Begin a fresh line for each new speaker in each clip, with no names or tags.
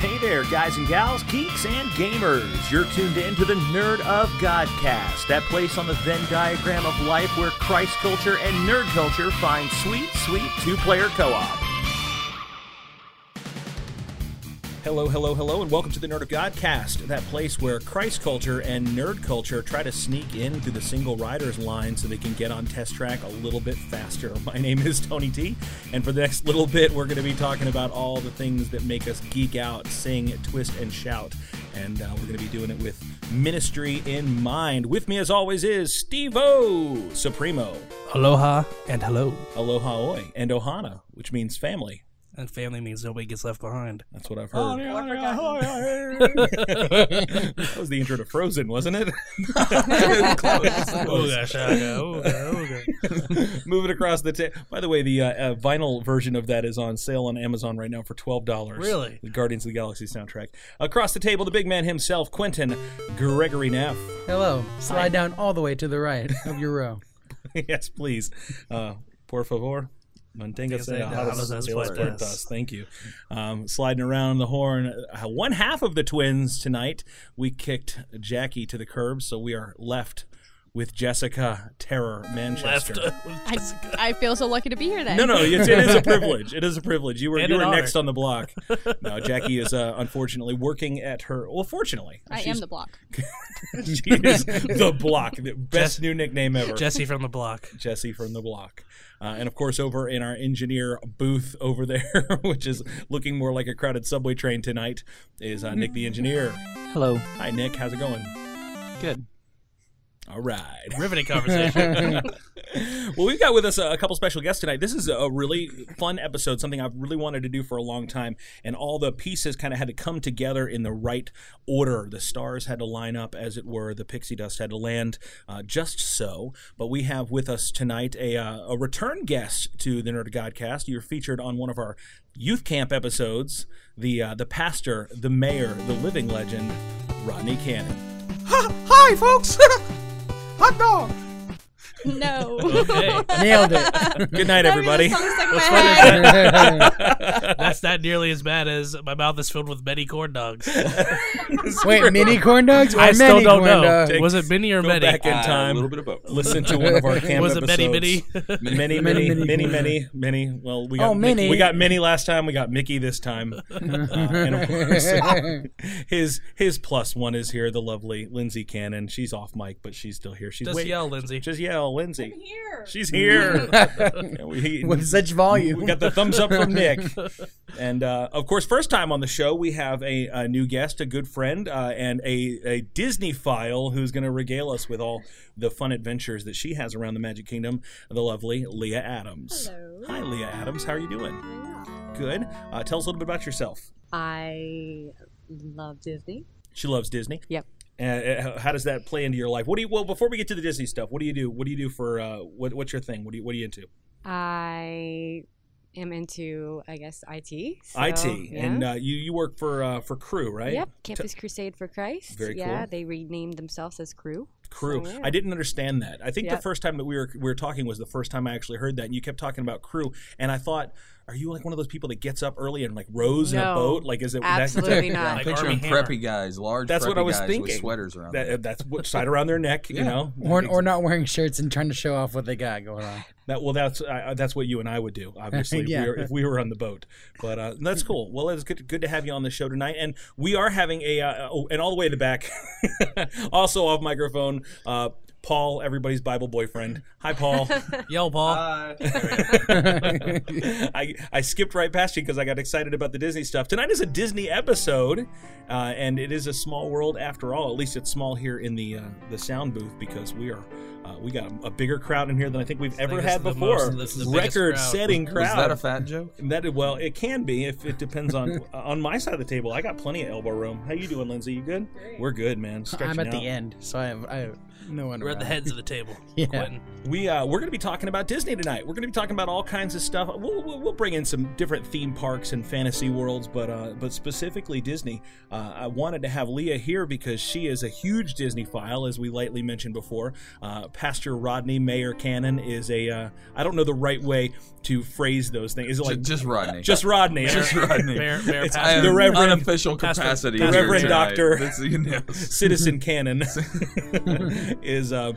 Hey there, guys and gals, geeks and gamers. You're tuned in to the Nerd of Godcast, that place on the Venn diagram of life where Christ culture and nerd culture find sweet, sweet two player co op. Hello, hello, hello, and welcome to the Nerd of Godcast, that place where Christ culture and nerd culture try to sneak in through the single rider's line so they can get on test track a little bit faster. My name is Tony T, and for the next little bit, we're going to be talking about all the things that make us geek out, sing, twist, and shout. And uh, we're going to be doing it with ministry in mind. With me, as always, is Steve O, Supremo,
Aloha and hello.
Aloha Oi, and Ohana, which means family.
And family means nobody gets left behind.
That's what I've heard.
Or forgotten.
That was the intro to Frozen, wasn't it?
Oh gosh, oh, oh,
Moving across the table. By the way, the uh, uh, vinyl version of that is on sale on Amazon right now for twelve dollars.
Really?
The Guardians of the Galaxy soundtrack. Across the table, the big man himself, Quentin Gregory Neff.
Hello. Slide down all the way to the right of your row.
yes, please. Uh, por favor. Manténgase alejados de las puertas. Thank you. Um, sliding around the horn, uh, one half of the twins tonight. We kicked Jackie to the curb, so we are left with Jessica Terror Manchester.
Left.
I, I feel so lucky to be here then.
No, no, it's, it is a privilege. It is a privilege. You were
And
you were
an honor.
next on the block. No, Jackie is uh, unfortunately working at her. Well, fortunately,
I am the block.
she is the block. The best new nickname ever.
Jesse from the block.
Jesse from the block, uh, and of course over in our engineer booth over there, which is looking more like a crowded subway train tonight, is uh, Nick the engineer.
Hello.
Hi, Nick. How's it going?
Good.
All right.
Riveting conversation.
Well, we've got with us a, a couple special guests tonight. This is a really fun episode, something I've really wanted to do for a long time, and all the pieces kind of had to come together in the right order. The stars had to line up, as it were. The pixie dust had to land uh, just so. But we have with us tonight a, uh, a return guest to the Nerd Godcast. You're featured on one of our youth camp episodes. The uh, the pastor, the mayor, the living legend, Rodney Cannon.
Hi, folks! Hot dog!
No.
okay.
Nailed it.
Good night, everybody.
That was just something stuck in my head.
That's not nearly as bad as my mouth is filled with many corn dogs.
Wait, mini corn dogs or
I still
many
don't
corn
know.
dogs?
Was it many or
Go
many?
back in
Uh,
time.
A little bit of both.
listen to one of our camp
Was it
episodes.
many, many?
many, many, many, many, many, Well, we got
Oh,
Mickey-
many.
We got many last time. We got Mickey this time. Uh, and of course, his his plus one is here. The lovely Lindsay Cannon. She's off mic, but she's still here. She's
Just
wait-
yell, Lindsay.
Just yell, Lindsay. here. She's here. Yeah, we-
With such volume.
we got the thumbs up from Nick. And uh, of course, first time on the show, we have a, a new guest, a good friend, uh, and a, a Disney file who's going to regale us with all the fun adventures that she has around the Magic Kingdom, the lovely Leah Adams. Hello. Hi, Leah Adams. How are you doing? Good. Uh, tell us a little bit about yourself.
I love Disney.
She loves Disney.
Yep.
And uh, how does that play into your life? What do you? Well, before we get to the Disney stuff, what do you do? What do you do for? Uh, what, what's your thing? What do you? What are you into?
I am into, I guess, IT. so,
IT.
yeah.
And uh, you you work for uh, for Crew, right?
Yep, Campus Crusade for Christ.
Very
yeah,
cool.
they renamed themselves as Crew.
crew.
So, yeah.
I didn't understand that. I think the
Yep.
first time that we were we were talking was the first time I actually heard that, and you kept talking about crew, and I thought, are you like one of those people that gets up early and like rows in a
No,
boat? Like, is it
Absolutely not.
Like
Picturing
Armie Hammer.
preppy guys, large
That's
preppy
what I was
guys
thinking.
with sweaters around.
That,
them.
that, that's what tied around their neck, you
Yeah.
know.
Or, or not wearing shirts and trying to show off what they got going on.
That well, that's uh, that's what you and I would do, obviously, if,
Yeah.
we were, if we were on the boat. But uh, that's cool. Well, it's good good to have you on the show tonight, and we are having a uh, oh, and all the way in the back, also off microphone. Uh, Paul, everybody's Bible boyfriend. Hi, Paul.
Yo, Paul.
I, I skipped right past you because I got excited about the Disney stuff. Tonight is a Disney episode, uh, and it is a small world after all. At least it's small here in the uh, the sound booth because we are uh, we got a, bigger crowd in here than I think we've ever
this
had
is the
before.
most- this is the biggest crowd.
Record-setting crowd.
Was that a fat joke?
And That well, it can be if it depends on on my side of the table. I got plenty of elbow room. How you doing, Lindsay? You good? We're good, man.
I'm
Stretching
at
out.
the end, so I have, I have no one
We're at the
around.
heads of the table.
Yeah.
Quentin.
We uh, we're going to be talking about Disney tonight. We're going to be talking about all kinds of stuff. We'll, we'll, we'll bring in some different theme parks and fantasy worlds, but uh, but specifically Disney. Uh, I wanted to have Leah here because she is a huge Disney file, as we lightly mentioned before. Uh, Pastor Rodney Mayer Cannon is a uh, I don't know the right way to phrase those things. Is it like
Ju- just Rodney.
just Rodney?
Just Rodney.
Mayor, Mayor
It's-
I
Pastor.
am
The Reverend-
unofficial
Pastor-
capacity.
Pastor-
here
Reverend
tonight.
Doctor.
That's- you know, it's-
Citizen Cannon is uh,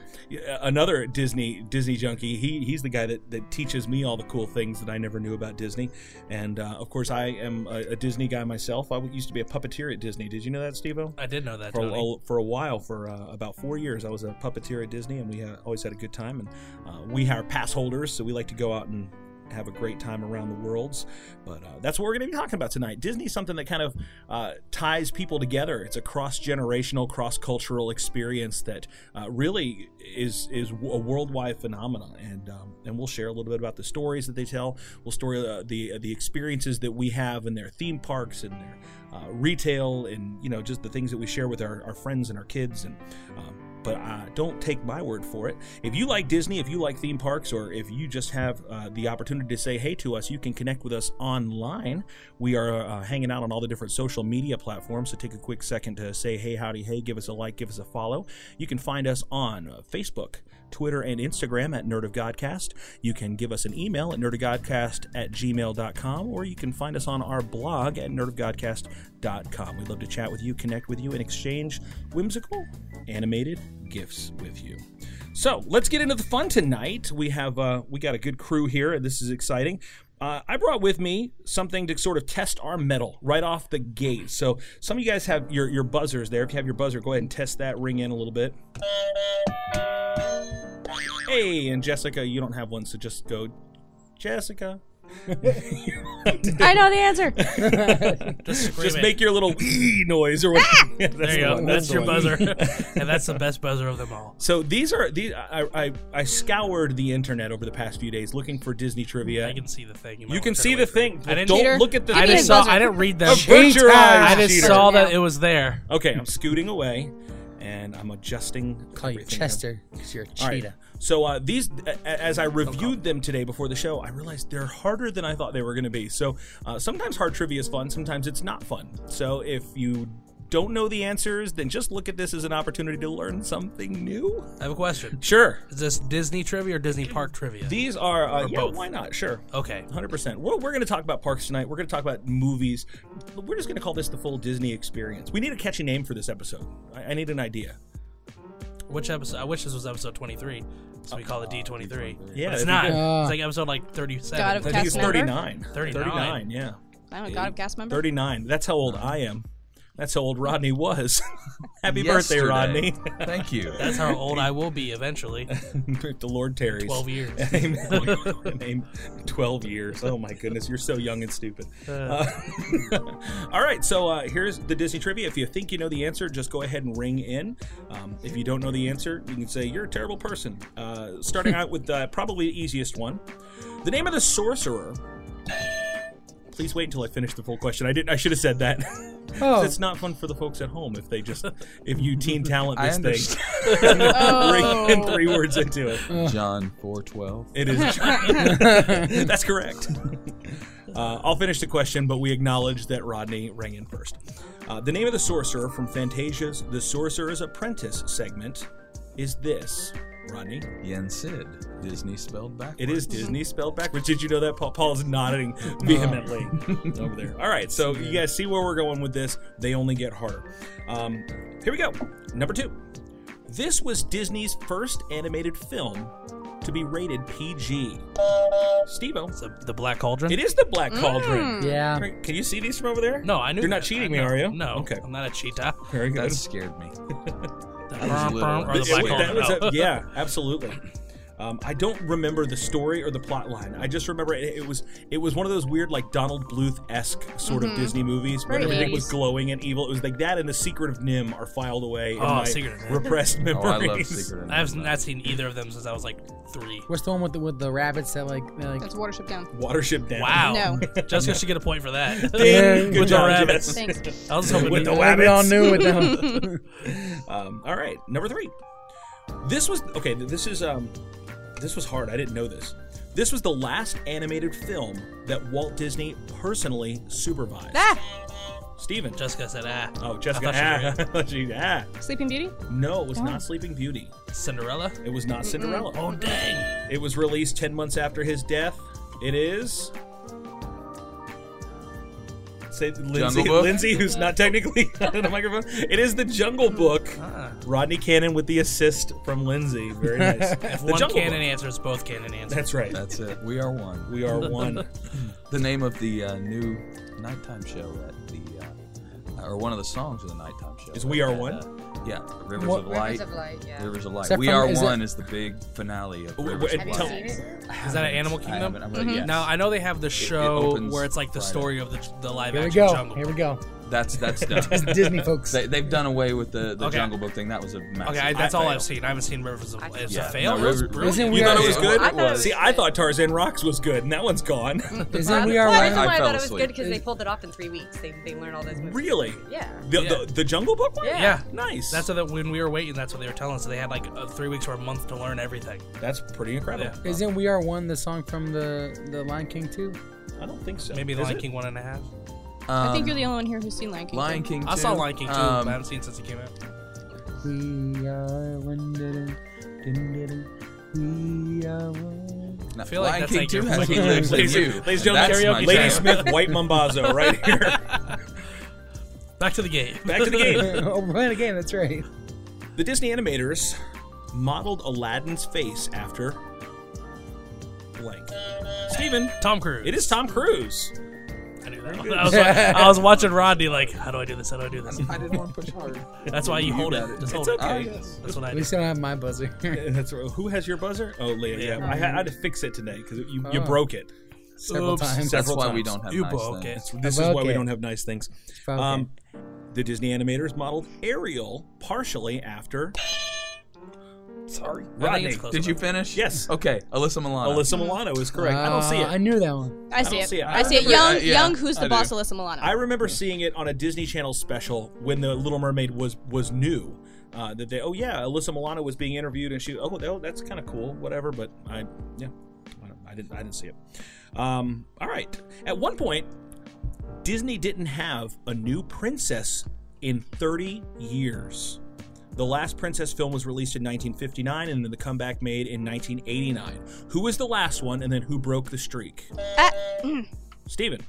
another Disney Disney junkie. He he's the guy that, that teaches me all the cool things that I never knew about Disney. And uh, of course, I am a, a Disney guy myself. I used to be a puppeteer at Disney. Did you know that, Steve-O?
I did know that.
For
Tony.
a, for a while, for uh, about four years, I was a puppeteer at Disney, and we uh, always had a good time. And uh, we are pass holders, so we like to go out and have a great time around the worlds. But uh, that's what we're going to be talking about tonight. Disney's something that kind of uh, ties people together. It's a cross generational, cross cultural experience that uh, really is is w- a worldwide phenomenon. And um, and we'll share a little bit about the stories that they tell. We'll story uh, the the experiences that we have in their theme parks and their uh, retail and you know just the things that we share with our, our friends and our kids and. Um, but uh, don't take my word for it. If you like Disney, if you like theme parks, or if you just have uh, the opportunity to say hey to us, you can connect with us online. We are uh, hanging out on all the different social media platforms, so take a quick second to say hey, howdy, hey, give us a like, give us a follow. You can find us on uh, Facebook, Twitter, and Instagram at Nerd of Godcast. You can give us an email at nerdofgodcast at gmail.com, or you can find us on our blog at nerdofgodcast.com. We'd love to chat with you, connect with you, and exchange whimsical, animated gifts with you. So let's get into the fun tonight. We have uh, we got a good crew here, and this is exciting. Uh, I brought with me something to sort of test our metal right off the gate. So some of you guys have your your buzzers there. If you have your buzzer, go ahead and test that ring in a little bit. Hey, and Jessica, you don't have one, so just go, Jessica.
I know the answer.
Just, scream
Just
it.
make your little wee noise or whatever. Yeah, that's
Ah! There you
the
go.
one.
That's
the
your
one.
buzzer, and that's the best buzzer of them all.
So these are these. I, I I scoured the internet over the past few days looking for Disney trivia.
I can see the thing. might
You can
wanna turn
see
away
the
from it.
thing.
I
but
didn't.
Don't
Peter,
look at the.
give
I
me
just
a
saw.
buzzer.
I didn't read them.
Avert your eyes,
I just
cheater.
saw that it was there.
Okay, I'm scooting away, and I'm adjusting.
Call you
everything.
Chester because you're a
All right.
cheetah.
So uh, these, a- a- as I reviewed them today before the show, I realized they're harder than I thought they were going to be. So uh, sometimes hard trivia is fun, sometimes it's not fun. So if you don't know the answers, then just look at this as an opportunity to learn something new.
I have a question.
Sure.
Is this Disney trivia or Disney Park trivia?
These are uh, yeah.
both.
Why not? Sure.
okay.
100%. We're, we're going to talk about parks tonight. We're going to talk about movies. We're just going to call this the full Disney experience. We need a catchy name for this episode. I, I need an idea.
Which episode? I wish this was episode 23, so we call it D23.
Yeah,
But
that'd be
it's not.
good.
Ah.
It's like episode like 37.
God of
I think it's
Cast member?
39.
39.
yeah.
I'm a God of Gas member.
39. That's how old I am. That's how old Rodney was. Happy birthday,
Yesterday.
Rodney.
Thank you.
That's how old I will be eventually.
the Lord Terry's.
12 years.
Amen. Amen. 12 years. Oh my goodness, you're so young and stupid. Uh, all right, so uh, here's the Disney trivia. If you think you know the answer, just go ahead and ring in. Um, if you don't know the answer, you can say you're a terrible person. Uh, starting out with uh, probably the easiest one. The name of the sorcerer. Please wait until I finish the full question. I didn't. I should have said that.
Oh,
it's not fun for the folks at home if they just if you teen talent
I
this thing.
understand.
Oh.
Ring in three words into it.
John four twelve.
It is. That's correct. Uh, I'll finish the question, but we acknowledge that Rodney rang in first. Uh, the name of the sorcerer from Fantasia's The Sorcerer's Apprentice segment is this. Rodney,
Yen Sid. Disney spelled backwards.
it is Disney spelled backwards. Did you know that? Paul, Paul's nodding vehemently over there. All right, so you guys see where we're going with this. They only get harder. Um, here we go. Number two. This was Disney's first animated film to be rated PG. Steve-O.
It's the, the Black Cauldron.
It is the Black Cauldron.
Yeah.
Can you see these from over there?
No, I knew.
You're not
that.
cheating
I
me,
know.
are you?
No.
Okay.
I'm not a cheetah.
Very
That
good.
scared me.
The
was
burn,
literal.
burn, or the
It
Black
was-
That
Cauldron.
was
No.
a- yeah, absolutely. Um, I don't remember the story or the plot line. I just remember it, it was it was one of those weird like Donald Bluth esque sort of Disney movies where
Very
everything was
80s.
glowing and evil. It was like that, and the Secret of Nim are filed away in
Oh,
my
Secret of Nim.
repressed
Oh,
memories.
I love Secret of
I have
Nim.
not seen either of them since I was like three.
What's the one with the with the rabbits that like they, like
That's Watership Down.
Watership Down.
Wow.
No.
Jessica should get a point for that.
Ding. Good
With
job,
the rabbits.
Jess.
Thanks.
I was hoping
With
you-
the
Yeah, we all
wabbits.
knew it. Though.
Um, all right, number three. This was okay. th- This is um, this was hard. I didn't know this. This was the last animated film that Walt Disney personally supervised.
Ah,
Steven.
Jessica said, ah.
Oh, Jessica.
I thought she
ah, she- ah.
Sleeping Beauty.
No, it was
Oh.
not Sleeping Beauty.
Cinderella?
It was not Cinderella.
Oh, dang.
It was released 10 months after his death. It is. Say Lindsay,
Book?
Lindsay, who's not technically on the microphone. It is the
Ah.
Jungle Book. Rodney Cannon with the assist from Lindsay. Very nice.
If
the
one
Jungle
canon
Book.
answers, both canon answers.
That's right.
That's it. We are one.
We are one.
The name of the uh, new nighttime show at the, uh, or one of the songs of the nighttime show.
Is We Are
at,
One?
uh, yeah, Rivers
What-
of Light.
Light, yeah.
Rivers of Light.
Except
We
from-
Are
is
One
it-
is the big finale of
W-
Rivers
w-
of
tell-
Light.
Is that an Animal
I
Kingdom?
haven't- I'm
Mm-hmm.
gonna guess.
Now, I know they have the show
opens
where it's like the
Friday.
story of the, the live
Here we
action
go.
Jungle
Here
Book.
we go.
That's that's done.
Disney folks.
they, they've done away with the, the
Okay.
Jungle Book thing. That was a massive
Okay, I, that's all
fail.
I've seen. I haven't seen Rivers of
I-
Light. It's
Yeah,
a fail?
no,
It was
River-
brilliant.
Isn't We
You
Are
thought it was
Yeah.
good?
I thought it was
See, I thought Tarzan Rocks was good, and that one's gone.
Isn't we are
Well,
I-
that's
one?
why
I
I,
fell
thought it was
asleep.
good because they pulled it off in three weeks. They, they learned all those movies.
really?
Yeah.
The,
Yeah.
the, the Jungle Book one?
Yeah.
Yeah.
Nice.
That's what the, when we were waiting. That's what they were telling us. They had like uh three weeks or a month to learn everything.
That's pretty incredible.
Isn't we are one the song from the the Lion King too?
I don't think so.
Maybe
Is
Lion
it?
King one and a half.
Um,
I think you're the only one here who's seen Lion King.
Lion
too.
King.
I saw
too.
Lion King too,
Um,
but I haven't seen since it came out.
We are one. didn't, didn't, didn't, We are one.
no,
feel like
Lion
that's
King
like
too
your
has
fucking-
he lives in
Ladies,
you.
ladies and gentlemen,
That's my
Lady
jam.
Smith, White Mombazo, right here.
Back to the game.
Back to the game.
oh, we're playing a game. That's right.
The Disney animators modeled Aladdin's face after blank. Steven,
Tom Cruise.
it is Tom Cruise.
I, knew that. I, was, I was watching Rodney like, how do I do this? How do I do this?
I didn't want to push hard.
That's why you hold it. Just hold
It's okay.
it. That's what I
At
do.
least I don't have my buzzer.
That's right. Who has your buzzer? Oh, Leah. Yeah, I, had, I had to fix it today because you, you
Oh.
broke it.
Several
Oops.
times.
That's
Several
why we
times.
don't have
You
nice
broke
things.
it.
This is
About
why we
it.
don't have nice things.
about
Um, the Disney animators modeled Ariel partially after
Sorry,
I think
Rodney.
it's close
Did you
enough.
finish?
Yes.
Okay, Alyssa Milano.
Alyssa Milano is correct. I don't see
Uh, I
it.
knew that one.
I see
don't
it.
see it.
I see it.
I remember-
Young,
I- yeah,
young. Who's
I
the boss?
do.
Alyssa Milano.
I remember seeing it on a Disney Channel special when the Little Mermaid was was new. Uh, that they, oh yeah, Alyssa Milano was being interviewed, and she, oh, that- that's kind of cool, whatever. But I, yeah, I, don't- I didn't, I didn't see it. Um, all right. At one point, Disney didn't have a new princess in 30 years. The last princess film was released in 1959, and then the comeback made in 1989. Who was the last one, and then who broke the streak?
Ah,
Steven.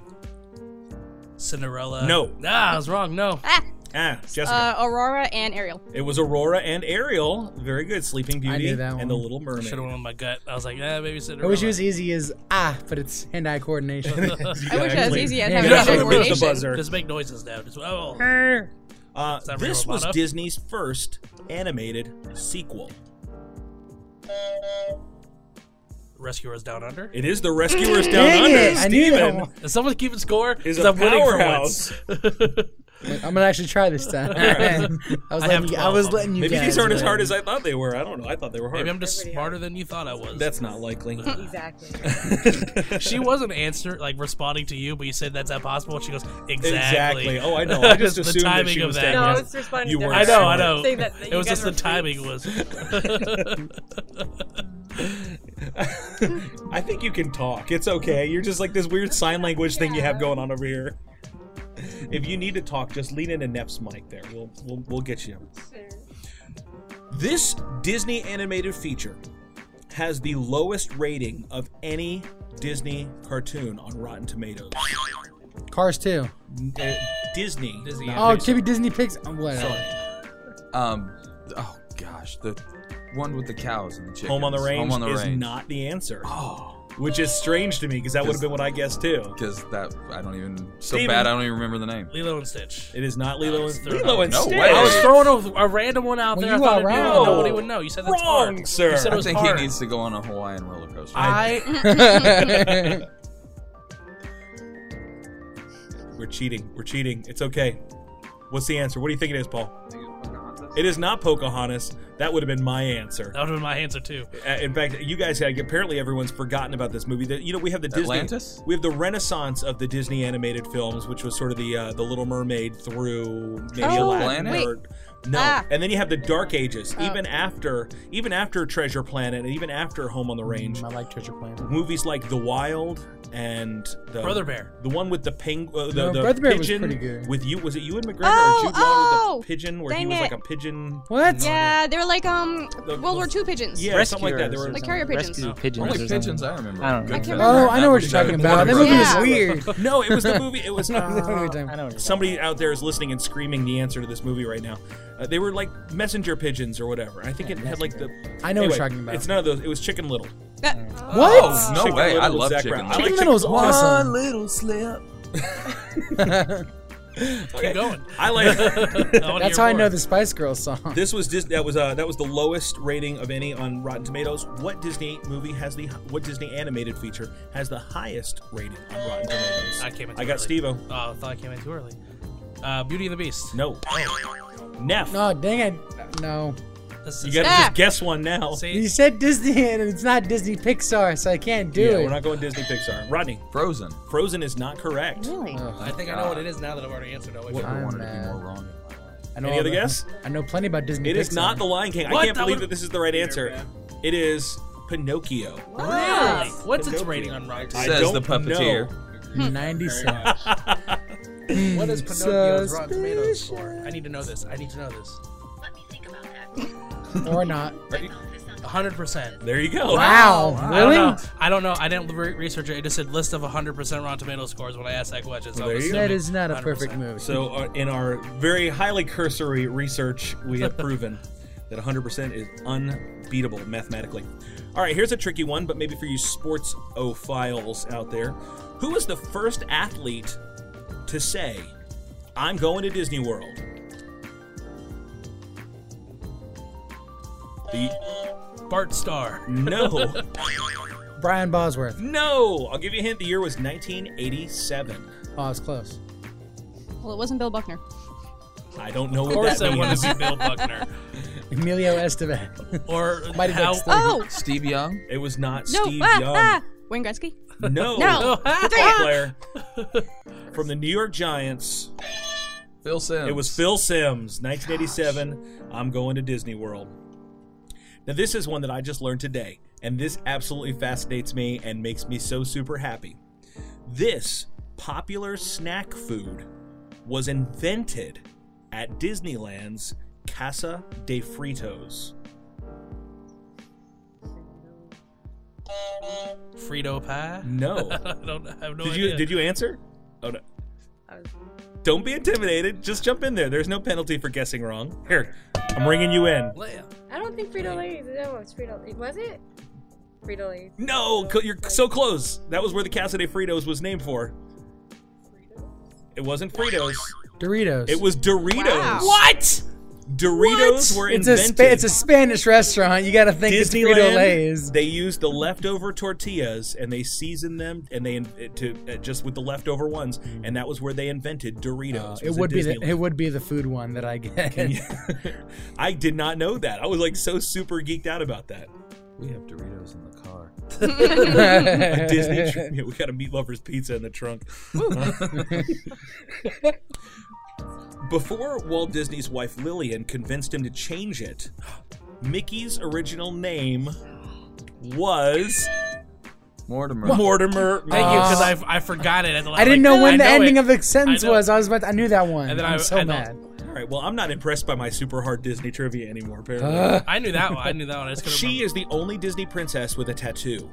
Cinderella.
No.
Nah, I was wrong. No.
ah,
Ah, Jessica.
uh, Aurora and Ariel.
It was Aurora and Ariel. Very good. Sleeping Beauty
knew that one.
and The Little
I
Mermaid.
should have went with my gut. I was like, eh, maybe
I
Cinderella.
wish it was easy as ah, but it's hand-eye coordination.
I wish that was
actually.
easy. I'd
Yeah,
have
you
a
should've
good
used the
coordination.
buzzer.
Just make noises now. Just, oh.
Uh,
Is that
this
Rio
was
Lovato?
Disney's first animated sequel.
Rescuers Down Under.
It is The Rescuers Down
Dang
Under.
it, I knew that
Steven
one.
Is someone keeping score?
is
'Cause
a
I'm winning for
powerhouse.
I'm gonna actually try this time. I was
I have
letting you, I was
12.
letting you
Maybe
guys
these aren't as
win.
hard as I thought they were. I don't know. I thought they were hard.
Maybe I'm just smarter than you thought I was.
That's not likely.
Exactly.
she wasn't answering, like responding to you, but you said that's not possible. And she goes, exactly.
Exactly. Oh, I know. I just
The
assumed that
timing
she
of
was
that.
taking
No,
us.
it's responding
You
to
were
I know, I know.
Saying that- that
it
you
was
guys
just
were
the timing was.
I think you can talk. It's okay. You're just like this weird sign language thing you have going on over here. If you need to talk, just lean into Nep's mic there. We'll we'll, we'll get you. This Disney animated feature has the lowest rating of any Disney cartoon on Rotten Tomatoes.
Cars too.
Uh, Disney.
Disney
not
Oh,
Pixar.
Chippy Disney Pigs. Oh, whatever.
Sorry.
Um. Oh God. gosh, the one with the cows and the chickens.
Home on the range
Home on the
is
range.
not the answer,
Oh,
which is strange to me because that would have been what I guessed too.
because that I don't even so
Steven.
bad I don't even remember the name.
Lilo and Stitch.
It is not Lilo and
No
Lilo and
way.
Stitch.
I was throwing a, a random one out
Well,
there.
you
I thought
are
it'd be-
wrong.
nobody would know. You said that's
Wrong,
hard.
sir.
You said it
I
was
think
hard.
he needs to go on a Hawaiian roller coaster.
I
We're cheating. We're cheating. It's okay. What's the answer? What do you think it is, Paul? It is not Pocahontas. That would have been my answer.
that would have been my answer too.
Uh, in fact, you guys had apparently everyone's forgotten about this movie. That you know we have the Disney,
Atlantis?
we have the renaissance of the Disney animated films, which was sort of the uh, the Little Mermaid through maybe
Oh,
Aladdin
Planet?
or no,
Ah. Oh.
and then you have the Dark Ages. Even after even after Treasure Planet and even after Home on the Range,
Mm, I like Treasure Planet.
movies like The Wild and the
Brother Bear.
the one with the penguin, uh, the,
No,
the
Brother Bear was
pigeon
pretty good.
with you. Was it you and McGregor
Oh,
or Jude Law
oh,
with the pigeon where he
dang
was like
it.
a pigeon?
What?
yeah, they're like um
The-
World War II pigeons.
Yeah, something like that. There
Rescuers
were
or
Like carrier
something.
pigeons.
Rescue pigeons.
Only
or something.
pigeons I remember.
I don't know.
I can't
Oh, I know what you're
Not
talking
the
about. That
Wonder
movie was
Bread.
weird.
No, it was the movie. It was
I know what
uh,
you're talking
I
about.
know. what you're
somebody out there is listening and screaming the answer to this movie right now. Uh, they were like messenger pigeons or whatever. I think it had like the.
I know
anyway,
what you're talking about.
It's none of those. It was Chicken Little.
That-
What?
Oh, no
Chicken
way.
Little
I
with
love
Zach
chicken.
Brown. I
Little.
like
Chicken Little is awesome.
little slip.
Keep going.
I like.
I wanna
That's
hear
how I
more.
know the Spice Girls song.
This was Dis- that was uh, that was the lowest rating of any on Rotten Tomatoes. What Disney movie has the what Disney animated feature has the highest rating on Rotten Tomatoes?
I came in. Too
I got
early.
Steve-O.
Oh, I thought I came in too early. Uh, Beauty and the Beast.
No,
Oh.
Neff.
No, dang it. No.
This
You
is-
got to
Ah.
just guess one now.
See,
You said Disney and it's not Disney Pixar, so I can't do
yeah,
it.
we're not going Disney Pixar. Rodney,
Frozen.
Frozen is not correct.
Really?
I think I know what it is now that I've already answered. I'll wait
Never
for
I'm
wanted to be
mad.
more wrong in my life.
I know
Any
all
other
the-
guess?
I know plenty about Disney
It
Pixar.
is not The Lion King. I
What?
can't
That
believe
would-
that this is the right answer. It is Pinocchio.
Really? What's its
Pinocchio.
rating on Rotten?
I
Says
don't
the puppeteer.
know.
97.
What is
Hmm, So
Pinocchio's Rotten Tomatoes score? I need to know this. I need to know this.
or not.
100%.
There you go.
Wow.
I
Really?
don't know. I don't know. I didn't re- research it. It just said list of 100% Rotten Tomato scores when I asked that question. So
Well, there
I'm
you go.
That is not a
100%.
perfect movie.
So, uh, in our very highly cursory research, we have proven that 100% is unbeatable mathematically. All right, here's a tricky one, but maybe for you sports ophiles out there. Who was the first athlete to say, I'm going to Disney World? The,
Bart Starr.
no,
Brian Bosworth.
no. I'll give you a hint. The year was 1987.
Oh, it's close.
Well, it wasn't Bill Buckner.
I don't know
Of
what
course,
that
I want
means.
to be Bill Buckner.
Emilio Estevez.
Or
Mighty
how?
Ducks.
Oh
Steve Young.
It was not
no!
Steve
ah,
Young.
ah, Wayne Gretzky.
No.
No.
Football player from the New York Giants.
Phil Sims.
It was Phil Sims, 1987. I'm going to Disney World. Now, this is one that I just learned today, and this absolutely fascinates me and makes me so super happy. This popular snack food was invented at Disneyland's Casa de Fritos.
Frito pie?
No.
I don't I have no
did
idea.
you did you answer? Oh no. Don't be intimidated. Just jump in there. There's no penalty for guessing wrong. Here, I'm ringing you in.
Leia.
I don't think Frito Lay. No, it's Frito. Lay. Was it Frito Lay?
No, co- you're so close. That was where the Cassidy Fritos was named for. It wasn't Fritos.
Doritos.
It was Doritos.
Wow.
What?
Doritos were
it's a
invented.
spa- it's a Spanish restaurant. You got to think it's Frito
Disneyland.
Lay's.
They used the leftover tortillas and they seasoned them and they to uh, just with the leftover ones and that was where they invented Doritos.
Uh, It
was at
would be the
Disneyland.
it would be the food one that I get.
I did not know that. I was like so super geeked out about that.
We have Doritos in the car.
A Disney trip. Yeah, we got a meat lovers pizza in the trunk. Before Walt Disney's wife Lillian convinced him to change it, Mickey's original name was
Mortimer.
Mortimer.
Thank you, because
Uh,
I, I forgot it. At the
I didn't know when the ending
it.
of the sentence
I know.
was. I was about I knew that one.
And
And
then
then
I-
I'm so
I know.
mad.
All right. Well, I'm not impressed by my super hard Disney trivia anymore. Apparently,
Uh.
I knew that one. I knew that one. I just couldn't
she
remember.
is the only Disney princess with a tattoo.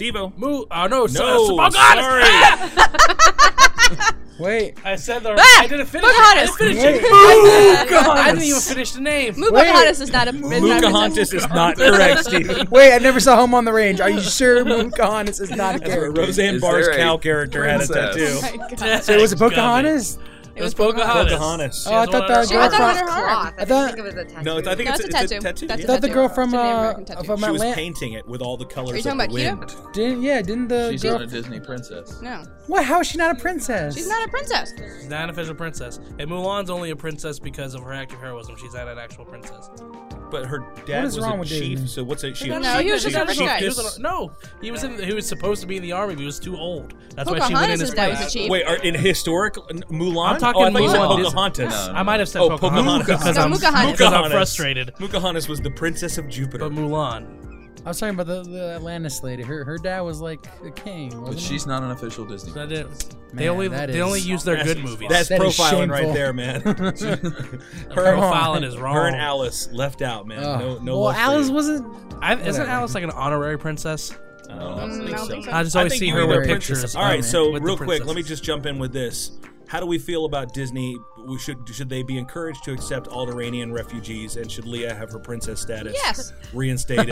Stevo.
Moo. Oh no! So,
No,
oh god!
Ah!
sorry.
Wait,
I said the.
Ah,
I didn't finish. it. I didn't
Pocahontas.
finish
wait.
it. I didn't even finish the name.
Moo
Wait.
Pocahontas is not a. Is not a
Pocahontas
princess.
is not correct, Steven.
wait, I never saw Home on the Range. Are you sure Pocahontas is not a
That's where
character?
Roseanne
Is
Barr's
there a
cow character had a
princess?
tattoo.
Oh my God.
So
It was it Pocahontas?
It was Pocahontas.
Pocahontas.
She
Oh, I
has
thought
one
that
on
was
She had
Girl
that
from-
on her heart.
I
I thought-
think it was a tattoo.
No, it's, I think
No,
it's,
it's a
it's
tattoo.
tattoo.
That's a
yeah.
I thought the
tattoo.
girl from
It's an
uh,
American tattoo.
from
She was
Atlanta.
painting it with all the colors
Are you
of
talking
the
about Keto?
wind.
Didn't yeah? Didn't the
She's not
girl?
a Disney princess.
No,
What? How is she not a princess?
she's not a princess.
She's not an official princess. And Mulan's only a princess because of her act of heroism. She's not an actual princess.
But her dad
is
was
wrong
a
with
chief,
Disney?
so what's it? She,
No, he was
she,
just a
she,
chief.
He was an- no, he was in. He was supposed to be in the army, but he was too old. That's why she went in
Pocahontas
his
is that was a
place.
chief.
Wait, are, in historical n- Mulan?
I'm talking
oh, I thought you said
Mulan.
Pocahontas.
No.
I might have said
Oh,
Pocahontas
Pocahontas.
because
No,
I'm
Pocahontas.
because I'm
Pocahontas.
frustrated.
Pocahontas was the princess of Jupiter.
But Mulan,
I was talking about the, the Atlantis lady. Her her dad was like a king. Wasn't
But she's not an official Disney.
that
princess.
is,
Man,
they only
that
they
is-
only use their good movies.
That's
That is
profiling right
shameful.
there, man.
her
Come on.
profiling is wrong.
Her and Alice left out, man.
he? Ugh.
no, no.
well,
love for
Alice
you.
wasn't.
I, isn't
Whatever.
Alice like an honorary princess?
I don't
Mm, I don't think so.
I just
I
always
think
see
you
her with
were-
pictures.
All right, so
with the
real quick, let me
princesses.
just jump in with this. How do we feel about Disney? We should should they be encouraged to accept Alderanian refugees, and should Leia have her princess status
Yes.
reinstated?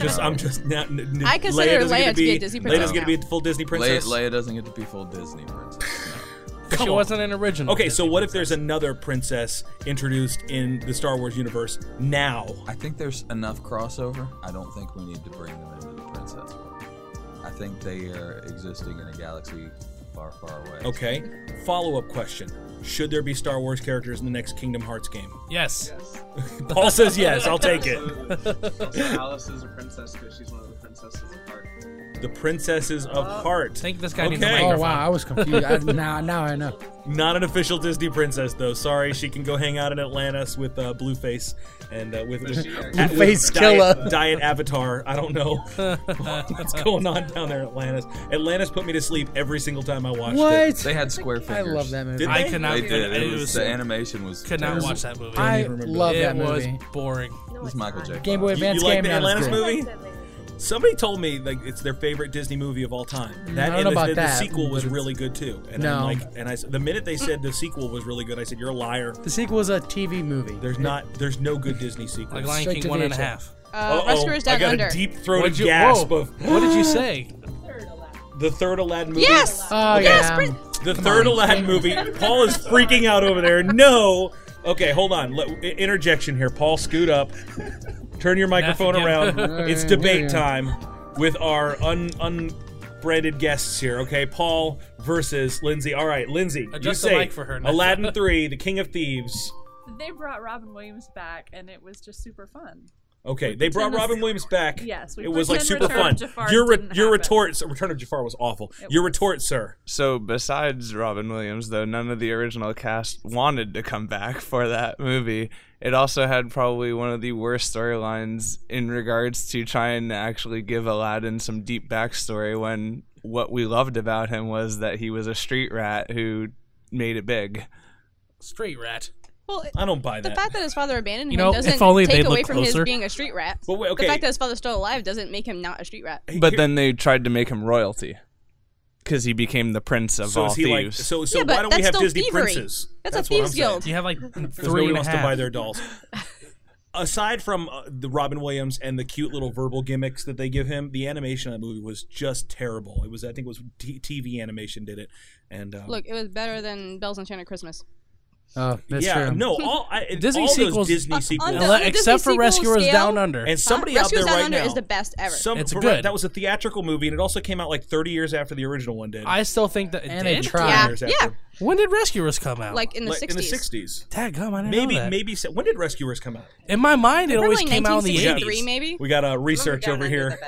just I'm just not. N- n-
I consider
doesn't get
Leia to be a
be-
Disney
Leia
princess
doesn't get to be a full Disney
Leia,
princess.
Leia doesn't get to be full Disney princess.
She
Come on.
wasn't an original.
Okay, so
Disney
what if there's
princess.
another princess introduced in the Star Wars universe now?
I think there's enough crossover. I don't think we need to bring them into the princess world. I think they are existing in a galaxy far, far away.
Okay. Follow up question: Should there be Star Wars characters in the next Kingdom Hearts game?
yes?
Paul says yes. I'll take it.
Also, Alice is a princess because she's one of the princesses of heart.
The Princesses of
Uh,
Heart.
I think this guy needs a
Okay.
microphone.
Oh wow, I was confused. I, now now I know.
Not an official Disney princess, though. Sorry, she can go hang out in Atlantis with uh, Blueface and uh, with, with
Blueface
with Diet-
killer.
Diet Avatar. I don't know what's going on down there in Atlantis. Atlantis put me to sleep every single time I watched it.
What?
They had square
I
fingers.
love that movie.
Did
I
they?
could not.
They did. It
it
was,
was-
the animation was.
could not
terrible.
watch that movie.
I
even remember
love
that.
that
it was
movie.
boring.
It was Michael J.
Game
Fox.
Boy
You-
Advance
you like
game.
the
man, it's
Atlantis
good.
movie? Somebody told me like it's their favorite Disney movie of all time. That
Mm, I
and
don't know
the,
about
the
that,
sequel was
but it's-
really good too. And I'm
No.
like, and I s- the minute they said the sequel was really good, I said you're a liar.
The sequel is a TV movie.
There's not, there's no good Disney sequel.
Like Lion
Straight
King
to
one and a
VHS.
half.
Uh,
Uh-oh,
Rescuers
I
Down
got
Under.
a deep throated
What'd you-
gasp
whoa,
of
What did you say?
the third Aladdin movie.
Yes.
Oh
Yes,
yeah.
prin-
The third Aladdin movie. Paul is freaking out over there. No. Okay, hold on. Let, i- interjection here. Paul, scoot up. Turn your microphone
Nothing.
around. It's debate
yeah.
time with our un unbranded guests here. Okay, Paul versus Lindsay. All right, Lindsay. you
Adjust the
say
mic for her.
Aladdin three, The King of Thieves.
They brought Robin Williams back, and it was just super fun.
Okay, they brought
pretend
Robin
this-
Williams back.
Yes, we
it was like
pretend
super
Return
fun.
of Jafar
your re-
didn't
your
happen.
retort, Return of Jafar was awful. your retort, sir.
So, besides Robin Williams, though, none of the original cast wanted to come back for that movie. It also had probably one of the worst storylines in regards to trying to actually give Aladdin some deep backstory when what we loved about him was that he was a street rat who made it big.
Straight rat.
Well, it-
I don't buy
the
that.
fact that his father abandoned
You
him
know,
doesn't
if only
take
they'd
away
look
from
closer.
his being a street rat.
Well, wait, okay.
The fact that his father's still alive doesn't make him not a street rat.
But then they tried to make him royalty because he became the prince of
so
all
is he like
thieves.
so so why
Yeah, but
don't we
that's
have
still
Disney
thievery.
princes?
That's a
what I'm
thieves
saying.
guild.
You have like
Because
three
nobody
and a
wants to
half.
buy their dolls. Aside from uh, the Robin Williams and the cute little verbal gimmicks that they give him, the animation of the movie was just terrible. It was, I think, it was t- TV animation did it, and um,
Look, it was better than Bells Enchanted Christmas.
Oh, that's
yeah,
true.
no, all I,
Disney
all
sequels-
those Disney
Uh,
sequels,
on the-
Ele-
Disney
except for
sequel
Rescuers
scale?
Down Under.
and
Huh?
somebody out
Rescuers
there
Down
right
Under
now
is the best ever.
Some,
It's
for-
good.
That was a theatrical movie, and it also came out like 30 years after the original one did.
I still think that it
And they
did.
tried.
yeah,
years
yeah,
after.
When did Rescuers come out?
like in the
Like, in the 60s.
Dadgum, I didn't
Maybe,
know that.
maybe se- when did Rescuers come out?
In my mind, it
Probably
always came out in the
1963
80s.
maybe.
We got a research over here.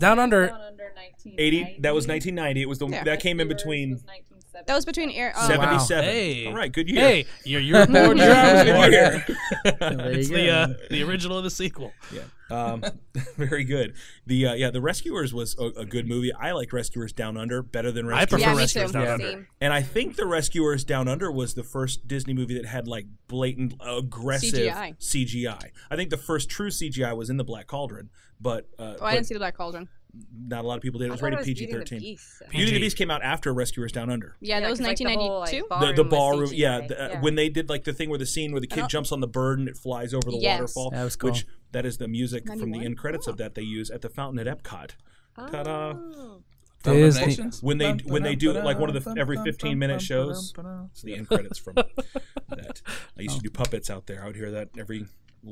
Down Under.
Down under 1990.
80 that was 1990 it was the
Yeah.
that came in between
seven.
That was between Air. Oh,
Seven.
wow.
77.
Hey.
All right, good year.
Hey, you're Europe more
You're
Europe
out
more.
of
here.
There you
It's
go.
the uh, the original and the sequel.
Um, very good. The uh, yeah, the Rescuers was a, a good movie. I like Rescuers Down Under better than
I
Rescuers.
prefer
Yeah, me
Rescuers
too.
Down
Yeah.
Under.
Same.
and I think the Rescuers Down Under was the first Disney movie that had like blatant aggressive
CGI.
CGI. I think the first true CGI was in the Black Cauldron, but, uh,
Oh, I
but
didn't see the Black Cauldron.
not a lot of people did. It was
I thought
rated
was
PG
Beauty and the
thirteen. Beauty
Beast.
and the
PG.
Beast came out after Rescuers Down Under.
Yeah, that was 1992.
The, the ballroom, yeah, the, uh, When they did like the thing where the scene where the kid
don't-
jumps on the bird and it flies over the
Yes.
waterfall,
That was cool.
which that is the music from the
91?
end credits of that they use at the fountain at Epcot. Ta-da.
Oh.
Disney.
when they- when they do, like, one of the- every 15 minute shows. It's the end credits from that. I used to do puppets out there. I would hear that every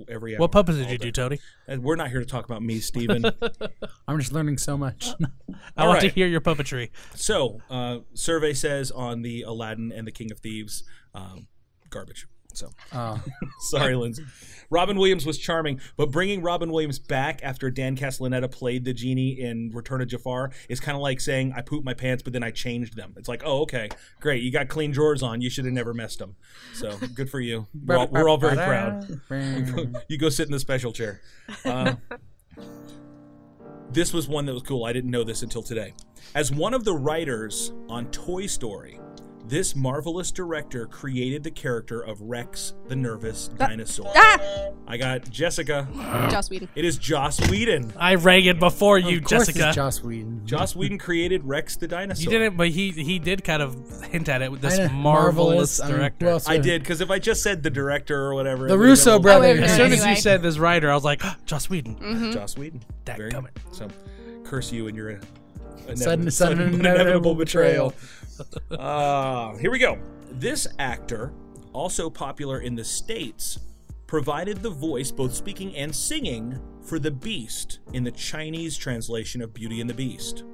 every hour.
What puppets did
all
you
day.
do, Tony?
And we're not here to talk about me, Steven.
I'm just learning so much.
I
All
want to
right.
hear your puppetry.
so, uh, survey says on the Aladdin and the King of Thieves, um, garbage. So
Oh,
sorry, Lindsay. Robin Williams was charming, but bringing Robin Williams back after Dan Castellaneta played the genie in Return of Jafar is kind of like saying I pooped my pants, but then I changed them. It's like, oh, okay, great, you got clean drawers on. You should have never messed them. So good for you. We're all, we're all very proud. you go sit in the special chair. Uh, this was one that was cool. I didn't know this until today. As one of the writers on Toy Story, this marvelous director created the character of Rex the Nervous Dinosaur.
Ah!
I got Jessica.
Joss Whedon.
It is Joss Whedon.
I rang it before you,
of course
Jessica.
It's Joss Whedon.
Joss Whedon created Rex the Dinosaur.
you didn't, but he he did kind of hint at it with this
I know,
marvelous,
I mean,
director.
who else
I
would-
did because if I just said the director or whatever,
The
it would've been a
Oh,
Russo
little-
brothers.
As
as soon as you
Anyway.
said this writer, I was like, Joss Whedon.
Mm-hmm.
Joss Whedon.
That
Very-
coming.
So, curse you and your uh, inevitable,
Sudden- sudden
but
inevitable betrayal.
betrayal. uh, here we go. This actor, also popular in the states, provided the voice, both speaking and singing, for the Beast in the Chinese translation of Beauty and the Beast.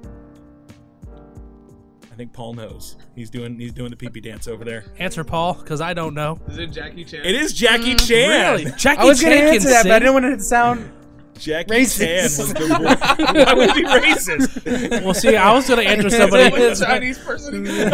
I think Paul knows. He's doing he's doing the pee pee dance over there.
Answer Paul, because I don't know.
Is it Jackie Chan?
It is Jackie
Mm-hmm.
Chan.
Really? Jackie
I was going to
Chan can
answer that, but I
sing?
didn't want it to sound.
Jackie Chan
Racist.
was the voice. Why would it be racist?
Well, see, I was going to answer somebody,
It's
Chinese person.
but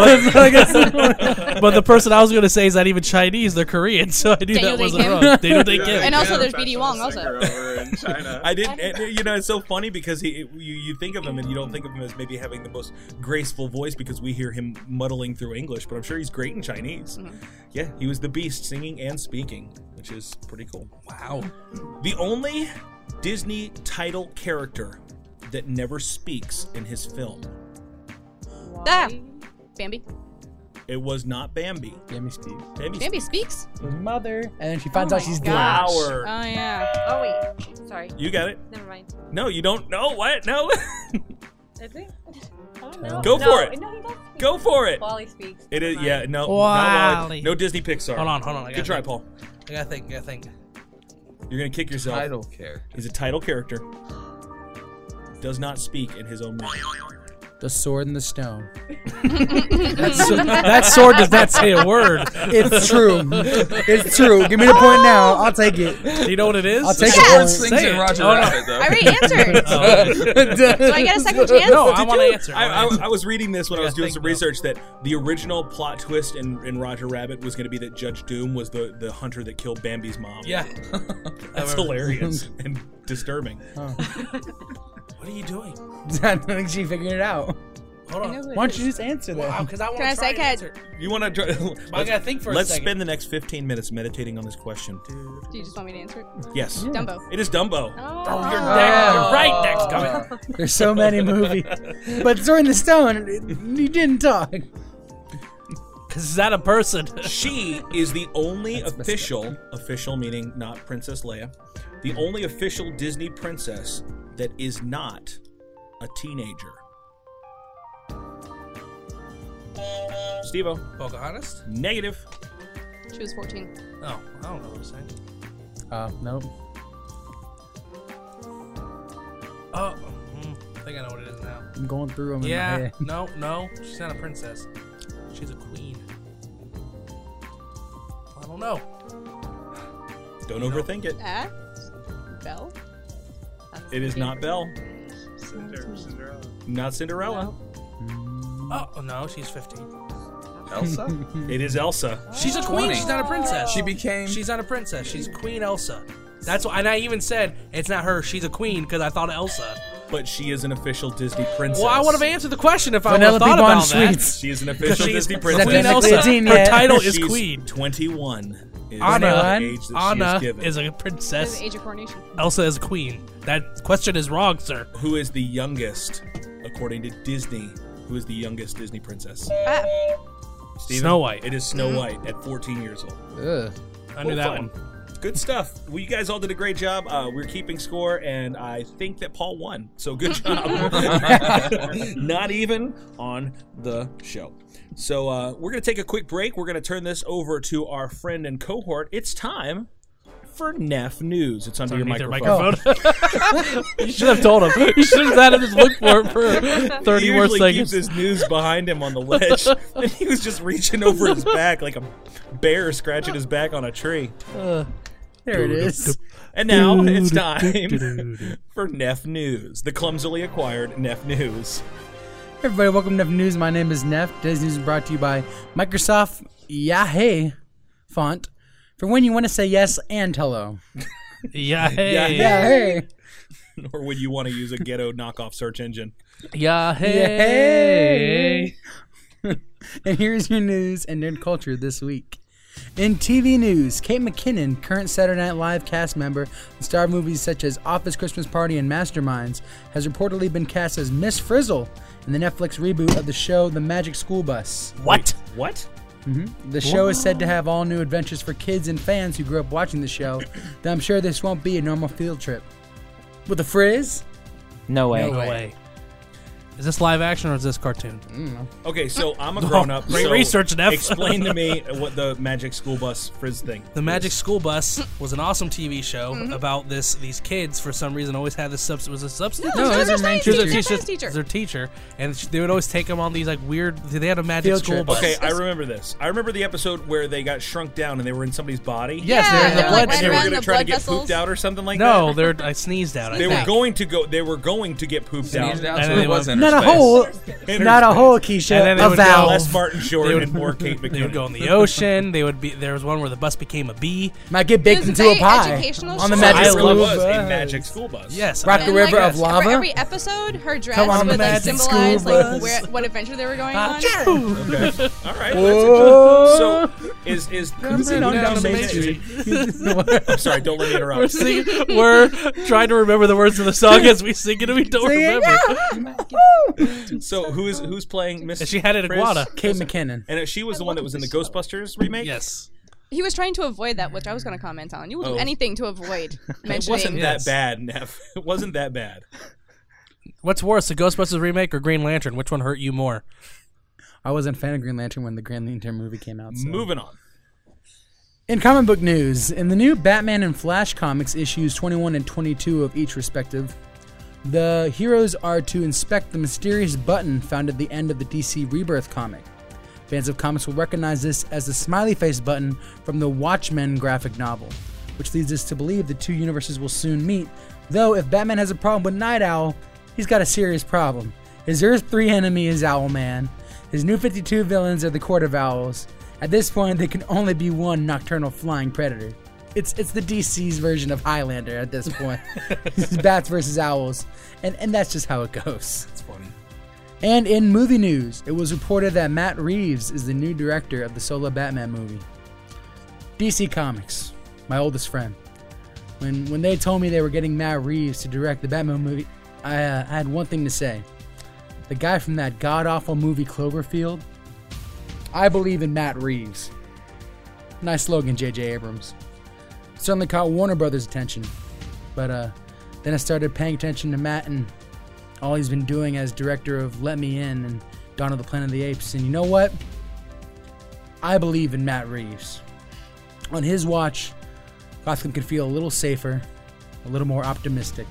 the person I was going to say is not even Chinese; they're Korean, so I knew
Daniel
that wasn't
Day-Kim.
wrong. They don't think
And
it.
also there's BD Wong also.
Over in China.
I didn't. and, you know, it's so funny because he, you, you think of him and you don't think of him as maybe having the most graceful voice because we hear him muddling through English, but I'm sure he's great in Chinese. Yeah, he was the beast singing and speaking, which is pretty cool. Wow. The only Disney title character that never speaks in his film.
Ah! Bambi.
It was not Bambi.
Yummy Steve.
Bambi.
Bambi speaks.
Mother. And then she finds
Oh
out
my
she's
gosh.
dead.
Oh
Power.
yeah.
Oh wait, sorry.
You got it.
Never mind.
No, you don't. No, what? No.
Is he? I don't know.
Go
no,
for it.
No, he does speak.
Go for it.
Wally speaks.
It is.
Never
Yeah.
mind.
No. not Wally.
Wally.
No Disney Pixar.
Hold on, hold on. I
Good
gotta
try,
think.
Paul.
I gotta think. I gotta think.
You're gonna kick yourself.
Title character.
He's a title character. Does not speak in his own movie.
The sword and the stone.
So- that sword does not say a word.
It's true. it's true. Give me the
Oh!
point now. I'll take it.
Do you know what it is?
I'll take
Yeah.
the point.
Sings
Say
in
it.
Roger
Oh, no.
Rabbit, though.
I already answered. Do I get a second chance?
No, I want to answer.
I,
I,
I, I was reading this when I
Yeah,
was doing
think
some
no.
research that the original plot twist in, in Roger Rabbit was gonna be that Judge Doom was the, the hunter that killed Bambi's mom.
yeah.
That's
I remember.
hilarious and disturbing.
Oh.
What are you doing?
I don't think she figured it out.
Hold
I know
on.
who
Why
it
don't
is.
you just answer that?
Wow, because Oh, I want
Can I
to try
say
and
I
answer.
You wanna dr-
I
let's,
gotta think for a
let's
second.
spend the next fifteen minutes meditating on this question.
Do you just want me to answer it?
Yes.
Dumbo.
It is Dumbo.
Next- Right next comment.
There's so many movies. But Sword in the Stone, you didn't talk.
Because is that a person?
She is the only official, official meaning not Princess Leia, the only official Disney princess that is not a teenager. Stevo,
Pocahontas?
negative.
She was 14.
Oh, I don't know what I'm saying.
Uh, no.
Oh, mm, I think I know what it is now.
I'm going through them in my
Yeah.
head.
No, no. She's not a princess. She's a queen. I don't know.
Don't overthink it.
Ah? Belle?
It is not Belle. Not Cinderella.
Oh no, she's 15.
Elsa?
It is Elsa.
She's a queen.
20.
She's not a princess.
she became.
She's not a princess. She's Queen Elsa. That's why, and I even said it's not her. She's a queen because I thought of Elsa.
But she is an official Disney princess.
Well, I would have answered the question if I would
Vanellope
have thought about
Bond Sweets.
She is an
that.
official
She is
Disney
Queen
princess.
That's
Elsa.
technically a teen
Her
yet.
title is
She's
queen.
21. Is
Anna-
the age that
Anna
she is, given.
is a
That's
princess.
the age of coronation.
Elsa is a queen. That question is wrong, sir.
who is the youngest, according to Disney? Who is the youngest Disney princess?
Ah,
Steven?
Snow White.
It is Snow White at 14 years old.
Ugh.
I knew
Well,
that
fun.
one.
Good stuff. Well, you guys all did a great job. Uh, we're keeping score, and I think that Paul won. So good job. Not even on the show. So uh, we're going to take a quick break. We're going to turn this over to our friend and cohort. It's time for Neff News. It's under your
Underneath
microphone.
their microphone. you should have told him. You should have had him just look for it for 30
he
more
usually keeps
seconds.
his news behind him on the ledge, and he was just reaching over his back like a bear scratching his back on a tree.
There it is.
And now it's time for Neff News, the clumsily acquired Neff News.
Everybody, welcome to Neff News. My name is Neff. Today's news is brought to you by Microsoft Yahoo font for when you want to say yes and hello.
yeah, hey.
Yeah.
Yeah,
Yahoo!
Or would you want to use a ghetto knockoff search engine?
hey.
And here's your news and nerd culture this week. In TV news, Kate McKinnon, current Saturday Night Live cast member and star of movies such as Office Christmas Party and Masterminds, has reportedly been cast as Miss Frizzle in the Netflix reboot of the show The Magic School Bus.
What? What?
The show is said to have all new adventures for kids and fans who grew up watching the show, though I'm sure this won't be a normal field trip. With a frizz?
No way.
No way. Is this live action or is this cartoon?
Okay, so I'm a grown up.
Great
so
research, Neff.
Explain to me what the magic school bus frizz thing.
The
is.
Magic School Bus was an awesome TV show about this. These kids, for some reason, always had this substitute. Was a substitute?
No,
she
it
was
was
her
a main
science
She was their
teacher.
teacher.
She was
teacher,
science teacher.
their teacher, and she- they would always take them on these like weird. They had a Magic
Field
School
trips.
Bus.
Okay, I remember this. I remember the episode where they got shrunk down and they were in somebody's body.
Yes,
yeah,
they're in the
they were, like,
blood
right
And they were
around
going to
the
try to
blood
get
vessels.
pooped out or something like
No,
that.
they're. I sneezed out. I
They
think.
were going to go. They were going to get pooped out.
Sneezed out,
And
so
then
it was
they
Not
inner
a
space.
hole.
Inner
Not a
space.
hole, Keisha.
And then they
a
would
vowel.
go-
Less Martin Short
would-
and more Kate McKinnon.
They would go in the ocean. They would be. There was one where the bus became a bee.
Might get baked
It was
into a
a
pie.
educational
on the
show.
It
magic
I
school
really
love
was
bus.
a magic school bus.
Yes.
Rock
I-
the
And,
river
like,
of lava.
For every episode, her dress
Come on,
would like
Magic School
symbolize like
Bus.
where, what adventure they were going on.
Okay. All right.
Whoa.
Well, that's interesting. So is is
Come on down
is-
Main
is-
Street.
I'm sorry. Don't let me
We're,
interrupt.
singing, we're trying to remember the words of the song as we sing it, and we don't
Sing it.
remember.
So who is who's playing Miss?
And she had an
Chris?
iguana.
Kate McKinnon.
And she was the one that was in the Ghostbusters remake.
Yes.
He was trying to avoid that, which I was going to comment on. You will
Oh.
do anything to avoid
It
mentioning.
wasn't
Yes.
that bad, Neff. It wasn't that bad.
What's worse, the Ghostbusters remake or Green Lantern? Which one hurt you more?
I wasn't a fan of Green Lantern when the Green Lantern movie came out. So.
Moving on.
In comic book news, in the new Batman and Flash comics issues 21 and 22 of each respective, the heroes are to inspect the mysterious button found at the end of the DC Rebirth comic. Fans of comics will recognize this as the smiley face button from the Watchmen graphic novel, which leads us to believe the two universes will soon meet. Though, if Batman has a problem with Night Owl, he's got a serious problem. His Earth 3 enemy is Owlman. His new 52 villains are the Court of Owls. At this point, there can only be one nocturnal flying predator. It's it's the DC's version of Highlander at this point. This is bats versus owls, and and that's just how it goes. It's funny. And in movie news, it was reported that Matt Reeves is the new director of the solo Batman movie. DC Comics, my oldest friend. When when they told me they were getting Matt Reeves to direct the Batman movie, I, uh, I had one thing to say. The guy from that god awful movie Cloverfield. I believe in Matt Reeves. Nice slogan, J.J. Abrams. Certainly caught Warner Brothers' attention, but uh, then I started paying attention to Matt and all he's been doing as director of Let Me In and Dawn of the Planet of the Apes. And you know what? I believe in Matt Reeves. On his watch, Gotham can feel a little safer, a little more optimistic.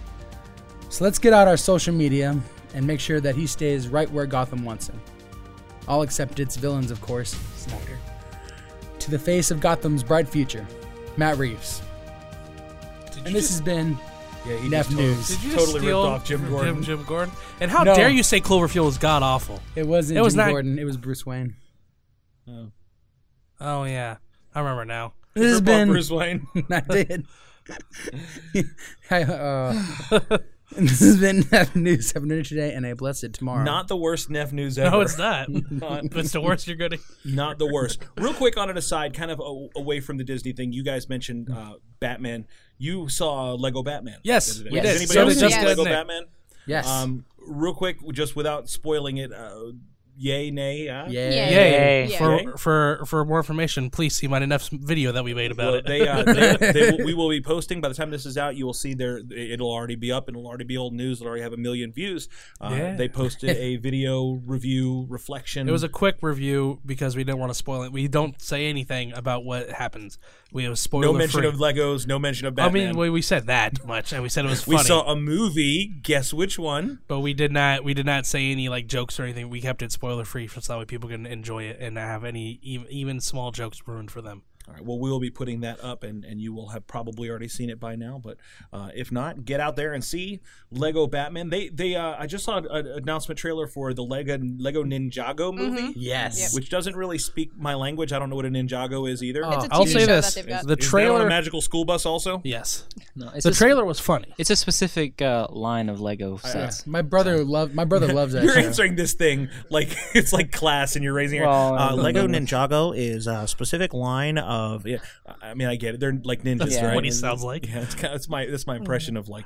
So let's get out our social media and make sure that he stays right where Gotham wants him. All except its villains, of course, Snyder. To the face of Gotham's bright future, Matt Reeves.
Did
And this has been
Yeah, he
Enough
just totally-
news.
Did you
totally
steal
ripped off Jim Gordon.
Jim, Jim Gordon? And how
No.
dare you say Cloverfield is god awful?
It wasn't
It was
Jim
not-
Gordon. It was Bruce Wayne.
Oh yeah, I remember now.
This has
Rip off
been.
Bruce Wayne.
I did. I, uh, this has been Enough News. Have a good today and a blessed tomorrow.
Not the worst Neff news ever.
No, Oh, it's not. it's the worst you're gonna.
not the worst. Real quick on an aside, kind of a, away from the Disney thing. You guys mentioned uh, Batman. You saw Lego Batman.
Yes,
the other day.
we
Has
did.
anybody
So
else
did
seen
Jessica,
Lego
isn't it?
Batman?
yes.
Um, real quick, just without spoiling it, uh, yay, nay, ah?
yeah.
Yay!
Yeah.
For,
Yay.
for for more information, please see my enough video that we made about
Well,
it.
they, uh, they, they will, we will be posting by the time this is out. You will see there; it'll already be up, and it'll already be old news. It'll already have a million views. Uh,
Yeah.
They posted a video review reflection.
It was a quick review because we didn't want to spoil it. We don't say anything about what happens. We have spoiler
no mention
free.
of Legos, no mention of
I
Batman.
mean, we, we said that much, and we said it was
we
funny,
saw a movie. Guess which one?
but we did not we did not say any like jokes or anything. We kept it spoiler free, so that way people can enjoy it and not have any even, even small jokes ruined for them.
All right. Well, we will be putting that up, and, and you will have probably already seen it by now. But uh, if not, get out there and see Lego Batman. They they uh, I just saw an an announcement trailer for the Lego Lego Ninjago movie,
Yes.
which doesn't really speak my language. I don't know what a Ninjago is either.
It's a
I'll
TV
say
show
this:
that they've got.
the
Is they on a
trailer.
magical school bus also.
yes,
No, it's
the
a s-
trailer was funny.
It's a specific uh, line of
Oh,
Lego sets.
My brother loved. My brother loves that.
You're
show.
answering this thing like it's like class, and you're raising your
Well,
uh,
I-
Lego Ninjago is a specific line of. Yeah, I I mean, I get it. They're like ninjas,
That's
right?
What he sounds like.
yeah, it's kind of, that's my that's my impression of like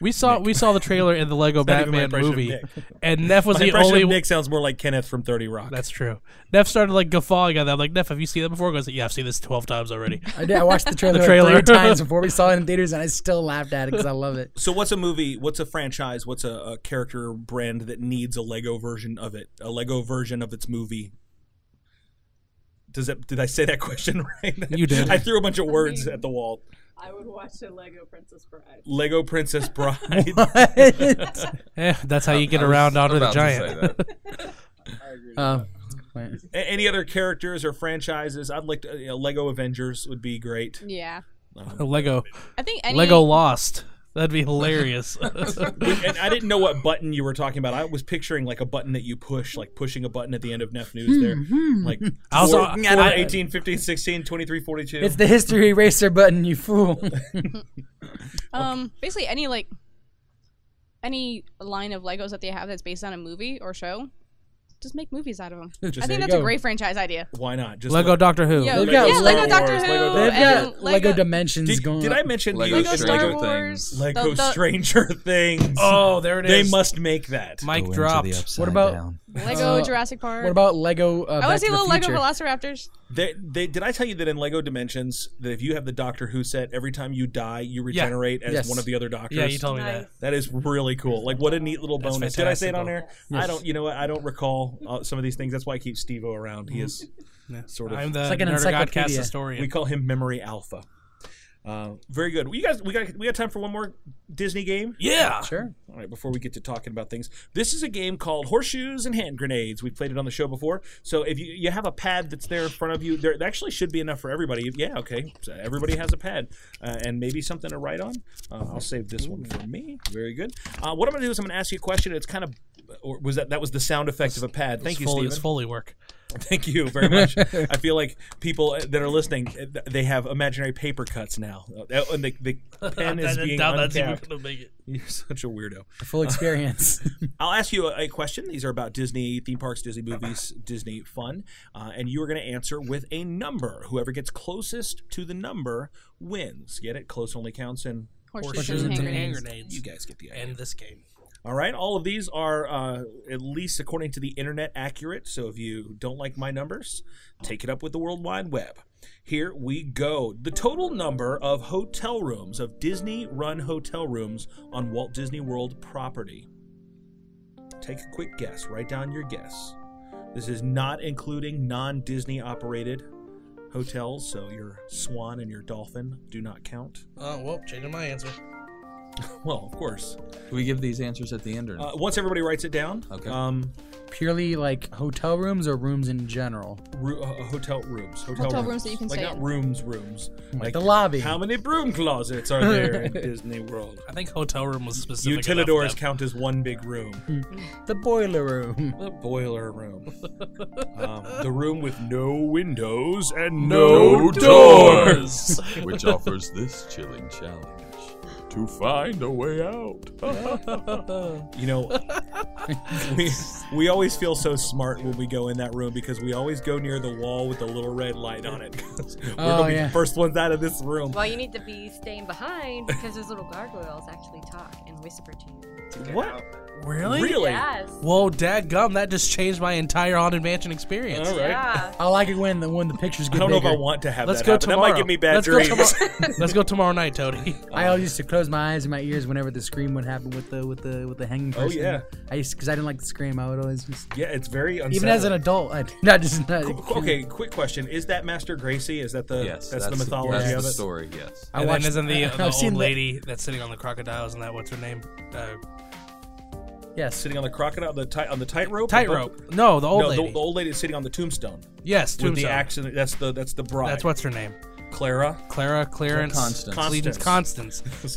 We saw we saw the trailer in the Lego
not even my
Batman
impression of
movie,
Nick.
and Neff was
my
the
impression
only.
of Nick sounds more like Kenneth from Thirty Rock.
That's true. Neff started like guffawing at that. I'm like, Neff, have you seen that before? He goes, Yeah, I've seen this twelve times already.
I did. I watched the trailer,
The trailer.
like three times before we saw it in theaters, and I still laughed at it because I love it.
So what's a movie? What's a franchise? What's a, a character brand that needs a Lego version of it? A Lego version of its movie. Does that? Did I say that question right?
You did.
I threw a bunch of words at the wall.
I would watch a Lego Princess Bride.
Lego Princess Bride.
Eh, that's how you get around Andre the
About to say
Giant.
that.
Uh,
A- Any other characters or franchises? I'd like to. You know, Lego Avengers would be great.
Yeah.
Lego
I think any
Lego Lost. That'd be hilarious.
And I didn't know what button you were talking about. I was picturing like a button that you push, like pushing a button at the end of Neff News there.
Mm-hmm.
Like
I also-
4, 4, 18, 15, 16, 23, 42.
it's the history eraser button, you fool.
um basically any like any line of Legos that they have that's based on a movie or show, just make movies out of them. I
there
think
you
that's a
go.
great franchise idea.
Why not? Just
Lego
let-
Doctor Who.
Yeah,
They've got
yeah,
Lego
Lego Doctor
Wars,
Who.
Lego
They've
Oh, and
got Lego,
Lego,
Dimensions
Did,
going.
did I
up.
mention
Lego
the
Lego Star
Stranger
Wars.
Things.
Lego
the- the-
Stranger Things?
Oh, there it
they
is.
must make that.
Go
Mic
into the
dropped.
upside
What about-
down.
Lego
Uh,
Jurassic Park.
What about Lego? Uh,
I want
Back
to see
to the
little Lego
Future?
Velociraptors.
They, they, did I tell you that in Lego Dimensions that if you have the Doctor Who set, every time you die, you regenerate as
Yes.
one of the other Doctors?
Yeah, you told me
Nice.
that.
That is really cool. Like, what a neat little
That's
bonus. Did I say it on air?
fantastical.
I don't. You know what? I don't recall uh, some of these things. That's why I keep Stevo around. He is sort of.
Mm-hmm. I'm the
It's like an
Nerd God cast
we
encyclopedia.
historian.
call him Memory Alpha. Uh, very good. We guys, we got we got time for one more Disney game.
Yeah.
Sure.
All right, before we get to talking about things, this is a game called Horseshoes and Hand Grenades. We've played it on the show before. So if you, you have a pad that's there in front of you, there actually should be enough for everybody. Yeah, okay. So everybody has a pad uh, and maybe something to write on. Uh, I'll save this one for me. Very good. Uh, what I'm going to do is I'm going to ask you a question. It's kind of, or was that that was the sound effect of a pad? Thank you,
Foley,
Steven.
it's Foley work.
Thank you very much. I feel like people that are listening, uh, th- they have imaginary paper cuts now, Uh, and the, the pen is
I
being
doubt that's even
uncapped.
gonna make it.
You're such a weirdo.
The full experience.
I'll ask you a, a question. These are about Disney theme parks, Disney movies, Disney fun, uh, and you are going to answer with a number. Whoever gets closest to the number wins. Get it? Close only counts, and
Horseshoes and hand
hand
grenades.
grenades.
you guys get the idea.
And this game.
All right, all of these are uh, at least according to the internet accurate. So if you don't like my numbers, take it up with the World Wide Web. Here we go. The total number of hotel rooms of Disney-run hotel rooms on Walt Disney World property. Take a quick guess. Write down your guess. This is not including non-Disney operated hotels, so your Swan and your Dolphin do not count.
Oh well, changing my answer.
Well, of course.
Do we give these answers at the end or
Uh,
not?
once everybody writes it down,
Okay.
um,
purely like hotel rooms or rooms in general?
Ru- uh, hotel rooms. Hotel,
Hotel rooms that you can
like
stay
not
in.
rooms, rooms.
Like the lobby.
How many broom closets are there in Disney World?
I think hotel room was specific. enough Mm.
Utilidors
that-
count as one big room.
The boiler room.
The boiler room. um, the room with no windows and
No
no doors.
which offers this chilling challenge to find a way out.
You know, we, we always feel so smart when we go in that room because we always go near the wall with the little red light on it. We're
Oh,
gonna be
yeah.
the first ones out of this room.
Well, you need to be staying behind because those little gargoyles actually talk and whisper to you.
What?
Really?
Really?
Yes.
Whoa, dadgum, that just changed my entire Haunted Mansion experience.
All right.
Yeah.
I like it when the when the pictures
I
get
don't know if I
bigger.
want to have
Let's
that
go
happen.
tomorrow.
That might give me bad
Let's
dreams.
Go
Oh.
tomorrow. Let's go tomorrow night, Tony.
I always used to close my eyes and my ears whenever the scream would happen with the with the with the hanging
Oh,
person.
yeah.
I used because I didn't like the scream. I would always just
yeah, it's very unsettling.
even as an adult. I not just not,
Qu- qu- okay, quick question: Is that Master Gracie? Is that the
yes,
that's, the mythology
that's
of
the
it?
story. Yes,
I
and
watched.
then isn't the,
I've
the
seen
old
the-
lady that's sitting on the crocodile? Isn't that what's her name? Uh,
Yes.
Sitting on the crocodile, the ti- on the tightrope.
tightrope. No, the old
no,
lady.
The, the old lady is sitting on the tombstone,
yes,
with the
Tombstone.
accident. That's the that's the bride.
That's what's her name.
Clara.
Clara Clarence
Constance.
Constance. Constance.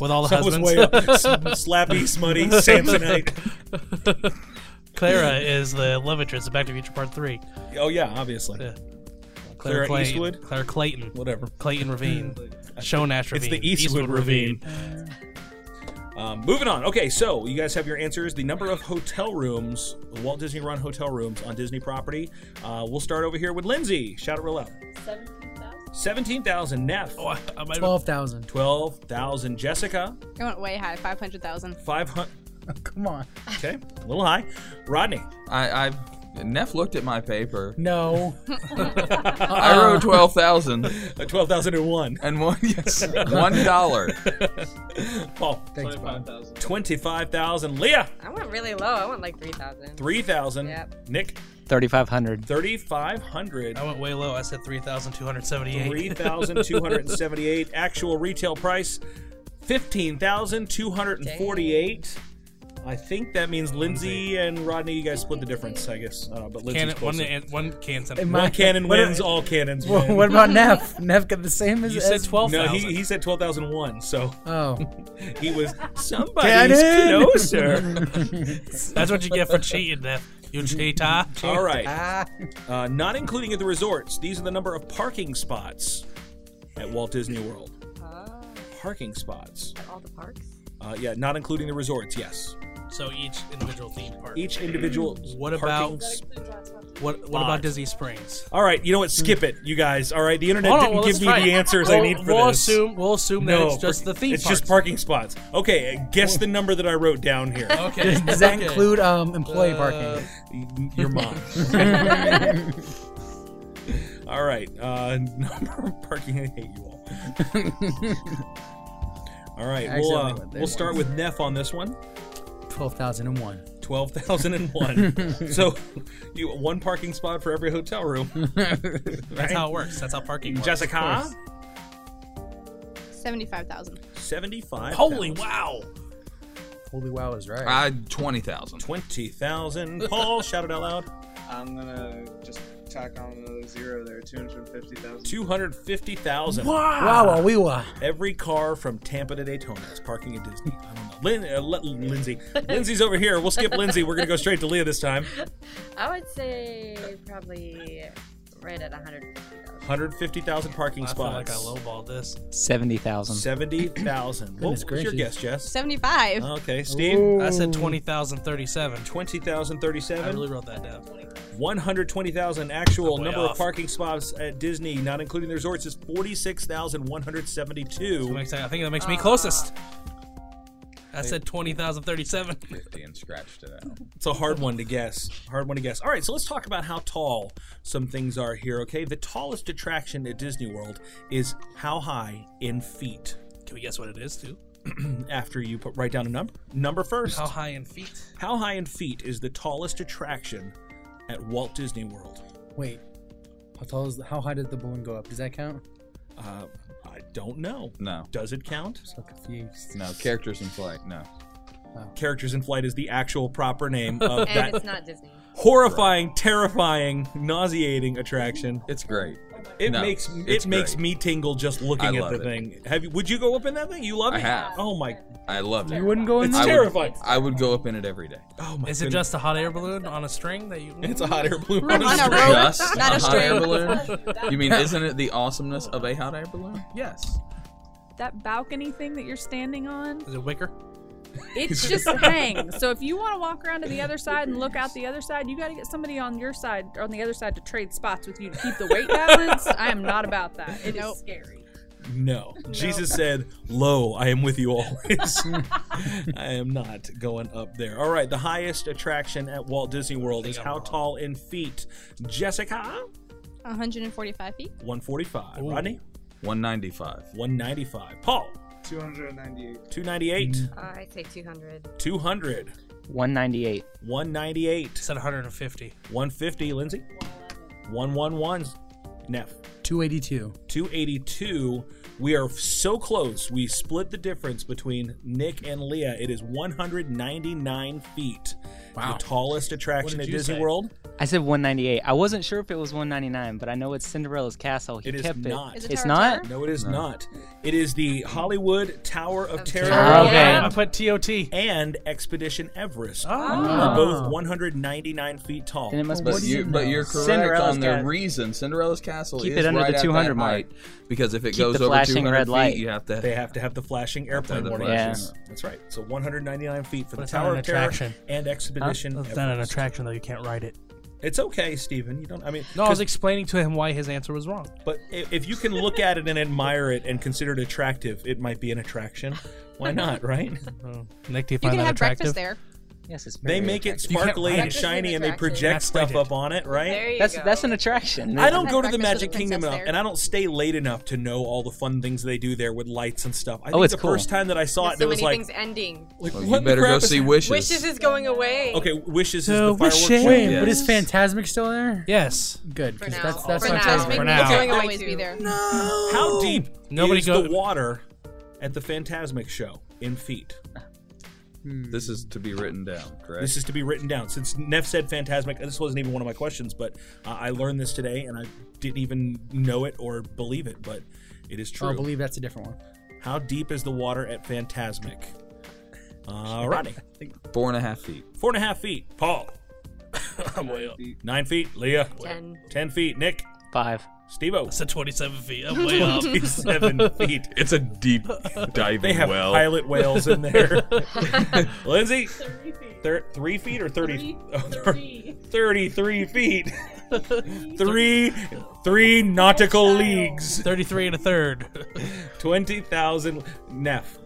With all the
That was
husbands.
way up. S- Slappy, smutty, Samsonite.
Clara is the love interest in Back to the Future Part 3.
Oh yeah, obviously.
Yeah.
Clara
Clayton.
Eastwood?
Clara Clayton.
Whatever.
Clayton Ravine.
It's
Shonash Ravine.
the Eastwood, Ravine. Um, moving on. Okay, so you guys have your answers. The number of hotel rooms, Walt Disney Run hotel rooms on Disney property. Uh, we'll start over here with Lindsay. Shout it real loud.
17,000?
17,000 Neff.
Oh, I, I might have,
Twelve thousand.
12,000 Jessica.
I went way high, 500,000.
500.
Come on.
Okay, a little high. Rodney.
I, I Neff looked at my paper.
No.
I wrote twelve thousand
Uh, 12,001.
and one. Yes, one dollar.
Paul.
Thanks, Bob.
25,000. Leah.
I went really low. I went like 3,000.
3,000.
Yep.
Nick.
3,500.
3,500.
I went way low. I said 3,278.
3,278. Actual retail price, 15,248. I think that means Lindsay and Rodney, you guys split the difference, I guess. Uh, but Lindsay's
Cannon, one,
closer.
and- one can
Am
sentence.
One
I-
cannon
what-
wins, all cannons
Well,
win.
what about Neff? Neff got the same as
You said
as-
12,000.
no, he, he said 12,001, so
Oh,
he was somebody's
Cannon!
closer.
That's what you get for cheating, Neff. You cheater.
all right.
ah,
Uh, not including at the resorts, these are the number of parking spots at Walt Disney World. Parking spots.
All the parks.
Uh, yeah, not including the resorts, yes.
So each individual theme park.
each individual.
What
parking
about
sp-
what? What
Lodge.
about Disney Springs?
All right, you know what? Skip it, you guys. All right, the internet
Hold on,
didn't
well,
give
let's
me
try
the
it.
answers I
We'll-
need for
we'll
this.
Assume, we'll assume that it's
for-
just the theme
It's
parks. Oh.
just parking spots. Okay, uh, guess the number that I wrote down here.
Okay.
does that
Okay.
include um employee
Uh,
parking?
Your mom. all right, uh, number of parking. I hate you all. All right,
I
we'll
accidentally
uh,
went there
we'll start with Neff on this one.
Twelve thousand and one.
Twelve thousand and one. so, you one parking spot for every hotel room.
That's how it works. That's how parking works.
Jessica,
75,000.
seventy-five.
Holy wow!
Holy wow, is right.
I twenty thousand.
20,000. Paul, shout it out loud.
I'm gonna just tack on another zero there, two hundred fifty thousand.
250,000.
wow, wow, we wah.
Every car from Tampa to Daytona is parking at Disney. I don't know. Lin, uh, Li- Lindsay. Lindsay's over here. We'll skip Lindsay. We're going to go straight to Leah this time.
I would say probably right at 150,000.
150,000 parking
I feel like
spots.
I lowballed this.
70,000.
70,000. What
Goodness
was your guess,
gracious.
Jess?
75.
Okay, Steve.
I said twenty thousand thirty-seven. I
20,037.
really wrote that down.
120,000 actual
I'm way
number of
off.
parking spots at Disney, not including the resorts, is
That
46,172.
makes- I think that makes me closest. I said twenty thousand thirty-seven.
Fifty and scratched it out.
It's a hard one to guess. Hard one to guess. All right, so let's talk about how tall some things are here, okay? The tallest attraction at Disney World is how high in feet?
Can we guess what it is too?
After you put write down a number. Number first.
How high in feet?
How high in feet is the tallest attraction at Walt Disney World?
Wait, how tall is how high did the balloon go up? Does that count?
Uh, I don't know.
No,
Does it count?
So confused.
no characters in flight. No.
Characters in Flight is the actual proper name of
And
that
it's not Disney.
horrifying, terrifying, nauseating attraction.
It's great.
It
No,
makes
it's
it makes
great.
me tingle just
I
looking at
love
the
it.
thing. Have you, would you go up in that thing? You love
I
it?
have.
Oh my!
I loved it.
You wouldn't go in
I
there?
would-
Terrified.
I would go up in it every day.
Oh my
Is it just a hot air balloon on a string that you?
It's a hot air balloon
on a
Just
string.
Just
Not
a
a
hot air
string.
balloon. You mean isn't it the awesomeness of a hot air balloon? Yes.
That balcony thing that you're standing on,
Is it wicker?
it just hangs. So if you want to walk around to the other side and look out the other side, you got to get somebody on your side, on the other side, to trade spots with you to keep the weight balance. I am not about that. It is scary.
No. Jesus said, Lo, I am with you always. I am not going up there. All right, the highest attraction at Walt Disney World is how tall in feet? Jessica?
145 feet.
145. Rodney?
195.
195. Paul?
298.
298.
Uh, I'd say 200.
200.
198.
198.
Said 150.
150. Lindsay? 111. Neff?
282.
282. We are so close. We split the difference between Nick and Leah. It is 199 feet.
Wow.
The tallest attraction at
did you
Disney
say?
World.
I said 198. I wasn't sure if it was 199, but I know it's Cinderella's castle. He
It is
kept
not.
it. it's not.
No, it is not. It is the Hollywood Tower of Terror.
Terror. Oh, okay. Yeah.
I put TOT.
And Expedition Everest.
Oh.
Are both 199 feet tall.
Then it must
But you, but you're correct
Cinderella's
on the
got-
reason. Cinderella's castle
Keep
is
it under
right
the
at that
200 mark.
height, because if it
Keep
goes
the
over
flashing
200
red
feet,
light.
you have to.
They have to have the flashing
have
airplane
the
warning.
flashing.
system. That's right. So 199 feet for the
But it's not
Tower
an
of Terror
attraction.
and Expedition.
That's not an
Everest.
attraction though. You can't ride it.
It's okay, Stephen. You don't. I mean,
No, I was
'cause-
explaining to him why his answer was wrong.
But i- if you can look at it and admire it and consider it attractive, it might be an attraction. Why not, right?
Nick, do you
You
find
can
that
have
attractive?
breakfast there.
Yes, it's
They make it
You can't
sparkly
ride
and
it.
shiny, and they
Attractive.
project
That's
stuff up on it, right?
There you
That's
go.
that's an attraction.
I don't
Had
go to the
breakfast with
Magic
the
Kingdom
princess
enough,
there.
and I don't stay late enough to know all the fun things they do there with lights and stuff. I
Oh,
think
it's
the
cool.
first time that I saw it,
so
it was
many
like,
things ending.
like,
Well,
what
you
the
better go
crap is
see
happening?
Wishes.
Wishes is going away.
Okay, Wishes is
So
the fireworks
Wishes-
show.
Wait, but
Yes.
is Phantasmic still there?
Yes.
Good,
For
because
now.
that's that's
for
my
now.
favorite.
For now.
It's going
Going
always
to.
be there.
How deep Oh.
Nobody
is
go-
the water at the Phantasmic show in feet?
This is to be written down, correct?
This is to be written down. Since Neff said Phantasmic, this wasn't even one of my questions, but uh, I learned this today, and I didn't even know it or believe it, but it is true.
Oh, I believe that's a different one.
How deep is the water at Phantasmic? Uh, Rodney.
four and a half feet.
Four and a half feet. Paul. I'm way up. Nine feet. Leah.
Ten.
Ten feet. Nick.
Five.
Steve
I said 27 feet. I'm way up.
Seven feet.
It's a deep diving
They have
well.
pilot whales in there. Lindsay. Thir- three feet or 30? Oh, thir- 33 feet. three, three nautical leagues.
33 and a third.
20,000. Neff.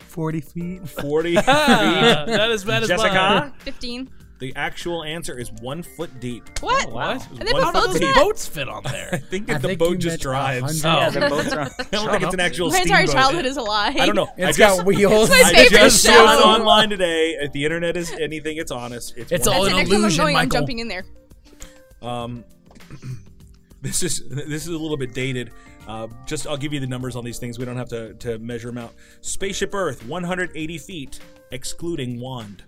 40 feet.
40 feet.
Ah, not as bad as
Jessica.
mine.
15.
The actual answer is one foot deep.
What?
What?
And they put
One
boats
Those
in
feet.
that?
boats fit on
I
there.
think
I
that the
think
boat
you
just
meant
drives.
100.
I
Oh.
Yeah, the boats are on.
don't think it's an actual
My
steamboat.
entire childhood is a lie.
I don't know.
It's
I just,
got wheels.
It's my
I
favorite
just
show.
saw it online today. If the internet is anything, it's honest. It's,
It's
one-
all
That's
an
it. Next time I'm
illusion,
going, I'm
Michael.
jumping in there.
Um, this is this is a little bit dated. Uh, just I'll give you the numbers on these things. We don't have to to measure them out. Spaceship Earth, 180 feet, excluding wand.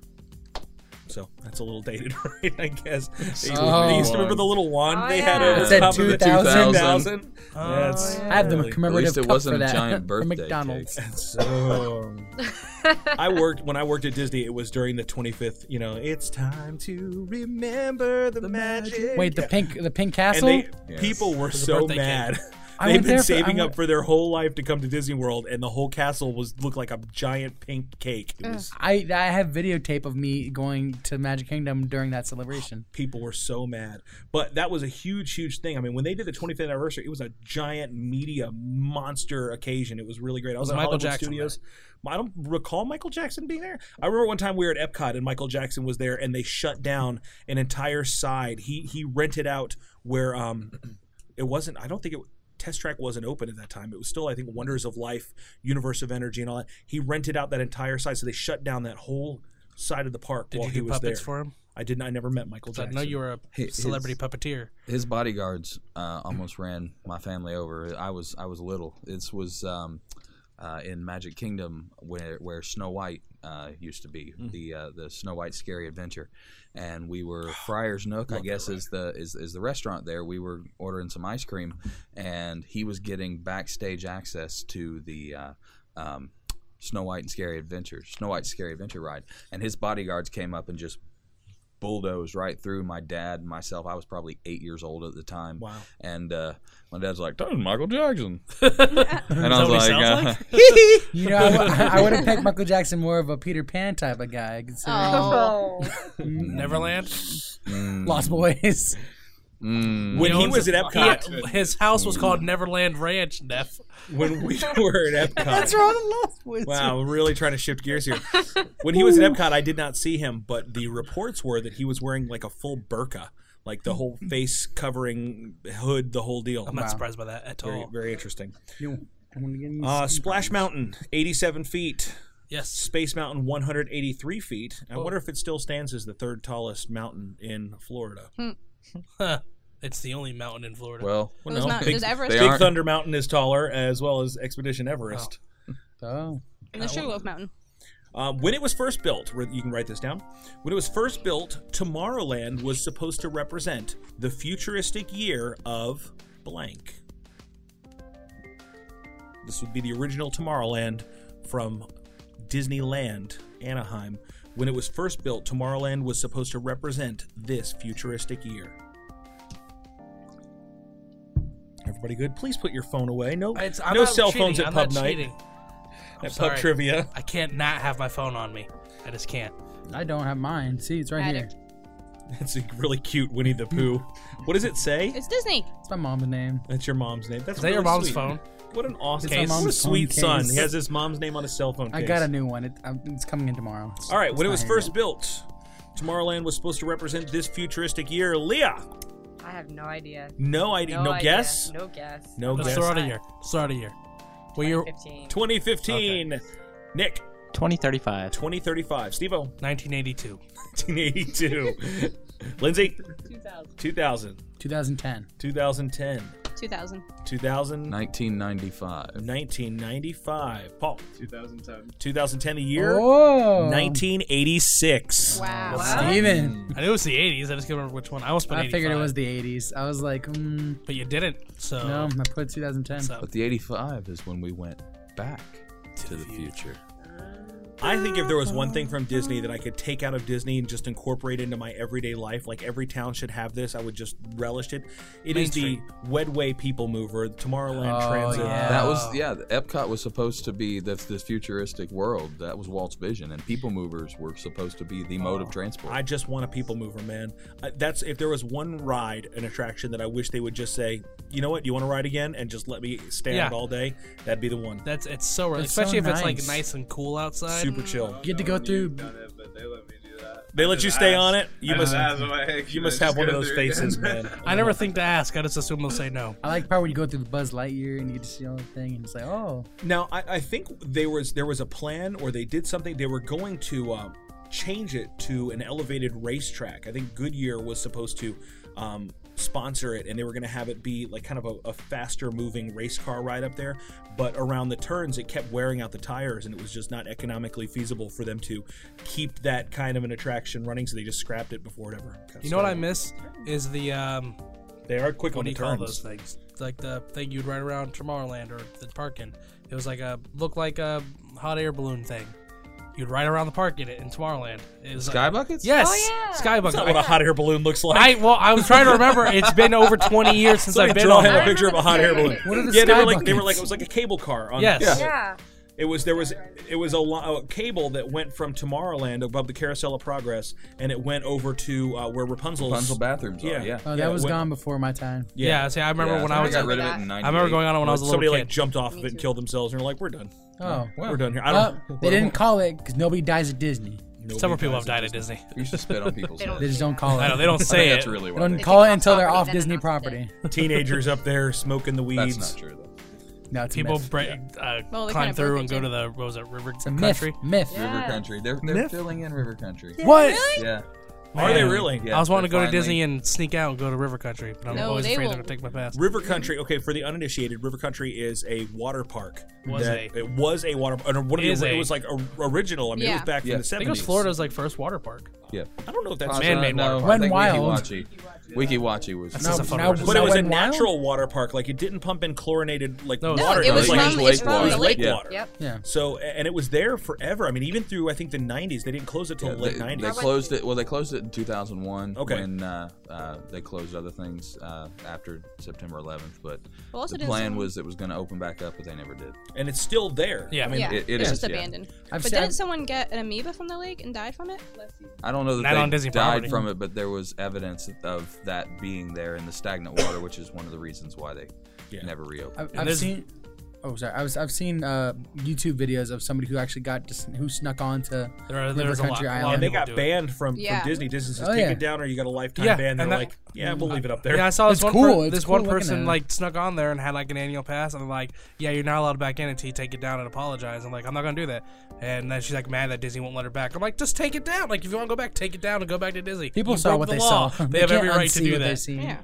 So that's a little dated, right? I guess. They,
Oh.
they used to remember the little wand they had over
It
the
said
top of the
2000.
2000. That's
I have the
really
At
commemorative
least it
cup
wasn't
for that
a giant
from
birthday.
McDonald's.
Cake.
And so um, I worked when I worked at Disney. It was during the 25th. You know, it's time to remember the, magic.
Wait, the
Yeah.
pink the pink
and
castle.
they
Yes.
people were
a
so
birthday cake.
mad.
I
They've
went
been
there for- I
saving
went-
up for their whole life to come to Disney World, and the whole castle was looked like a giant pink cake. It was,
I I have videotape of me going to Magic Kingdom during that celebration.
people were so mad, but that was a huge, huge thing. I mean, when they did the 25th anniversary, it was a giant media monster occasion. It was really great. I was,
Was
at
Michael
Hollywood
Jackson
Studios. I don't recall Michael Jackson being there. I remember one time we were at Epcot and Michael Jackson was there, and they shut down an entire side. He he rented out where um it wasn't i don't think it test track wasn't open at that time it was still i think wonders of life universe of energy and all that he rented out that entire side so they shut down that whole side of the park
Did
while
you
he
do
was
puppets
there
for him?
i didn't i never met michael
'Cause I
jackson
know you were a
Hi- his-
celebrity puppeteer.
His bodyguards uh, almost ran my family over. I was I was little. This was um, uh, in Magic Kingdom where where Snow White uh, used to be
Mm.
the uh, the Snow White Scary Adventure, and we were Friar's Nook I
Love that
guess is the is, is the restaurant there. We were ordering some ice cream, and he was getting backstage access to the. Uh, um, Snow White and Scary Adventure, Snow White's Scary Adventure ride, and his bodyguards came up and just bulldozed right through my dad and myself. I was probably eight years old at the time.
Wow.
And uh, my dad's like, "That was Michael Jackson,"
Is
and I
that
was
what he
like,
sounds
uh,
you know, I, would have picked Michael Jackson more of a Peter Pan type of guy. Considering
Oh.
Neverland?
Mm,
Lost Boys.
When
You
he
know,
was at Epcot-
he- his house was called Neverland Ranch, Neff.
When we were at Epcot.
That's wrong. The Lost Boys.
Wow, we're really trying to shift gears here. When he was at Epcot, I did not see him, but the reports were that he was wearing like a full burqa, like the whole face covering hood, the whole deal.
I'm not Wow. surprised by that at
Very,
all.
very interesting.
You- I'm gonna give you
Uh,
some-
Splash Mountain, 87 feet.
Yes.
Space Mountain, 183 feet. I
Oh.
wonder if it still stands as the third tallest mountain in Florida.
Oh. it's the only mountain in Florida.
Well,
Well, no. Big, Big Thunder Mountain is taller, as well as Expedition Everest.
Oh.
And the Sugarloaf Mountain.
Um, when it was first built, where- you can write this down. When it was first built, Tomorrowland was supposed to represent the futuristic year of blank. This would be the original Tomorrowland from Disneyland, Anaheim. When it was first built, Tomorrowland was supposed to represent this futuristic year. Everybody good? Please put your phone away. No,
It's- I'm
no
not
cell
cheating.
phones at
I'm
pub
not
night.
cheating. I'm
At
sorry.
pub trivia.
I can't not have my phone on me. I just can't.
I don't have mine. See, it's right here.
It's a really cute Winnie the Pooh. what does it say?
It's Disney.
It's my mom's name.
That's your mom's name. That's
Is that your
really
mom's
sweet.
phone?
What an awesome
It's my mom's
What a sweet son.
phone case.
He has his mom's name on his cell phone
I
case.
got a new one. It, i it's coming in tomorrow. It's-
All right,
it's
when it
not
was
here
first
yet.
built, Tomorrowland was supposed to represent this futuristic year. Leah,
I have no idea.
no idea, no,
idea.
guess,
No guess.
no
Let's
guess.
throw out a year. Let's throw out a year. Well, you're
15.
2015. Nick,
2035.
2035. Stevo,
1982.
1982. Lindsay,
2000.
2000.
2010.
2010.
2000.
2000.
1995.
1995. Paul.
2010.
2010 a year.
Oh.
1986.
Wow.
Steven.
I knew it was the 80s. I just couldn't remember which one. I almost put
I figured it
85,
was the 80s. I was like, mm,
But you didn't. So
Oh.
no, I put 2010.
So-
But the 85 is when we went back to the future.
I think if there was one thing from Disney that I could take out of Disney and just incorporate into my everyday life, like every town should have this, I would just relish it. It is the Wedway People Mover, the Tomorrowland
Oh,
Transit.
yeah.
That
Oh.
was yeah. the Epcot was supposed to be the, this futuristic world. That was Walt's vision, and people movers were supposed to be the
Oh,
mode of transport.
I just want a people mover, man. Uh, That's if there was one ride, an attraction that I wish they would just say, you know what, you want to ride again, and just let me stand
Yeah.
all day. That'd be the one.
that's it's so early,
That's so
especially if it's like
nice.
nice and cool outside.
Super chill.
Get to go through.
Done it, but they let me do that.
They
I
let you
just
stay
asked.
on it? You
I
must-
just asked, I'm like,
You
"Can I
must
just
have one
go
of those
through
faces,
again?"
man.
I never think to ask. I just assume they'll say no.
I like probably you go through the Buzz Lightyear and you get to see all the thing and it's like, oh,
Now, I, I think there was there was a plan, or they did something. They were going to um, change it to an elevated racetrack. I think Goodyear was supposed to um, sponsor it, and they were going to have it be like kind of a, a faster moving race car ride up there. But around the turns, it kept wearing out the tires, and it was just not economically feasible for them to keep that kind of an attraction running. So they just scrapped it before it ever. got
You know what I
started.
miss is the um.
They are quick
what
on
do
the
you call
turns.
those things? Like the thing you'd ride around Tomorrowland or the park in. It was like a look like a hot air balloon thing. You'd ride around the park in it in Tomorrowland. It was
Sky
like,
buckets?
Yes,
Oh, yeah.
sky
That's
bucket.
not what a hot air balloon looks like.
I well, I was trying to remember. It's been over 20 years since I've
Somebody
been
draw
on.
him a
one.
picture of a hot air balloon.
What are the
yeah, they
sky
were like they were
buckets?
like it was like a cable car. On,
Yes. Yeah.
Yeah.
It was there was it was a, lo- a cable that went from Tomorrowland above the Carousel of Progress, and it went over to uh, where Rapunzel's
Rapunzel bathrooms
Yeah.
are yeah.
oh
Yeah,
that was
when-
gone before my time.
Yeah, see, I remember
Yeah,
when
so
I
they
was.
got
a-
rid of it in
I
98.
remember going on when I was a little
somebody
kid.
like jumped off of it and killed themselves, and they're like, "We're done.
Oh,
We're done here." I
Uh,
don't.
they didn't call it because nobody dies at Disney.
Nobody
Several people
dies
have died at Disney.
You should spit on people's
They don't
heads.
They just don't call it.
I know they don't
I think
say
that's
it.
really
They
what
don't
they-
call it
They take
until
off
they're
property,
off
then
Disney
announce it.
property.
Teenagers up there smoking the weeds.
That's not true though.
No, it's a
People
myth.
break, uh,
Well, they
climb
kinda
through
broke
and
it
go to
too.
the what was it River
It's a myth.
Country?
Myth.
River Country. They're they're filling in River Country.
What?
Yeah.
Are they really?
I was wanting to go to Disney and sneak out and go to River Country, but I'm
No,
always
they
afraid
will-
they're gonna take my pass.
River Country. Okay, for the uninitiated, River Country is a water park.
Was
that- It was a water park. One of
Is
the,
a-
it was like a, original. I mean, it was back
Yeah.
from the
I think it was
seventies.
Florida's like first water park.
Yeah.
I don't know if that's
Uh,
man-made
no,
water
I
park.
think
When
Wikiwatchee. Wikiwatchee was
That's a fun word. but it was a natural water park. Like it didn't pump in chlorinated like
No,
water.
it was
like,
from- it's from
it was
the
lake
lake.
water.
Yep.
Yeah.
So a- and it was there forever. I mean, even through I think the nineties, they didn't close it till
Yeah,
the late
they,
nineties.
they closed it. Well, they closed it in 2001.
Okay.
When uh, uh, they closed other things uh, after September 11th, but
Well, also
the
didn't
plan
someone-
was it was going to open back up, but they never did.
And it's still there.
Yeah. I mean,
yeah,
it- it
it's
is,
just
yeah.
abandoned.
I've
but
seen-
didn't someone get an amoeba from the lake and die from it?
I don't know that
Not
they
on Disney
died
property.
from it, but there was evidence of that being there in the stagnant water, which is one of the reasons why they never reopened.
I've, I've seen. Oh, sorry. I was. I've seen uh, YouTube videos of somebody who actually got dis- who snuck onto
There are-
River
there's a lot-
Country
a lot of
Island.
And they got banned from,
Yeah.
from Disney. Disney says,
Oh,
"Take
yeah.
it down, or you got a lifetime
Yeah,
ban." They're
and that-
like, "Yeah, we'll leave it up there."
Yeah, I saw this
It's
one.
cool,
per-
it's
this
cool
one
looking at
person
it.
like snuck on there and had like an annual pass, and they're like, "Yeah, you're not allowed back in until you take it down and apologize." I'm like, "I'm not gonna do that." And then she's like, "Mad that Disney won't let her back." I'm like, "Just take it down. Like, if you want to go back, take it down and go back to Disney."
People
You
saw
broke
what
the
they
law.
saw.
They,
They
have every
can't
right to
unsee
do
what they
that.
seen. Yeah.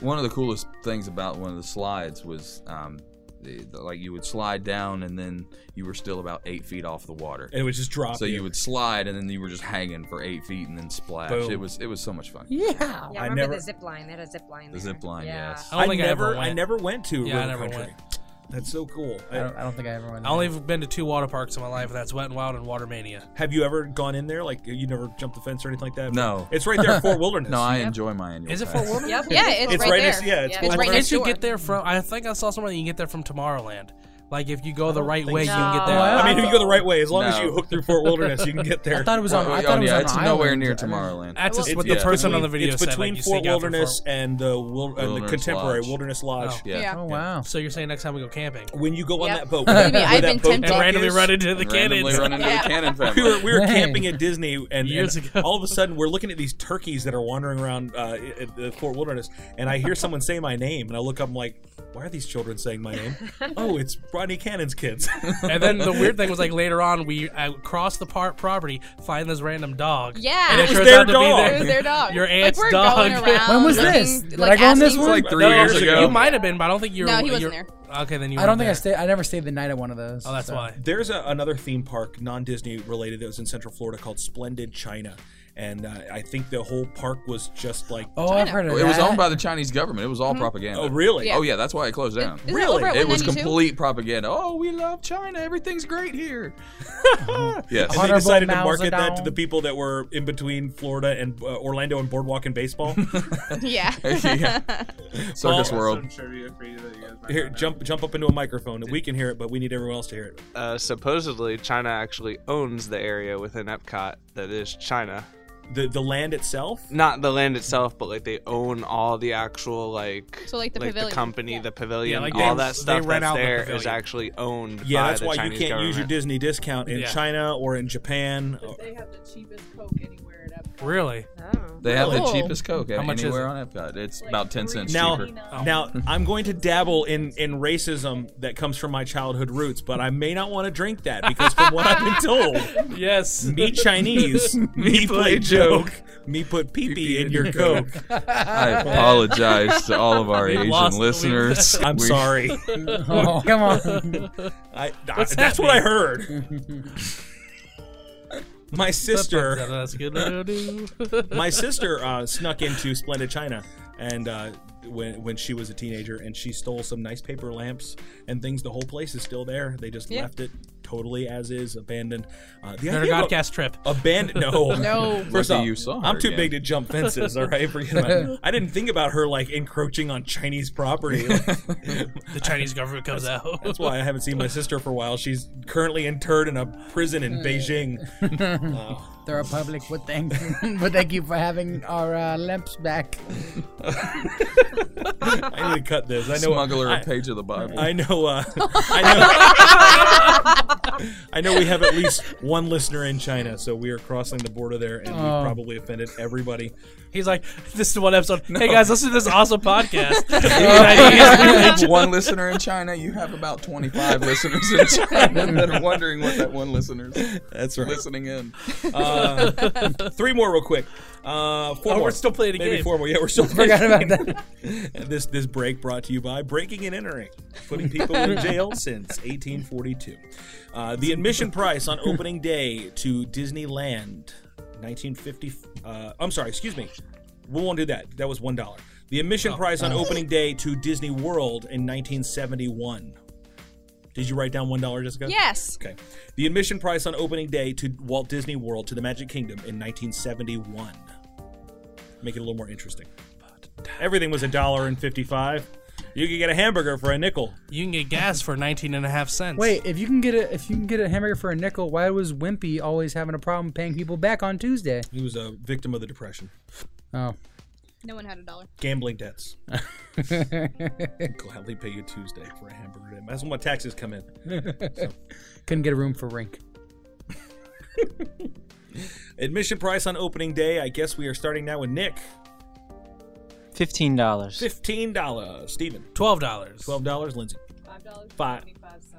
One of the coolest things about one of the slides was. Um, the, the- like you would slide down and then you were still about eight feet off the water.
And it would just drop
So you.
you.
would slide and then you were just hanging for eight feet and then splash.
Boom.
It was it was so much fun.
Yeah.
Yeah, I
I
remember
never-
the zip line. They had a zip line.
The
there.
zip line,
yeah.
Oh,
yes.
I don't think I
never,
ever went.
never went to.
Yeah, I
River
never
Country.
went.
That's so cool.
I don't, I don't think I ever went.
I only have been to two water parks in my life, and that's Wet and Wild and Water Mania.
Have you ever gone in there? Like you never jumped the fence or anything like that?
No.
it's right there at Fort Wilderness.
No, I enjoy my annual.
Is it
pass.
Fort Wilderness?
Yep. Yeah, it's right there.
next- yeah, it's,
Yeah.
Fort
It's
I
right
Wilderness.
next
think you
door.
get there from. I think I saw somewhere that you can get there from Tomorrowland. Like if you go the
don't
right
think
way,
so.
you can get there.
No. I mean, if you go the right way, as long as
No.
you hook through Fort Wilderness, you can get there.
I thought it was on.
Oh,
I thought it was
yeah,
on
it's
an
nowhere
island.
near
I didn't-
Tomorrowland.
That's just
It's-
what the
yeah.
person
between-
on the video
It's
said.
between
like, you
Fort
sneak out from
Wilderness
Fort-
and the, wil- and the
Wilderness
contemporary
Lodge.
Wilderness Lodge.
Oh.
Yeah.
Oh wow.
So you're saying next time we go camping?
When you go on
Yeah.
that boat,
Believe me,
where that
I've been
boat
tempted.
deck
randomly
is-
run into the
And randomly
cannons.
run into the cannon
we
family.
were, we were
Man.
camping at Disney, and- and
Years
and
ago.
all of a sudden we're looking at these turkeys that are wandering around uh, at the Fort Wilderness, and I hear someone say my name, and I look up, I'm like, why are these children saying my name? oh, it's Rodney Cannon's kids.
And then the weird thing was like later on we uh, cross the par- property, find this random dog.
Yeah.
and
It was
turns
their
out to be
dog.
It was their dog.
Your
Like,
aunt's
we're
dog.
going around
When was
looking-
this? Did
like,
I go on this
asking
one?
for-
like three
No,
years
years
ago.
ago.
You might have been, but I don't think you. were.
No, he wasn't
you're- Okay, then you.
I
weren't
don't think I
there.
stayed. I never stayed the night at one of those.
Oh, that's
so.
why.
There's a, another theme park, non-Disney related, that was in Central Florida called Splendid China, and uh, I think the whole park was just like,
Oh, I've heard of
It was
that.
owned by the Chinese government. It was all propaganda.
oh really?
Oh yeah, that's why it closed down.
Isn't Really? over at
It was
192?
complete propaganda. Oh, we love China. Everything's great here. yes.
And they
Honorable
decided to
Mao
market that to
Zedong.
the people that were in between Florida and uh, Orlando and Boardwalk and baseball.
Yeah.
yeah. Circus
Well-
World.
Some trivia for you that you guys might
Here,
not know.
jump jump up into a microphone. We can hear it, but we need everyone else to hear it.
Uh, supposedly, China actually owns the area within Epcot that is China.
The the land itself.
Mm-hmm.
Not the land itself, but like they own all the actual like,
So, like, the pavilion.
the company, the pavilion,
Yeah, like,
all
they-
that
they
stuff
rent
that's
out the
there is
pavilion.
actually owned.
Yeah,
by
that's
the
why
Chinese
you can't use your
government.
Disney discount in
Yeah.
China or in Japan.
Oh.
They have the cheapest Coke anywhere at Epcot.
Really?
Oh.
They have the
Oh.
cheapest Coke
How much is
anywhere on Epcot. It's about ten cents
Now,
cheaper.
now I'm going to dabble in in racism that comes from my childhood roots, but I may not want to drink that because from what I've been told,
Yes.
me Chinese, me play joke, me put pee pee in your coke.
I apologize to all of our
We
Asian
lost- we-
listeners.
I'm
We-
sorry.
Oh, come on.
I, I
What's
that's what I
happening?
heard. My sister.
That's good. to do.
my sister uh, snuck into Splendid China, and uh, when when she was a teenager, and she stole some nice paper lamps and things. The whole place is still there. They just
Yeah.
left it totally as is, abandoned. Uh, the
Another
idea of a-
Godcast trip.
Abandoned? No,
No.
First
Lucky
off,
you saw
I'm
her
too
again.
big to jump fences. All right, forget about it. I didn't think about her like encroaching on Chinese property.
The Chinese government comes out.
That's why I haven't seen my sister for a while. She's currently interred in a prison in Beijing.
The Republic would thank would thank you for having our uh, lamps back.
I need to cut this. I know.
Smuggler
I-
a page of the Bible.
I know. Uh, I know. I know we have at least one listener in China, so we are crossing the border there, and
Oh.
we've probably offended everybody.
He's like, this is one episode. Hey guys, listen to this awesome podcast.
you have one listener in China. You have about 25 listeners in China that are wondering what that one listener's
That's
listening in.
Uh, Uh, three more, real quick. Uh, four
Oh,
more.
we're still playing the
Maybe
game.
Four more. Yeah, we're still.
Forgot
playing the
about
game. this this break brought to you by Breaking and Entering, putting people in jail since 1842. Uh, the admission price on opening day to Disneyland, 1950. Uh, I'm sorry. Excuse me. We won't do that. That was one dollar. The admission price on
oh.
opening day to Disney World in 1971. Did you write down one dollar, Jessica?
Yes.
Okay. The admission price on opening day to Walt Disney World to the Magic Kingdom in 1971. Make it a little more interesting. Everything was a dollar and fifty-five. You could get a hamburger for a nickel.
You can get gas for 19 and a half cents.
Wait, if you can get a if you can get a hamburger for a nickel, why was Wimpy always having a problem paying people back on Tuesday?
He was a victim of the depression.
Oh.
No one had a dollar.
Gambling debts. Gladly pay you Tuesday for a hamburger. That's when my taxes come in. So.
Couldn't get a room for Rink.
Admission price on opening day. I guess we are starting now with Nick.
Fifteen dollars.
Fifteen dollars. Steven.
Twelve dollars.
Twelve dollars, Lindsay. Five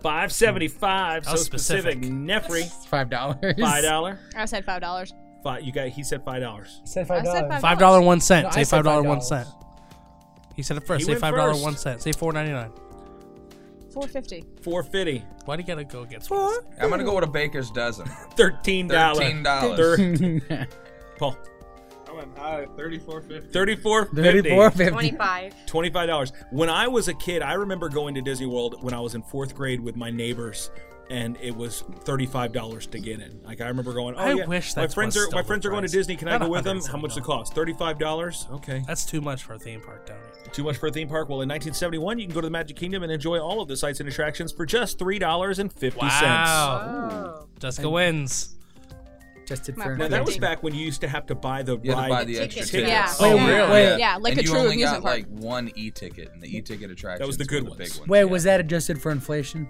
Five seventy five.
That
So
was
specific.
specific.
Nefri.
Five dollars.
Five dollar.
I said five dollars.
Five. You got. He said five dollars.
Said
I said $5.
Five dollar one cent.
No, I
say
said
five dollar one
$5.
cent. He said it first.
He
say
went
five dollar
first.
one cent. Say four ninety nine.
Four fifty.
Four fifty.
Why do you gotta go against four?
I'm gonna go with a baker's dozen.
Thirteen dollars.
Thirteen dollars.
Paul.
I went high, thirty-four fifty.
Thirty four.
Twenty-five.
Twenty-five dollars. When I was a kid, I remember going to Disney World when I was in fourth grade with my neighbors, and it was thirty-five dollars to get in. Like I remember going, "Oh
I
yeah,
wish
my
that's
friends
what's
are my
still the
friends are going to
price.
Disney. Can I
Not
go with them? How
$170. Oh.
much does it cost? Thirty-five dollars. Okay,
That's too much for a theme park down here.
too much for a theme park. Well, in 1971, you can go to the Magic Kingdom and enjoy all of the sights and attractions for just three dollars and fifty cents.
Wow. Jessica wins.
Tested
My
for
Now that was
Fifty.
back when you used to have to buy the
You had
ride
to buy the extra
Tickets.
tickets.
Yeah.
Oh, Yeah. really?
Yeah. Yeah, like
and
a
you
true
only
amusement
got
park.
like one e-ticket, and the e-ticket attraction
the good
the big
ones.
one.
Wait, was that adjusted for inflation?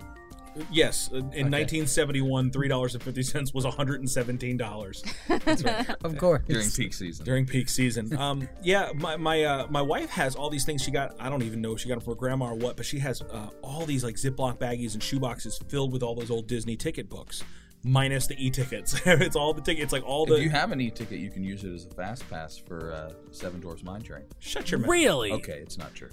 Yes, in 1971, three dollars and fifty cents was 117 dollars
Of course.
during peak season?
during peak season. Um, yeah, my my uh, my wife has all these things. She got I don't even know if she got them for grandma or what, but she has uh, all these like Ziploc baggies and shoe boxes filled with all those old Disney ticket books, minus the e-tickets. it's all the tickets, like all the.
if you have an e-ticket, you can use it as a fast pass for uh, Seven Dwarfs Mine Train.
Shut your mouth.
Really?
Okay, it's not true.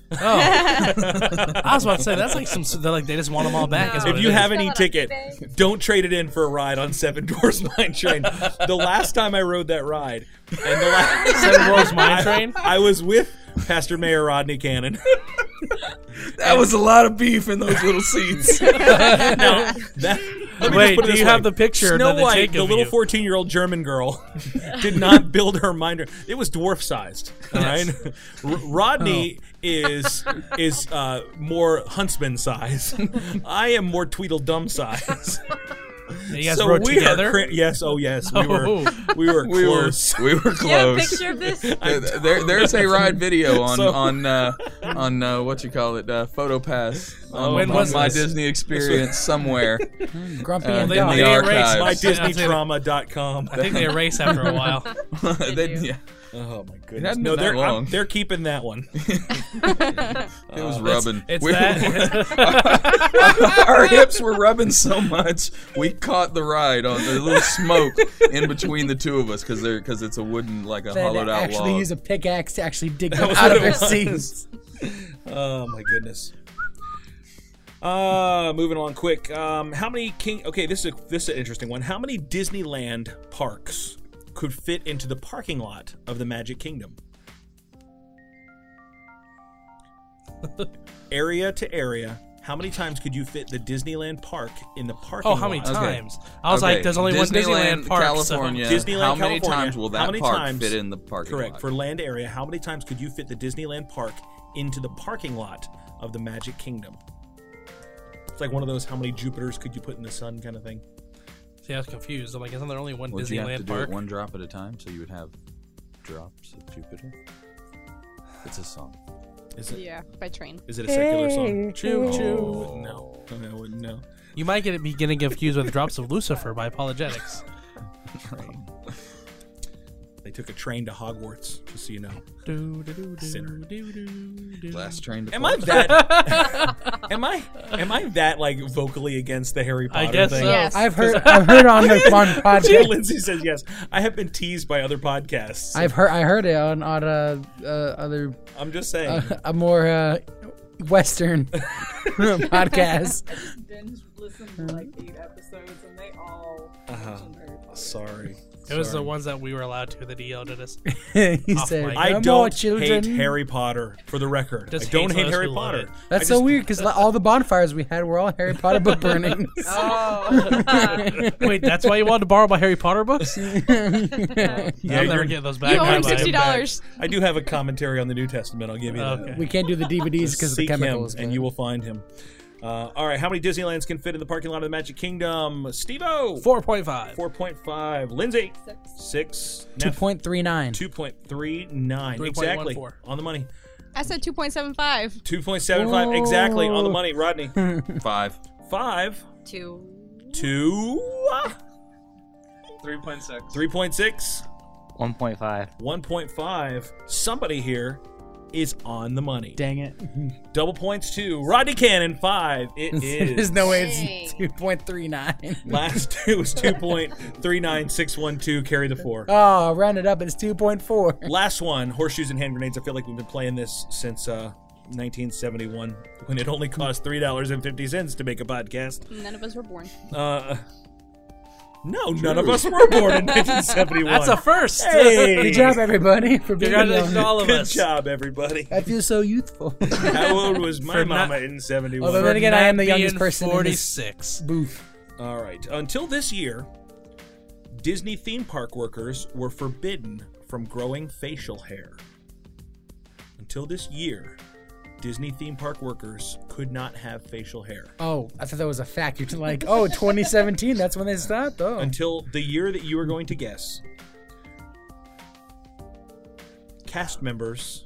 I was about to say that's like some. They're like they just want them all back. is
No.
what
If
it
you
is.
have an
Sell it on
e-ticket,
eBay.
don't trade it in for a ride on Seven Dwarfs Mine Train. the last time I rode that ride, and the last
Seven Dwarfs Mine
I-
Train?
I was with Pastor Mayor Rodney Cannon.
that was a lot of beef in those little seats.
now, that, let me
Wait,
just put it
do
this
you
way.
have the picture
Snow
that they
White,
take
the
of
little
you?
fourteen-year-old German girl, did not build her mind. It was dwarf-sized. All right, R-
Oh.
Rodney is is uh, more huntsman size. I am more Tweedledum size.
you guys
so
wrote
we
together.
Are cra- yes. Oh, yes. We
Oh.
were. We were
we were
close.
we were
Do you have a
close.
picture of this?
There- there, there's a ride video on
So-
on uh, on uh, what you call it, uh, PhotoPass on,
When
on
was
my
this?
Disney experience somewhere.
Grumpy
Uh,
and
they-
dumb.
they
they
are-
erased
archives.
My
My
DisneyTrauma.com.
I think they erase after a while.
They-
you?
yeah,
Oh my goodness!
hadn't
No,
been
they're
that long.
I'm- they're keeping that one.
it was rubbing.
Oh, It's
We-
that.
our hips were rubbing so much we caught the ride on the little smoke in between the two of us because they're because it's a wooden like a
They had to
hollowed out
actually
log.
use a pickaxe to actually dig them out of their seats.
Oh my goodness. Uh, moving on quick. Um, how many king? Okay, this is a, this is an interesting one. How many Disneyland parks could fit into the parking lot of the Magic Kingdom? area to area, how many times could you fit the Disneyland park in the parking?
Oh, how many
lot?
Okay.
times? I was
Okay,
like, there's only one Disneyland park. so-
California.
Disneyland,
how many
California,
times will
how
that
many
park
times-
fit in the parking
Correct.
lot?
For land area, how many times could you fit the Disneyland park into the parking lot of the Magic Kingdom? It's like one of those how many Jupiters could you put in the sun kind of thing.
See, I was confused. I'm like, isn't there only one
would you have to
Disneyland
do
park?
it one drop at a time? So you would have drops of Jupiter. It's a song.
Is it?
Yeah, by train.
Is it a secular song?
Choo choo.
Oh.
No. I wouldn't know.
You might get be getting confused with Drops of Lucifer by Apologetics.
They took a train to Hogwarts, just so you know. Sinner.
Last train to
Am I that? am I? Am I that like vocally against the Harry
I
Potter
guess
thing?
so. Yes. I've heard- I've heard on the- on
Gina
podcasts.
Lindsay says yes. I have been teased by other podcasts.
I've heard I heard it on on uh, uh, other.
I'm just saying.
uh, a more uh, Western podcast.
I just binge listened to like eight episodes and they all.
Uh-huh. Sorry.
It was the
Sorry.
ones that we were allowed to that he yelled at us.
He
Off
said,
mic.
"No
Oh I
more
don't
children."
hate Harry Potter. For the record,
Just
I don't
hates
hate
us
Harry
who love
Potter.
it.
That's so weird because all the bonfires we had were all Harry Potter book burnings.
Oh. Wait, that's why you wanted to borrow my Harry Potter books? I'll never
you're-
get those back. You owe him
I'll buy them
$60.
back. I do have a commentary on the New Testament. I'll give you that.
Okay. We can't do the DVDs 'cause of the
Seek him,
chemicals,
and you will find him. Uh, all right, how many Disneylands can fit in the parking lot of the Magic Kingdom? Stevo,
four point five.
Four point five. Lindsay, six.
Two point three nine.
Two point three nine.
3.14.
Exactly. On the money.
I said 2.75.
Two point seven five. Exactly. On the
Oh.
money. Rodney.
Five.
Five.
Two.
Two. ah.
Three point six.
Three point six.
1.5.
1.5. Somebody here is on the money.
Dang it.
Double points to Rodney Cannon, five. It is.
There's no way it's two point three nine.
Last two was 2.39612. Carry the four.
Oh, round it up. It's two point four.
Last one horseshoes and hand grenades. I feel like we've been playing this since uh, 1971 when it only cost $3.50 to make a podcast.
None of us were born.
Uh, no, none of us were born in 1971.
That's a
first.
Hey.
Good job, everybody, for being
Congratulations
on.
to all of Good us. job, everybody.
I feel so youthful.
How old was my
For
mama
not-
in 71?
Although then again, I am the
being
youngest person. in this
46.
Booth.
All right. Until this year, Disney theme park workers were forbidden from growing facial hair. Until this year, Disney theme park workers could not have facial hair.
Oh, I thought that was a fact. You're like, oh, 2017. That's when they stopped. Oh,
Until the year that you are going to guess, cast members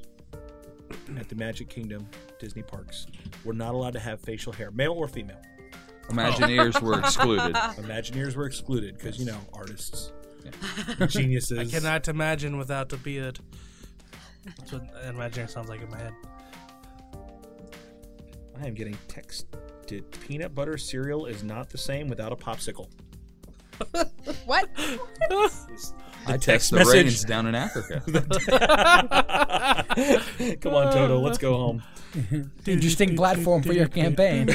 at the Magic Kingdom Disney parks were not allowed to have facial hair, male or female.
Imagineers were excluded.
Imagineers were excluded because, you know, artists, geniuses.
I cannot imagine without the beard. That's what imagining sounds like in my head.
I am getting texted. Peanut butter cereal is not the same without a popsicle.
What?
I text the Rains down in Africa.
Come on, Toto. Let's go home.
interesting platform for your campaign.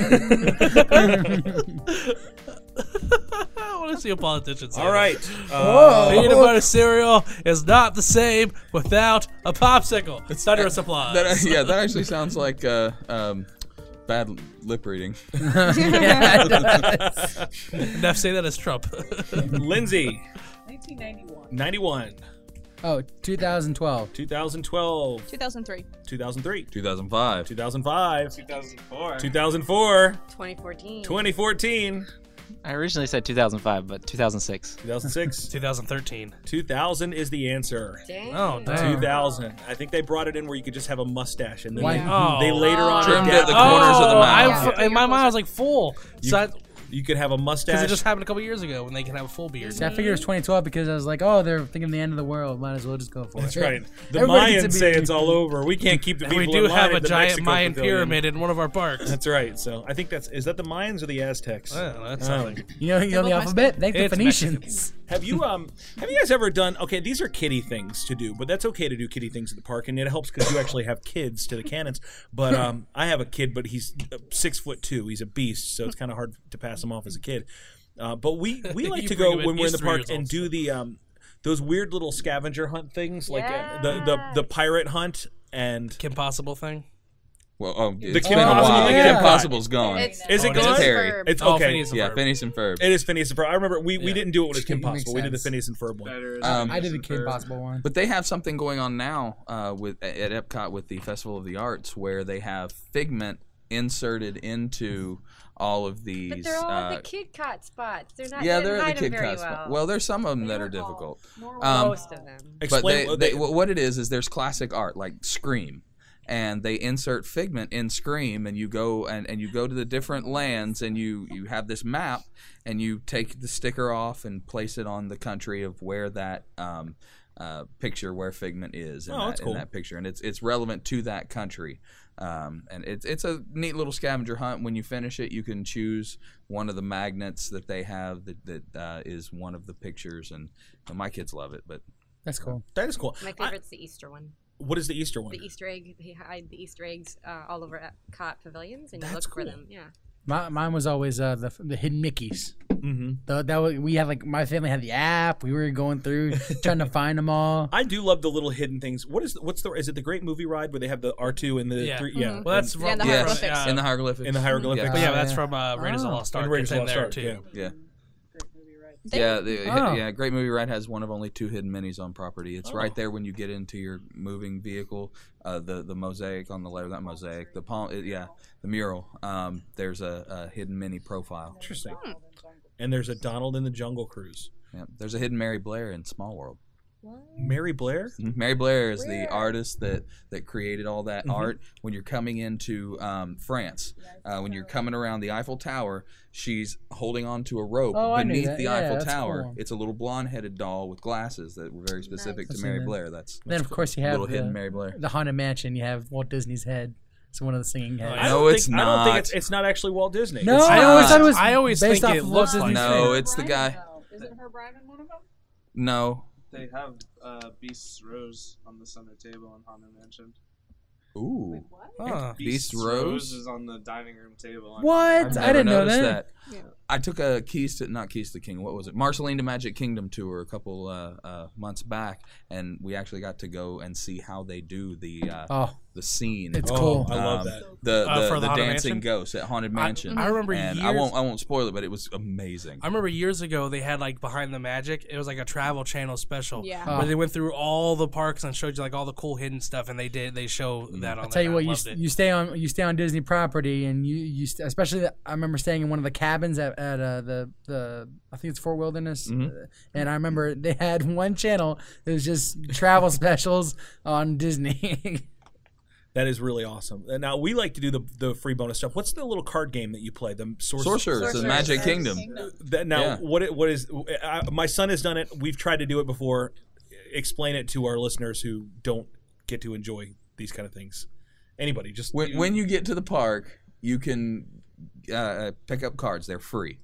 I want to see a politician say
All right.
that.
Uh,
Peanut butter cereal is not the same without a popsicle. It's thunderous applause.
That, yeah, that actually sounds like uh, um, bad lip reading.
Enough say that as Trump.
um, Lindsay,
1991.
91,
oh, 2012.
2012,
2003.
2003,
2005.
2005,
2004.
2004,
2014.
2014,
I originally said 2005, but 2006.
2006.
2013.
2000 is the answer.
Dang.
Oh, damn.
2000. I think they brought it in where you could just have a mustache, and then
Why-
they,
Oh.
they later on
Trimmed at the
adapted-
corners of the
Oh,
mouth.
I- in my mind, I was like full.
You,
So
you could have a mustache.
because it just happened a couple years ago when they can have a full beard.
See, I figured it was 2012 because I was like, oh, they're thinking the end of the world. Might as well just go for
That's
it.
right. The
Everybody gets a
Mayans say
beard.
it's all over. We can't keep the
And
people
we do
in line
have
at
a
the
giant
Mexico
Mayan
pavilion.
pyramid in one of our parks.
That's right. So I think that's is that the Mayans or the Aztecs?
Well, that
Um,
sounds like
You know, you know the
both
alphabet. Thank the
It's
Phoenicians.
have you um have you guys ever done okay? These are kitty things to do, but that's okay to do kitty things at the park, and it helps because you actually have kids to the cannons. But um, I have a kid, but he's uh, six foot two. He's a beast, so it's kind of hard to pass him off as a kid. Uh, but we we like
You
to
bring
go
him in,
when we're in
he's
the
three
park
years
and
old,
do the um those weird little scavenger hunt things, like uh, the the the pirate hunt and
Kim Possible thing.
Well, oh,
The
it's
Kim
been a
Possible
while.
thing
Kim
got-
Possible's gone.
Is it
Oh, it is
gone?
Terry.
It's
Oh,
okay.
Phineas and
yeah,
Ferb.
Phineas and Ferb.
It is Phineas and Ferb. I remember we, we didn't do it when it was Kim
Makes
Possible. We did the
sense.
Phineas and Ferb one.
Better
Um,
I did the
Phineas and
Kid
Ferb.
Possible one.
But they have something going on now uh, with at Epcot with the Festival of the Arts, where they have figment inserted into all of these.
But they're all
uh,
the kid cot spots. They're not.
yeah,
they
they're
hide
at the
them
kid
very
cosmo.
well.
Well, there's some of them
They
that
were
are
all-
difficult.
nor
Um,
most of them.
Explain
but they,
what
they,
they-
wh- what it is is there's classic art like Scream, and they insert figment in Scream, and you go and, and you go to the different lands, and you you have this map, and you take the sticker off and place it on the country of where that um, uh, picture where Figment is in,
Oh,
that,
that's
in
cool.
that picture, and it's it's relevant to that country. Um, and it's it's a neat little scavenger hunt. When you finish it, you can choose one of the magnets that they have that that uh, is one of the pictures, and, and my kids love it. But
That's cool.
That is cool.
My favorite's the Easter one.
What is the Easter one?
The E Easter egg. They hide the Easter eggs uh, all over Epcot pavilions, and you
That's
look for
cool.
them. Yeah.
My, mine was always uh, the the hidden Mickey's.
Mm-hmm.
The, that was, we had like my family had the app. We were going through trying to find them all.
I do love the little hidden things. What is what's the is it the Great Movie Ride where they have the R two and the
Yeah.
three?
Mhm. Well, that's Yeah, in the from- hieroglyphics. yeah.
in the hieroglyphics,
In the hieroglyphics.
But yeah, that's from uh, Raiders of the
Oh.
Lost Ark.
And Raiders
It's
of
in
the
there
Lost
too.
Ark,
yeah.
They-
yeah, the,
Oh.
yeah. Great Movie Ride has one of only two hidden minis on property.
Oh.
It's right there when you get into your moving vehicle. Uh, the the mosaic on the left, not mosaic, the palm, yeah, the mural. Um, there's a, a hidden mini profile.
Interesting. And there's a Donald in the Jungle Cruise.
Yeah, there's a hidden Mary Blair in Small World.
Mary Blair.
Mary Blair is the artist that, that created all that
Mm-hmm.
Mhm.
art. When you're coming into um, France, uh, when you're coming around the Eiffel Tower, she's holding onto a rope
Oh, I knew
beneath
that.
the
Yeah,
Eiffel
that's
Tower.
cool.
It's a little blonde-headed doll with glasses that were very specific
I've
to
seen
Mary
that.
Blair. That's,
Then
that's
of
cool.
course you have
little
the,
hidden Mary Blair.
the Haunted Mansion. You have Walt Disney's head. It's one of the
Oh,
singing heads.
I
No,
don't
it's
think, I don't think
not.
it's, it's not actually Walt Disney.
No,
Oh, It's
I
not.
always thought it was
I always
based
think
off
it
of
looks
Walt Disney's
like-
No, it's the guy.
Isn't her bride in one of them?
No.
They have uh, Beast's Rose on the center table in Haunted Mansion.
Ooh. Ah,
Huh.
Beast
Rose
Rose.
is on the dining room table. on-
What?
I've
I
never
didn't know
noticed
that.
I took a Keys to not Keys to the King. What was it? Marceline to Magic Kingdom tour a couple uh, uh, months back, and we actually got to go and see how they do the uh,
Oh,
the scene. Um,
It's
Oh,
cool.
I love that.
The the,
Uh, for the
the
Haunted
dancing
Mansion?
ghosts at Haunted
I-
Mansion.
I remember
And I
years-
won't I won't spoil it, but it was amazing.
I remember years ago they had like Behind the Magic. It was like a Travel Channel special.
Yeah.
Where
Oh.
they went through all the parks and showed you like all the cool hidden stuff, and they did they show
Mm.
that on.
I'll tell you
there.
what,
I
you,
loved
st-
it.
you stay on you stay on Disney property, and you you st- especially the, I remember staying in one of the cabins at, at uh, the the I think it's Fort Wilderness,
Mm-hmm.
uh, and I remember they had one channel that was just travel specials on Disney.
That is really awesome. And now we like to do the the free bonus stuff. What's the little card game that you play? The sorcer-
Sorcerers, of the Magic Kingdom.
That, now
Yeah.
what it, what is I, my son has done it. We've tried to do it before. Explain it to our listeners who don't get to enjoy these kind of things. Anybody, just
When, when you get to the park, you can uh, pick up cards. They're free.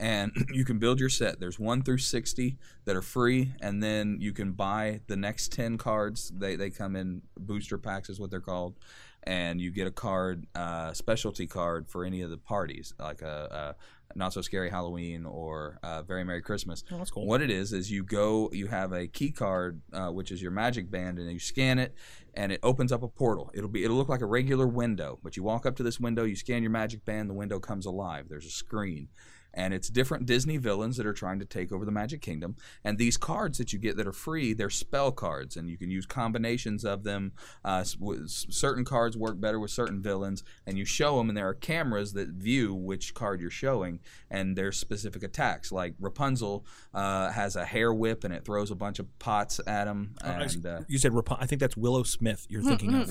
And you can build your set. There's one through 60 that are free, and then you can buy the next 10 cards. They, they come in booster packs, is what they're called. And you get a card, uh, specialty card for any of the parties, like a, a Not So Scary Halloween or uh, Very Merry Christmas.
Oh, that's cool.
What it is is you go, you have a key card, uh, which is your magic band, and you scan it, and it opens up a portal. It'll be, it'll look like a regular window, but you walk up to this window, you scan your magic band, the window comes alive. There's a screen, and it's different Disney villains that are trying to take over the Magic Kingdom. And these cards that you get that are free, they're spell cards, and you can use combinations of them. Uh, s- w- s- certain cards work better with certain villains, and you show them, and there are cameras that view which card you're showing and their specific attacks. Like Rapunzel uh, has a hair whip, and it throws a bunch of pots at him. And, uh,
you said Rap- I think that's Willow Smith. You're thinking of.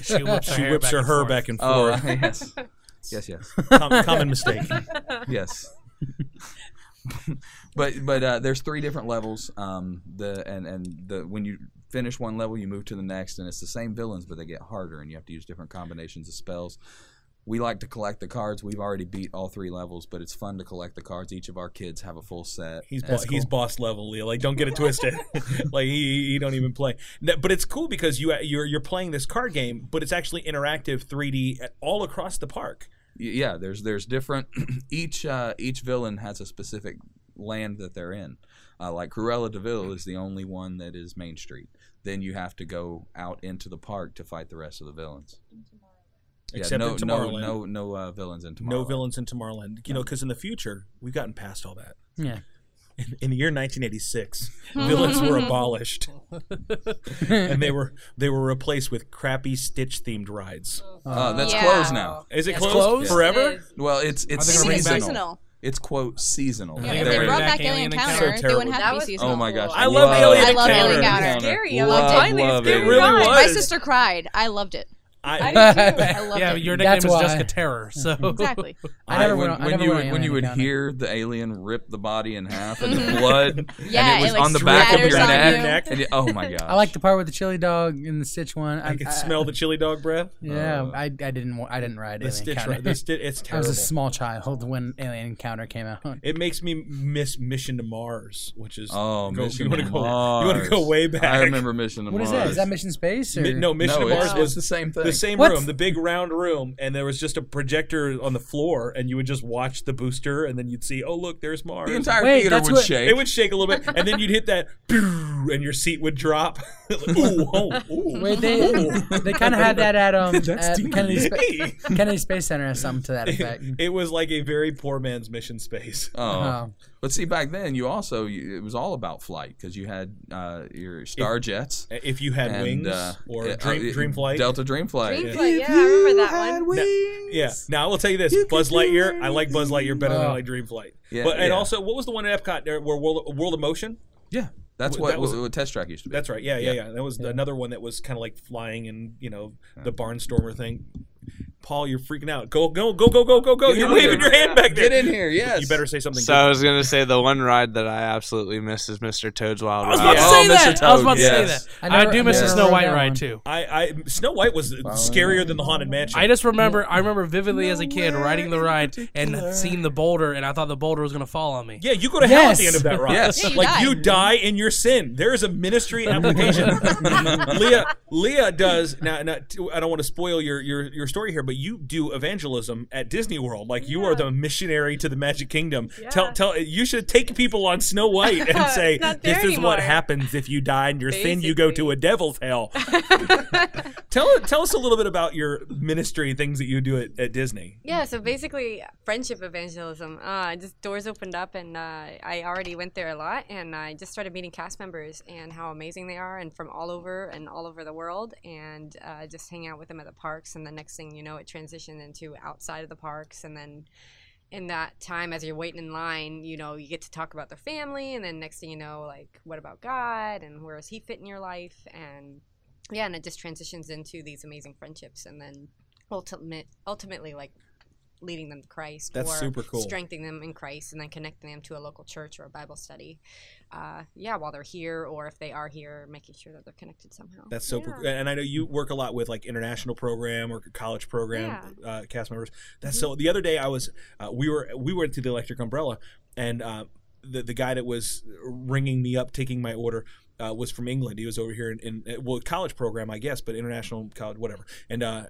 She whips her
She
hair
whips
back
her
and
hair
forth.
back and
oh,
forth.
yes. Yes, yes.
Com- common mistake.
yes. but but uh, there's three different levels. Um, the and and the when you finish one level, you move to the next, and it's the same villains, but they get harder, and you have to use different combinations of spells. We like to collect the cards. We've already beat all three levels, but it's fun to collect the cards. Each of our kids have a full set.
He's bo- he's boss level, Leo. Like, don't get it twisted. like he, he don't even play. No, but it's cool because you you're you're playing this card game, but it's actually interactive 3D at, all across the park.
Y- yeah there's there's different each uh, each villain has a specific land that they're in uh, like Cruella Deville is the only one that is Main Street then you have to go out into the park to fight the rest of the villains
Except
no,
in Tomorrowland.
no no no uh, villains in Tomorrowland
No villains in Tomorrowland. You know, because in the future we've gotten past all that.
yeah,
In, in the year 1986, villains were abolished, and they were they were replaced with crappy Stitch themed rides.
uh, that's
Yeah.
closed now
Is it
Yes.
closed,
Closed?
forever?
It is.
well it's it's
Are they gonna bring
seasonal.
back-
Seasonal.
it's quote seasonal
Yeah,
If
They're
they
bringing
brought
back
back Alien
Alien Encounter.
Encounter,
So
they
terrible.
wouldn't have
That
to be
was-
seasonal.
oh my gosh
I love Alien
I love
Encounter.
Alien Encounter.
Scary. I
Love,
loved it.
love
Finally,
it.
it's scary.
It really
ride.
was.
My sister cried. I loved it.
I,
yeah, but your nickname is Jessica Terror. So
I when, when you would, when you would hear the alien rip the body in half and the blood,
Mm-hmm. Yeah,
and it
it,
was
like,
on the back of
splatters
your
on
neck.
you.
and you- oh my god!
I like the part with the chili dog and the Stitch one. I,
can smell the chili dog breath.
uh, Yeah,
Uh,
I, I didn't wa- I didn't ride
the
Alien
Stitch
Encounter.
ri- the Sti- it's
I
terrible.
was a small child when Alien Encounter came out.
It makes me miss Mission to Mars, which is
Oh,
go-
Mission
you wanna
to
go,
Mars.
You want to go way back.
I remember Mission to
What is that? Is that Mission Space? Or?
Mi- no, Mission
No,
to Mars
it's-
was
it's the same thing.
The same
What's-
room, the big round room, and there was just a projector on the floor, and you would just watch the booster, and then you'd see, oh look, there's Mars.
The entire Wait, theater that's would what- shake.
It would shake a little bit, and then you'd hit that, "Pew," and your seat would drop. Like, ooh, oh, ooh.
Wait, they they kind of had that at um
That's
at Kennedy,
demon.
Spa- Kennedy Space Center or something to that effect.
It was like a very poor man's mission space.
Oh.
Uh-huh.
But see, back then you also you, it was all about flight because you had uh, your star jets.
If you had wings
uh,
or dream- dream flight.
Delta Dream Flight.
Dream
But yeah, I remember that one.
Yeah. Now I will tell you this: Buzz Lightyear. I like Buzz Lightyear better than I like Dreamflight.
Yeah,
but and
yeah.
also, what was the one at Epcot there where World, World of Motion?
Yeah, that's
Wh-
what,
that was-
what, Test Track used to be.
That's right. Yeah, yeah, yeah. That was another one that was kind of like flying and you know the barnstormer thing. Paul, you're freaking out. Go, go, go, go, go, go, go!
Get
You're
in
waving
here.
your hand back there.
Get in here, yes.
You better say something.
So I was gonna say the one ride that I absolutely miss is Mr. Toad's Wild Ride.
was about to say that. I was about to say
yes.
that. I, do miss the Snow White ride too.
I, I Snow White was scarier than the Haunted Mansion.
I just remember I remember vividly as a kid riding the ride and seeing the boulder, and I thought the boulder was gonna fall on me.
Yeah, you go to hell at the end of that ride. like you die in your sin. There is a ministry application. Leah, Leah does now. now, t- I don't want to spoil your, your your story here, but you do evangelism at Disney World. Like you are the missionary to the Magic Kingdom. Tell tell you should take people on Snow White and say
Not
this
there
is what
anymore."
happens if you die in your sin. You go to a devil's hell. tell tell us a little bit about your ministry, things that you do at, at Disney.
Yeah, so basically friendship evangelism. Uh, just doors opened up, and uh, I already went there a lot, and I just started meeting cast members and how amazing they are, and from all over and all over the world, and uh, just hang out with them at the parks. And the next thing you know, it transitioned into outside of the parks, and then in that time as you're waiting in line you know you get to talk about their family and then next thing you know like what about god and where does he fit in your life and yeah and it just transitions into these amazing friendships and then ultimate ultimately like leading them to christ
That's
or
super cool.
strengthening them in christ and then connecting them to a local church or a bible study uh, yeah while they're here or if they are here making sure that they're connected somehow
That's so, pro- and I know you work a lot with like international program or college program uh, cast members. That's so. The other day I was, uh, we were we went to the Electric Umbrella, and uh, the the guy that was ringing me up taking my order. Uh, was from England. He was over here in, in well college program, I guess, but international college, whatever. And uh,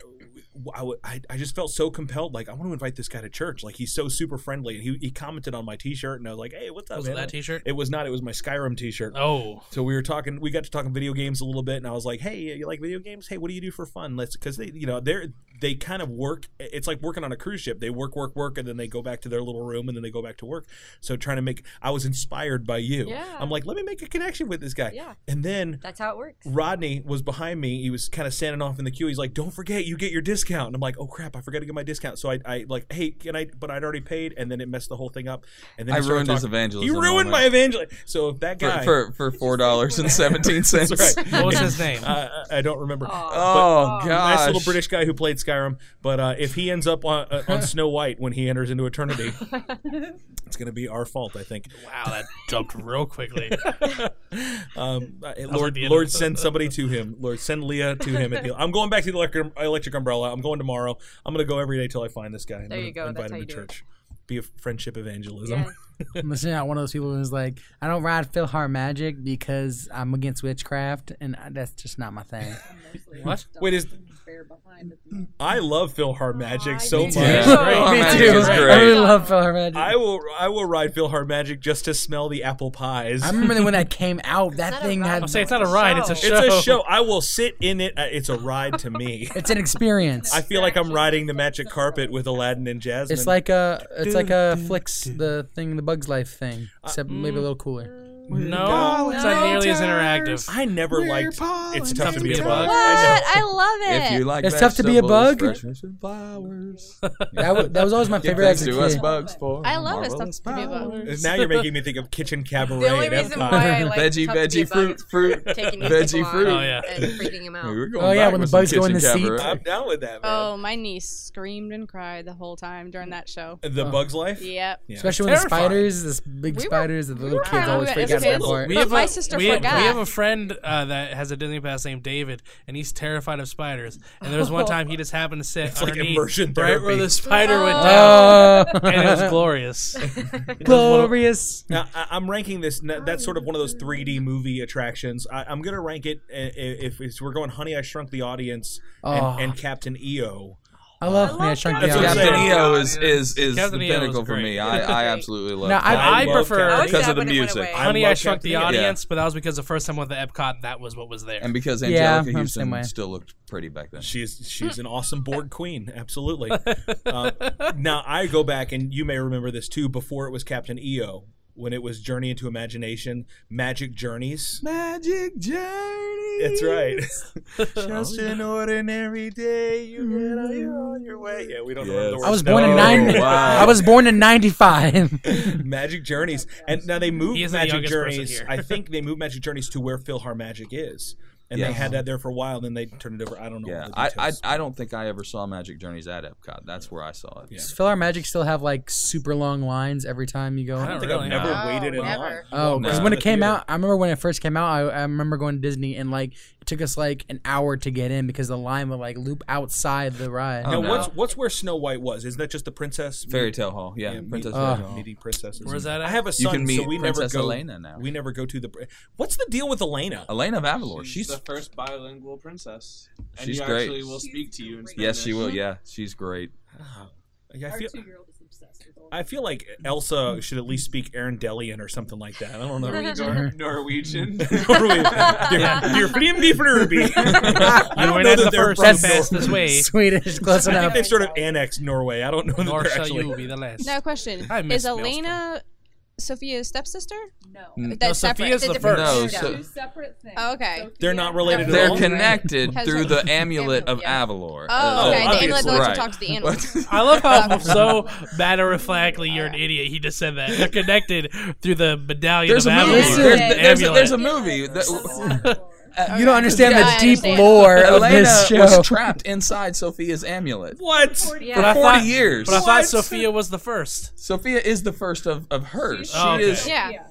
I, w- I, I just felt so compelled. Like I want to invite this guy to church. Like he's so super friendly. And he, he commented on my T-shirt, and I was like, Hey, what's up?
Was it
man?
that T-shirt?
It was not. It was my Skyrim T-shirt.
Oh.
So we were talking. We got to talking video games a little bit, and I was like, Hey, you like video games? Hey, what do you do for fun? Let's because they you know they're they kind of work. It's like working on a cruise ship. They work, work, work, and then they go back to their little room, and then they go back to work. So trying to make. I was inspired by you.
Yeah.
I'm like, let me make a connection with this guy.
Yeah.
And then
that's how it works
Rodney was behind me. He was kind of standing off in the queue. He's like, "Don't forget, you get your discount." And I'm like, "Oh crap, I forgot to get my discount." So I, I like, "Hey, can I?" But I'd already paid, and then it messed the whole thing up. And then
I
he started
ruined his
talking-
evangelism
He ruined
moment.
my evangelism. So if that
For-
guy
for- for $4.17.
That's right.
What was his name?
Uh, I I don't remember.
Oh,
uh,
But nice little
gosh.
British guy who played Skyrim. But uh, if he ends up on, uh, on Snow White when he enters into eternity, it's going to be our fault, I think.
Wow, that jumped real quickly.
Um, uh,
was like
Lord,
the end
Lord,
of-
send somebody to him. Lord, send Leah to him. At the, I'm going back to the electric, electric umbrella. I'm going tomorrow. I'm going to go every day till I find this guy. I'm
There
gonna
you go.
Invite
That's
him
how you
to
do it.
church. Be a friendship evangelism.
I'm listening to one of those people who's like, I don't ride Philhar Magic because I'm against witchcraft, and I- that's just not my thing.
What? Wait, is I love Philhar Magic so
Me
much.
too. Yeah. Philhar Me Magic too. is I great. really love Philhar Magic.
I will. I will ride Philhar Magic just to smell the apple pies.
I remember when that came out, that thing had.
I'm saying it's not a ride, it's a show.
It's a show. I will sit in it. Uh, It's a ride to me.
It's an experience.
I feel like I'm riding the magic carpet with Aladdin and Jasmine.
It's like a, it's like a Flicks, the thing, the Bugs Life thing, except maybe a little cooler.
No, it's not nearly as interactive.
I never
We're
liked It's Tough to Be a
Pollinators.
Bug.
What?
I never-
I love it.
If you like
It's tough to be a bug?
vegetables, fresh flowers.
That wa- that was always my
Give
favorite as
thanks
a
to us
kid.
bugs for
I love it. Stuff
marvelous
to be about.
powers.
Now you're making me think of Kitchen Cabaret
The only
and
reason
Epcot.
why I like
veggie,
Tough to Be a
veggie,
Bug
fruit,
is
fruit,
taking new people
veggie
on
fruit.
Oh, yeah.
and freaking him out.
We're going
Oh, yeah,
back
when
with
the bugs
some
go in the
kitchen
seat.
cabaret.
I'm down with that, man.
Oh, my niece screamed and cried the whole time during that show.
Oh.
The Bug's Life?
Yep.
Yeah.
Especially when the
Terrifying.
spiders, the s- big
We were-
spiders, that the
we
little
were
kids
around
always
as
freak out at that
kids.
part.
But my sister
we have,
forgot.
we have a friend uh, that has a Disney pass named David, and he's terrified of spiders. And there was one time he just happened to sit
It's like
underneath
immersion
right where
therapy.
the spider went down,
Oh,
and it was glorious.
glorious.
Now, I, I'm ranking this. n- That's sort of one of
Mm.
those 3D movie attractions. I, I'm going to rank it i- i- if, if we're going Honey, I Shrunk the Audience and,
Oh.
and Captain E EO.
I love me. I shrunk
That's
the
what I'm
Audience.
saying.
Captain EO is is is
Captain
the
EO is
pinnacle for
great.
me. I, I absolutely love.
No, I-
Captain
I
EO.
love
prefer-
Captain E
Always
because
that
of the
when it went
music
away.
I
Honey,
love
I shrunk
Captain E
the
EO.
audience, but that was because the first time we went to Epcot, that was what was there.
and because
Yeah,
Angelica
I'm the same way.
Houston still looked pretty back then.
She's she's an awesome board queen, absolutely. Uh, now I go back, and you may remember this too. Before it was Captain EO, when it was Journey into Imagination, Magic Journeys.
Magic journey.
That's right. Oh, Just an ordinary day, you get out, you're on your way. Yeah, we don't remember the
Yes.
words.
I was born in
No,
nine.
wow.
I was born in '95.
Magic Journeys, and now they moved
He is the
Magic
youngest person
Journeys.
here.
I think they moved Magic Journeys to where PhilharMagic is, and they
Yes.
had that there for a while. Then they turned it over. I don't know.
Yeah,
all the
I, I
details.
I don't think I ever saw Magic Journeys at Epcot. That's where I saw it.
Does Phil Our Magic still have like super long lines every time you go?
I don't
in?
I think I've
really.
never
No,
waited in
never.
line.
Oh, because
No.
when it
The
came
theater.
out, I remember when it first came out. I, I remember going to Disney and like it took us like an hour to get in because the line would like loop outside the ride.
Now,
Oh, no.
what's what's where Snow White was? Isn't that just the princess
Fairy Tale Hall. Yeah,
Yeah,
Princess
me- uh,
Fairy
Ah.
Tale Hall.
meeting princesses?
Where's that
I
at?
have a
You
son,
can
so
meet
we never
Princess
go.
Elena now.
We never go to the. pr- What's the deal with Elena?
Elena of Avalor. She's,
the first bilingual princess. And
She's
you
great.
actually will speak to you in Spanish.
yes, she will. Yeah, she's great.
Like, I feel. I feel like Elsa should at least speak Arendellian or something like that. I don't know.
Nor- Norwegian.
I
You
don't
went
know
in
that
the
they're
first
from
pass
Nor-
this way,
Swedish, close
I think
enough.
they've sort of annexed Norway. I don't know that
nor
they're
shall
actually.
you be the last.
Now, question:
I miss
Is Elena Sophia's stepsister?
No,
That's
Sophia's
separate.
the
They're
No,
different.
so-
Two separate things.
Oh, okay.
Sophia
They're not
and
related
Avalor.
They're
all.
connected
Has
through
a-
the amulet of
Yeah.
Avalor.
Oh, okay. the amulet
obviously.
that lets you
Right.
talk to the animals.
I love how so matter of factly you're an idiot. He just said that they're connected through the medallion
There's a
of
movie.
Avalon.
There's,
Listen,
They're
there's,
the
there's, a,
amulet.
there's a movie. That,
You don't understand
Yeah, I
the deep
understand.
lore of
Elena
this show.
was trapped inside Sophia's amulet
What?
Yeah.
for
I
40
thought-
years.
But I thought Sophia was the first.
Sophia is the first of, of hers. She
Okay.
is
yeah.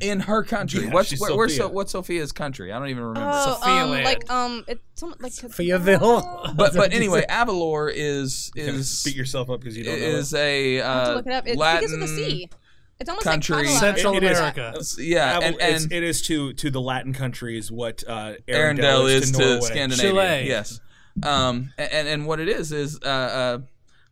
in her
Oh,
country.
Yeah,
What's
she's
where, where's
Sophia.
so, what's Sophia's country? I don't even remember.
Oh,
Sophia
um,
Land.
like um, it's somewhat like
Fayetteville.
but but anyway, Avalor is is
Beat yourself up because you don't know.
is a
I have
uh,
to look it up. It's
Latin
because of the sea. It's almost
country.
like Catalan.
Central
It- it is-
America.
Yeah,
Aval-
and,
it's-
and
it is to to the Latin countries what uh, Arendelle,
Arendelle
is, to Norway.
Scandinavia.
Chile.
Yes. Um, a- and and what it is is uh,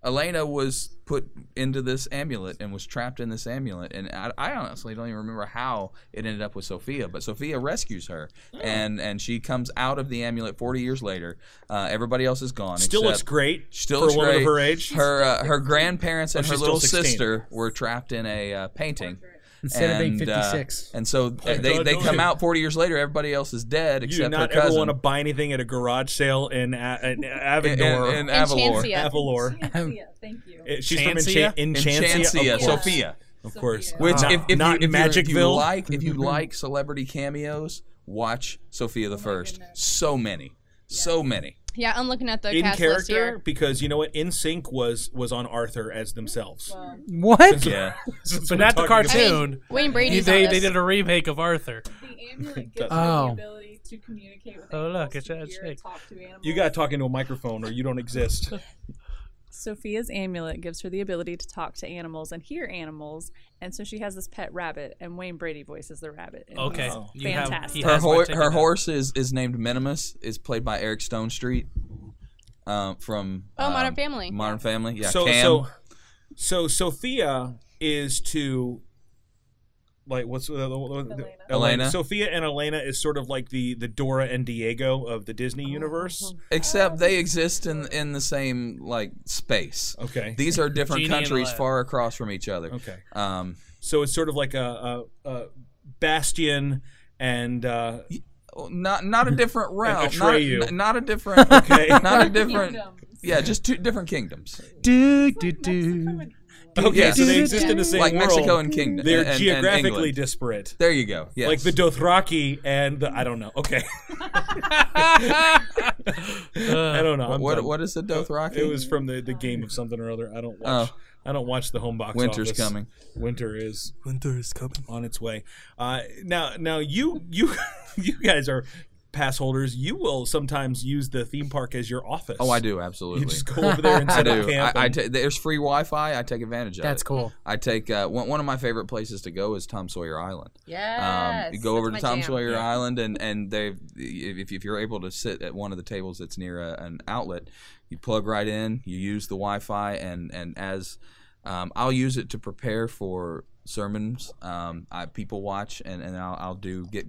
uh, Elena was put into this amulet and was trapped in this amulet, and I, I honestly don't even remember how it ended up with Sophia, but Sophia rescues her, and and she comes out of the amulet 40 years later. Uh, everybody else is gone.
Still looks
except-
great
Still
for
looks
a woman
great.
of her age.
Her uh, her grandparents and
Oh,
her
she's
little
still 16.
sister were trapped in a uh, painting.
Instead of being
And, uh,
56.
and so uh, they,
Oh God,
they
don't
come
you-
out 40 years later. Everybody else is dead
you do
except
not
her
ever
cousin.
want to buy anything at a garage sale in, a- in
In-
Avigdor.
in- in
Enchantia.
Avalor.
Avalor.
Sophia, Thank you.
It- She's from
Chancia?
Enchan- Enchantia,
Enchantia,
of course.
Sophia.
Of course.
Which,
Not-
if, if,
not
you, if, you're- if you
Magicville. Mm-hmm.
like, if you like celebrity cameos, watch Sophia the First. So many, so many.
Oh Yeah, I'm looking at the
in
cast list
character
here.
because you know what? In Sync was was on Arthur as themselves.
What?
Yeah,
Since
But
we're
not the
talking about-
I mean,
cartoon.
Wayne
They,
Brady's on
they
this.
did a remake of Arthur.
The amulet gives
Oh.
her the ability to communicate with
Oh,
animals,
look,
to
it's a
hear,
chick.
talk to animals.
You got to talk into a microphone or you don't exist.
Sophia's amulet gives her the ability to talk to animals and hear animals, and so she has this pet rabbit, and Wayne Brady voices the rabbit. and
Okay.
he's
You have-
fantastic.
he
her
has my
hor-
ticket now.
her horse is, is named Minimus. Is played by Eric Stone Street, um, from
Oh, Modern
um,
Family.
Modern Family. Yeah,
so
Cam.
so so Sophia is to like what's uh, the, the, the, the-
Elena.
Sophia and Elena is sort of like the the Dora and Diego of the Disney universe.
Except
Oh.
they exist in in the same like space.
Okay.
These are different
Genie and
countries
Aladdin.
far across from each other.
Okay.
Um,
So it's sort of like a, a, a Bastion and uh,
not not a different realm. not,
Atreyu.
n- not a different.
Okay.
Not a different.
Kingdoms.
Yeah, just two different kingdoms.
Do, do, do.
Okay,
Yeah.
so they exist in the same
like
world.
Mexico and Kingdom. uh,
They're
and- and
geographically
England.
disparate.
There you go. Yes.
Like the Dothraki and the I don't know. Okay. I don't know.
What-
I'm
what-
done.
what is the Dothraki?
It was from the, the game of something or other. I don't watch.
Oh.
I don't watch the home box.
Winter's
office.
coming.
Winter is
Winter is coming.
on its way. Uh, now, now you you you guys are pass holders. You will sometimes use the theme park as your office.
Oh, I do absolutely.
You just go over there and
I
set
do.
up camp.
I, I
and-
ta- there's free Wi-Fi. I take advantage of
That's
it.
cool.
I take uh, one, one of my favorite places to go is Tom Sawyer Island.
Yes,
you go
that's
over to
my
Tom
jam.
Sawyer Island, and and they if if you're able to sit at one of the tables that's near a, an outlet, you plug right in. You use the Wi-Fi, and and as um, I'll use it to prepare for sermons. Um, I people watch, and and I'll, I'll do get.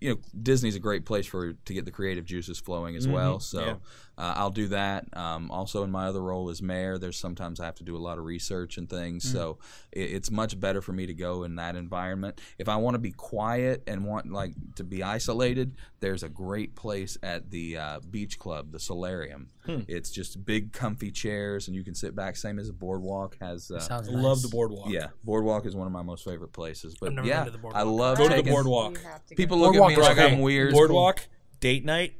You know, Disney's a great place for to get the creative juices flowing as well.
Mhm,
So
yeah.
uh, I'll do that. Um, also, in my other role as mayor, there's sometimes I have to do a lot of research and things.
Mm.
So it, it's much better for me to go in that environment. If I want to be quiet and want like to be isolated, there's a great place at the uh, beach club, the Solarium.
Hmm.
It's just big, comfy chairs, and you can sit back. Same as a boardwalk has. Uh,
Sounds nice.
love the boardwalk.
yeah, boardwalk is one of my most favorite places. But
I've never
yeah,
been to the
I
boardwalk.
love
Go to the
taking-
boardwalk.
People look at me
Boardwalk
like
is
I'm
great.
weird.
Boardwalk date night.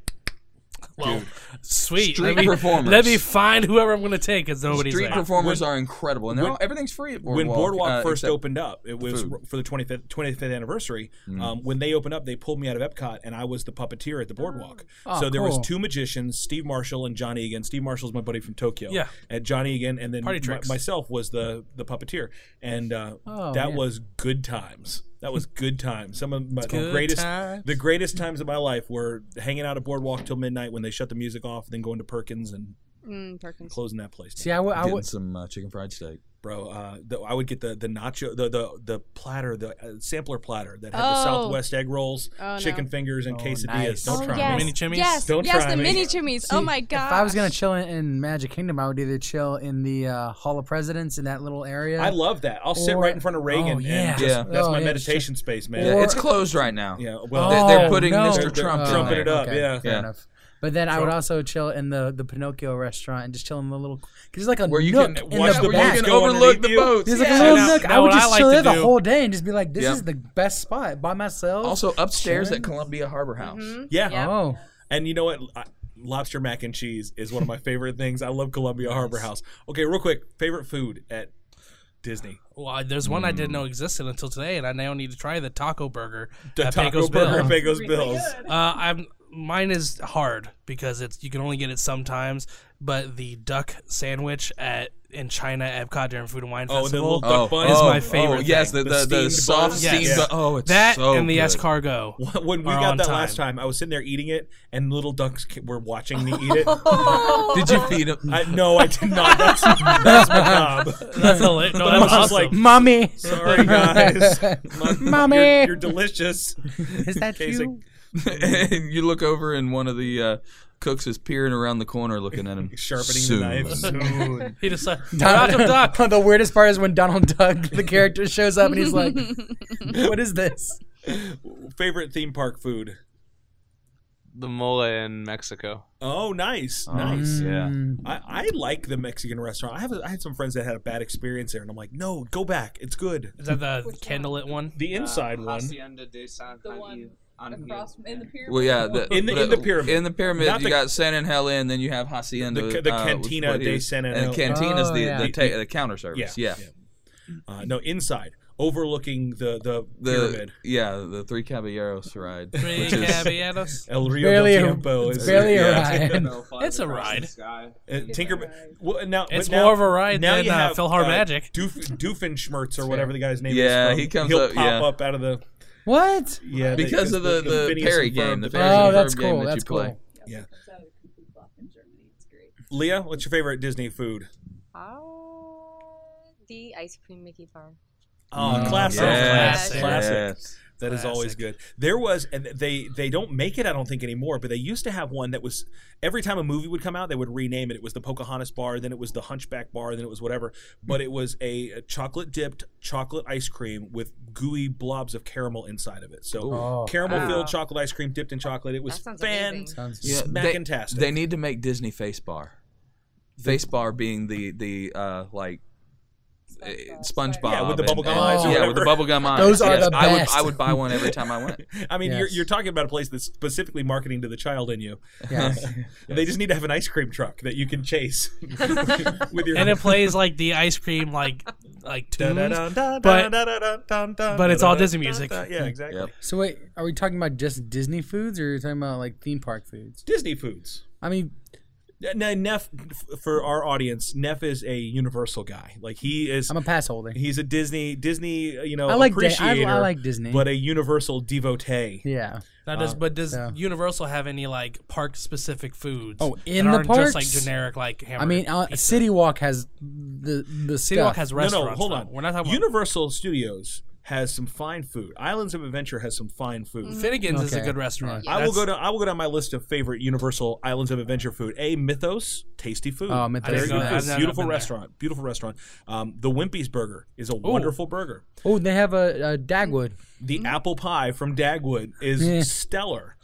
Well, sweet. let
Street
me,
performers.
Let me find whoever I'm going to take because nobody's
Street
there.
performers are incredible, and they're all, everything's free at
when
Boardwalk.
Boardwalk
uh,
first
except-
opened up, it was
food.
for the 25th, 25th anniversary. Um, when they opened up, they pulled me out of Epcot, and I was the puppeteer at the Boardwalk.
Oh,
so there was
cool.
two magicians, Steve Marshall and John Egan. Steve Marshall's my buddy from Tokyo.
Yeah.
and John Egan, and then
Party
my-
tricks.
myself was the the puppeteer, and uh,
Oh,
that
man.
was good times. That was good times. Some of my the
Good
greatest
times.
the greatest times of my life were hanging out at Boardwalk till midnight when they shut the music off, then going to Perkins and
Mm, Perkins.
closing that place. down
See, I would. I
getting
would.
some uh, chicken fried steak.
bro. Uh, the, I would get the the nacho, the the the platter, the uh, sampler platter that had
Oh.
the Southwest egg rolls,
Oh, no.
chicken fingers, and
Oh,
quesadillas.
nice.
Don't
oh,
try
yes.
me.
Mini chimneys?
Yes,
Don't
yes,
try
the
me.
mini chimneys. oh
See,
my god.
If I was gonna chill in, in Magic Kingdom, I would either chill in the uh, Hall of Presidents in that little area.
I love that. I'll sit
Or-
right in front of Reagan.
Oh, yeah.
and just,
Yeah.
that's
Oh,
my
yeah,
meditation space, man.
Yeah,
Or-
it's closed right now.
yeah,
Oh,
well,
They- they're putting
no.
Mr. Trump
in
Trumping
there.
it up.
Okay,
yeah,
fair
fair
Yeah.
enough. But then I would
Trump.
also chill in the the Pinocchio restaurant and just chill in the little because there's like a
Where you
nook
can
in
watch
the,
the
back.
boats
can
go underneath
overlook the
you.
boats.
There's like
Yeah.
a little
Now-
nook.
now
I would
what I
just
like
chill
to
there the
do-
whole day and just be like, "This
Yeah.
is the best spot by myself."
Also upstairs
Chilling.
at Columbia Harbor House.
yeah.
oh,
And you know what? I, lobster mac and cheese is one of my favorite things. I love Columbia Harbor House. Okay, real quick, favorite food at Disney.
Well, I- there's one I didn't know existed until today, and I now need to try the taco burger.
The
at
taco
Pecos
burger,
Bill.
at Pecos Bills.
Uh, I'm mine is hard because it's you can only get it sometimes. But the duck sandwich at in China Epcot during Food and Wine
Oh, and the
Festival
little duck bun.
is
Oh,
my favorite.
Oh, yes,
thing.
the the,
The
the,
steamed
soft
buns.
Yes.
steamed. bu- Oh, it's
that
so
and the
good.
escargot.
When we
are
got
on
that
time.
last time, I was sitting there eating it, and little ducks ca- were watching me eat it.
Did you feed him?
I, no, I did not. That's, that's macabre.
That's hilarious. No, that was
just
awesome.
like,
mommy,
Sorry, guys. My-
Mommy.
you're, you're delicious.
is that you?
Amazing.
and you look over, and one of the uh, cooks is peering around the corner, looking at him,
Sharpening
Soon.
the knives.
he just like Donald Duck.
the weirdest part is when Donald Duck, the character, shows up and he's like, "What is this?"
Favorite theme park food?
The mole in Mexico.
Oh, nice, nice.
Yeah.
I, I like the Mexican restaurant. I have a, I had some friends that had a bad experience there, and I'm like, no, go back. It's good.
Is that the candlelit one?
Uh,
The inside
Uh,
one.
The one across in the pyramid.
Well, yeah, the,
In the- in the pyramid.
in the pyramid,
Not
you
the-
got San and Helen, and then you have Hacienda,
The ca- the
uh,
Cantina
what
de
is-
San
and
Angel.
Cantina's
Oh,
the
yeah.
the, ta- the counter service. Yeah,
Uh, no, inside, overlooking the the,
the
pyramid.
yeah the Three Caballeros ride,
Three
which is
caballeros.
El Rio
Barely,
del
a,
Tiempo is
barely
yeah.
a ride.
It's a ride.
Uh, Tinker. Well, now
It's
but now-
more of a ride
now
than,
you
uh,
have,
Philhar
uh,
Magic.
Doof, Doofenshmirtz or whatever the guy's name
Yeah,
is. from-
he comes
He'll
up-
pop
yeah.
up out of the
What?
yeah
because of the the,
Phineas
Perry
and Ferb,
game, the
the-
Perry
Oh,
and
that's
Ferb game
cool,
that you
that's
play.
cool.
Yeah.
in Germany. It's great.
Leah, what's your favorite Disney food?
Uh, the ice cream Mickey bar.
Oh,
Mm.
classic,
Yes.
classic, classic.
Yes.
That is always good. There was, and they they don't make it, I don't think anymore. But they used to have one that was every time a movie would come out, they would rename it. It was the Pocahontas bar, then it was the Hunchback bar, then it was whatever. But it was a, chocolate dipped chocolate ice cream with gooey blobs of caramel inside of it. So
Ooh. Oh.
caramel
Wow.
filled chocolate ice cream dipped in chocolate. It was fan
Yeah, they-
smackintastic.
They, need to make Disney Face Bar. Face Bar being the the uh, like uh, SpongeBob.
Yeah, with the
and-
bubblegum
and-
eyes or
Oh, Yeah, with the
whatever.
bubblegum eyes.
Those are
yes.
the
I would
best.
I would buy one every time I went.
I mean, you're,
Yes.
you're talking about a place that's specifically marketing to the child in you.
Yes.
they just need to have an ice cream truck that you can chase with your
and it plays like the ice cream like like tunes,
Da-da-dun-dun,
but
da-da-dun-dun-dun,
but it's mm, all Disney
da-da-dun-dun-dun.
music.
Yeah, exactly.
So wait, are we talking about just Disney foods, or are you talking about like theme park foods?
Disney foods.
I mean,
Now, Neff, f- for our audience, Neff is a Universal guy. Like he is. I'm
a pass holder.
He's a Disney, Disney. uh, You know,
I like Di- I- I
appreciator,
like Disney.
but a Universal devotee.
Yeah.
Now, does
Um,
but does Universal have any like park specific foods?
Oh,
that
in the
aren't
parks,
just like generic like.
I
hamburger?
mean, uh, City Walk has the the
City Walk
stuff.
has
No, no, hold on. We're not talking Universal Studios has some fine food. Islands of Adventure has some fine food.
Mm-hmm.
Mhm. Finnegan's is a Okay. good restaurant.
I will
That's-
go to I will go down my list of favorite Universal Islands of Adventure food. A Mythos, tasty food.
Oh, Mythos
Very
is
good
nice.
food.
I've never
Beautiful
been there.
restaurant. Beautiful restaurant. Um, the Wimpy's burger is a wonderful burger.
Oh, they have a, a Dagwood.
The
Mm-hmm.
apple pie from Dagwood is stellar.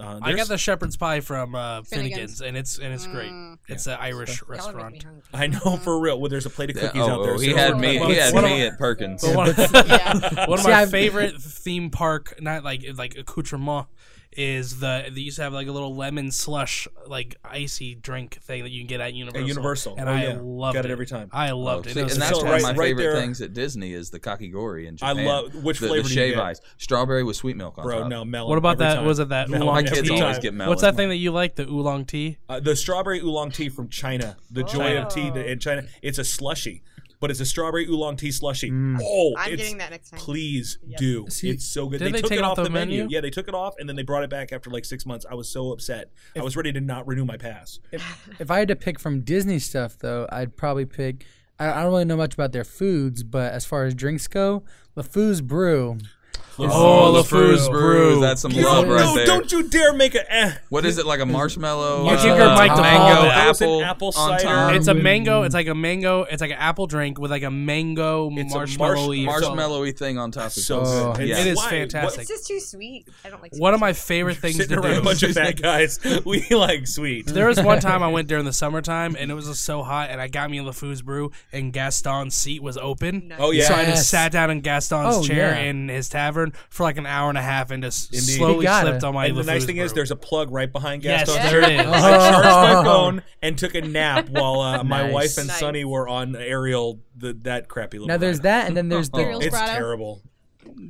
Uh,
I
there's-
got the shepherd's pie from uh,
Finnegan's.
Finnegan's, and it's and it's great. It's an Irish restaurant.
I know for real. Well, there's a plate of
Yeah,
cookies
oh,
out there.
oh, he
so-
had me- he had
One of-
me at Perkins.
But one, of,
Yeah.
one of
See,
my
I've-
favorite theme park, not like like accoutrement, is the they used to have like a little lemon slush like icy drink thing that you can get at Universal.
Universal.
and
Oh,
I
yeah.
loved
Got it every time.
I loved
Oh,
it.
see,
it. was
and that's
so
one of my
right-
favorite
there-
things at Disney is the kakigori in
I
Japan.
love- which
the,
flavor
The
do you
shave
get?
ice, strawberry with sweet milk on
Bro,
top.
no, melon.
What about
every
that?
time.
Was it that
Melon
oolong
My kids
tea?
always get melon.
What's that thing that you like? The oolong tea.
Uh, the strawberry oolong tea from China. The joy of
Oh.
tea that- in China. It's a slushy, but it's a strawberry oolong tea slushy.
Mm.
Oh,
I'm
it's-
getting that next time.
Please do.
See,
it's so good.
did
They,
they
took
take
it
off
off
the
the menu?
menu?
Yeah, they took it off and then they brought it back after like six months. I was so upset. I was ready to not renew my pass.
If I had to pick from Disney stuff, though, I'd probably pick. I, I don't really know much about their foods, but as far as drinks go, LeFou's Brew. is-
Oh, LeFou's LeFou's Brew. Brew. That's some love right
no,
there.
don't you dare make a. Eh.
What is it like a marshmallow?
You
uh,
think you're Mike
mango,
DePaul.
Oh,
That
was an
apple,
apple
on
cider.
top.
It's a mango. It's like a mango. It's like an apple drink with like a mango
It's a marsh-
marshmallowy
marshmallowy thing on top. Is
So
so
good.
good.
Oh, It
Yeah.
is
Why?
fantastic.
It's just too sweet. I don't like.
One of my favorite things to
Sitting
do.
around a bunch of fat guys, we like sweet.
There was one time I went during the summertime and it was just so hot, and I got me a LeFou's brew, and Gaston's seat was open.
Oh, yeah.
so I
Yes.
just sat down in Gaston's
Oh,
chair
yeah.
in his tavern for like an hour and a half, and just
Indeed.
You
slowly
gotta.
slipped on my.
and the nice
LeFou's
thing is,
brew.
there's a plug right behind
Yes,
Gaston.
there it is.
I charged my phone and took a nap while uh, my
Nice.
wife and
Nice.
Sonny were on Ariel, the, that crappy little.
Now there's
ride.
that, and then there's the.
Ariel's It's Grotto. terrible.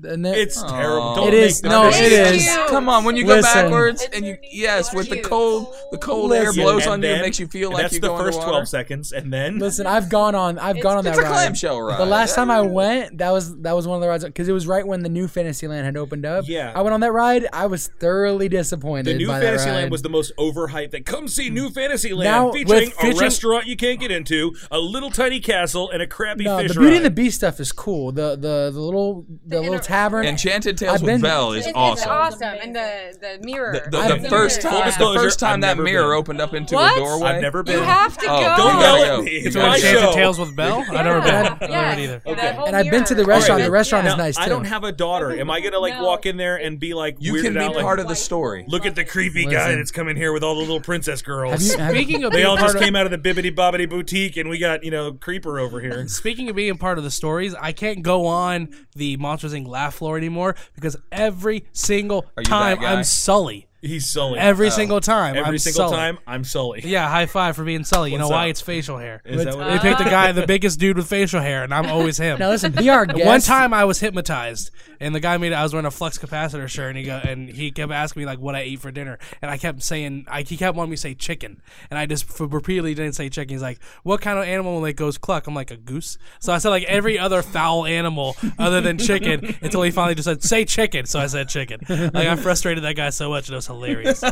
And there-
It's terrible. Don't
it
make
is.
that
No,
mistake.
it is.
Come on, when you
Listen.
go backwards and you yes, with the cold, the cold air
Listen,
blows
and
on you,
then-
and makes you feel
and
like
that's
you
the
go
first
underwater.
12 seconds, and then
Listen, I've gone on. I've gone on that
it's a
ride.
clamshell ride.
The last time I went, that was that was one of the rides because it was right when the new Fantasyland had opened up.
Yeah.
I went on that ride. I was thoroughly disappointed.
the new
by that
Fantasyland
ride.
was the most overhyped. That come see New Fantasyland
Now,
featuring
with
a
fishing-
restaurant you can't get into, a little tiny castle, and a crappy
No,
fish
the Beauty
ride.
and the Beast stuff is cool. The the the little the, little tavern.
Enchanted Tales with Belle is
It's
awesome.
awesome, and the the mirror.
The, the-
I've
the
never-
first
Full
time, the
disclosure,
first
I've
time that
never
mirror
been.
opened up into
What?
a doorway.
I've never been.
You have to
Oh,
go.
Don't
You
yell
gotta
at
go.
me.
You
It's
You
my
want
show.
Enchanted Tales with Belle? I never been. I've never been either.
That whole
And I've been to the
mirror.
restaurant. The
Right.
restaurant
Now,
is nice too.
I don't have a daughter. Am I gonna like walk in there and be like
You
weirded
can be
out, like,
part of the story.
Look at the creepy guy
Listen.
that's coming here with all the little princess girls.
Have you- have-
Speaking of
they
being
all
part
just
of-
came out of the bibbity bobbity boutique, and we got you know creeper over here.
Speaking of being part of the stories, I can't go on the Monsters Inc. laugh floor anymore because every single
Are you that
time
guy?
I'm Sully.
He's Sully.
Every single time.
Oh. Every
I'm
single
Sully.
time, I'm Sully.
Yeah, high five for being Sully. You
What's
know why?
up?
It's facial hair.
Is that what
They
it
picked the guy, the biggest dude with facial hair, and I'm always him.
Now listen, be our guest.
One time I was hypnotized, and the guy made I was wearing a flux capacitor shirt, and he go and he kept asking me like what I ate for dinner, and I kept saying I, he kept wanting me to say chicken, and I just f repeatedly didn't say chicken. He's like, "What kind of animal that goes cluck?" I'm like a goose, so I said like every other foul animal other than chicken until he finally just said say chicken, so I said chicken. Like I frustrated that guy so much, and it was hilarious.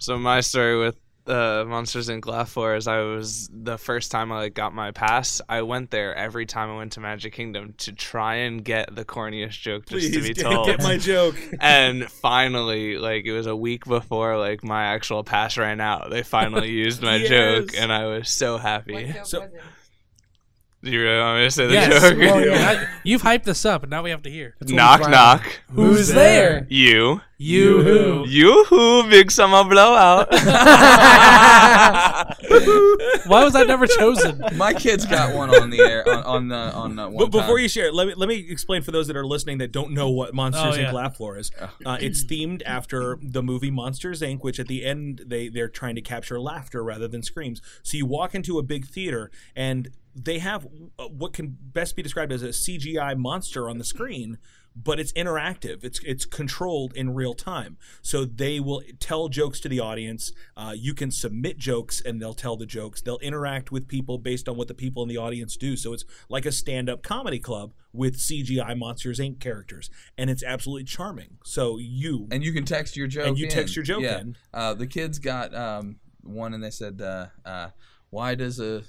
So my story with the Monsters Inc. Laugh for is I was the first time I like, got my pass. I went there every time I went to Magic Kingdom to try and get the corniest joke just to
Please
be
get-
told.
get my joke.
and finally, like it was a week before like my actual pass ran out. They finally used my
Yes.
joke, and I was so happy.
So,
Do you really want me to say the
Yes.
joke?
Well, yeah, I- you've hyped this up, and now we have to hear.
Knock, knock.
Who's there?
You.
You who?
You who? Big summer blowout.
Why was I never chosen?
My kids got one on the air on on the on uh, one
but before
time.
you share, it, let me let me explain for those that are listening that don't know what Monsters
Oh,
Inc.
yeah.
Laugh Floor is. Uh, it's themed after the movie Monsters Inc., which at the end they they're trying to capture laughter rather than screams. So you walk into a big theater and they have uh, what can best be described as a CGI monster on the screen. But it's interactive. It's it's controlled in real time. So they will tell jokes to the audience. Uh, you can submit jokes, and they'll tell the jokes. They'll interact with people based on what the people in the audience do. So it's like a stand-up comedy club with CGI Monsters Inc. characters, and it's absolutely charming. So you
and you can text your joke
and you
in.
text your joke
yeah.
in.
Uh, the kids got um, one and they said, uh, uh, "Why does a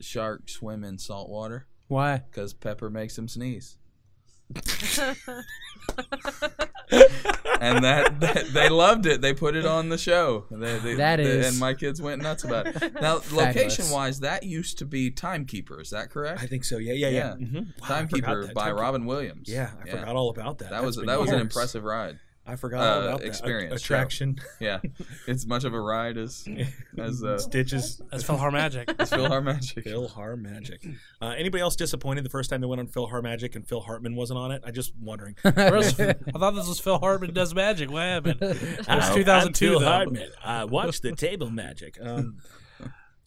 shark swim in salt water?
Why?
Because Pepper makes him sneeze." and that, that they loved it. They put it on the show. They, they,
That
they-
is-
and my kids went nuts about it. Now,
Fabulous.
location-wise, that used to be Timekeeper. Is that correct?
I think so. Yeah, yeah, yeah. Mhm. Wow, I forgot
Timekeeper
that.
by
Timekeeper.
Robin Williams.
Yeah, I forgot all about that.
That was
That's been
that was an
years.
impressive ride.
I forgot all about that. A-
Experience, so-
attraction.
yeah, it's much of a ride as as uh,
Stitches.
That's Philhar Magic.
It's Philhar Magic.
Philhar Magic. Uh, anybody else disappointed the first time they went on Philhar Magic and Phil Hartman wasn't on it? I just wondering.
Where's- I thought this was Phil Hartman does magic. What happened? It was
I'm
2002
Phil
though.
Hartman. I watched the table magic. Um,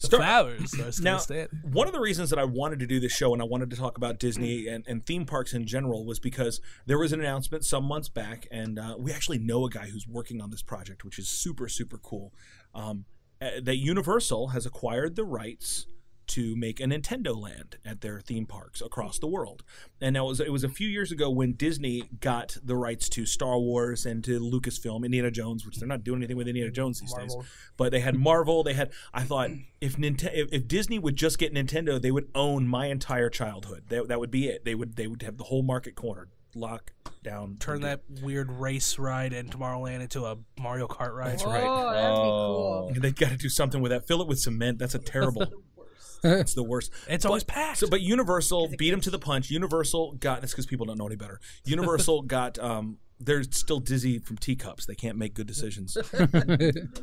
The
Start-
flowers are still
now,
standing.
one of the reasons that I wanted to do this show and I wanted to talk about Disney and, and theme parks in general was because there was an announcement some months back, and uh, we actually know a guy who's working on this project, which is super, super cool. Um, uh, that Universal has acquired the rights to make a Nintendo Land at their theme parks across the world. And that was it was a few years ago when Disney got the rights to Star Wars and to Lucasfilm, Indiana Jones, which they're not doing anything with Indiana Jones these days. But they had Marvel. They had. I thought if Nintendo, if, if Disney would just get Nintendo, they would own my entire childhood. That, that would be it. They would they would have the whole market cornered, lock down.
Turn that weird race ride in Tomorrowland into a Mario Kart ride.
That's right.
Oh, that'd be cool.
And they got to do something with that. Fill it with cement. That's a terrible. it's the worst.
It's always packed.
So, but Universal beat them to the punch. Universal got that's because people don't know any better. Universal got um, they're still dizzy from teacups. They can't make good decisions.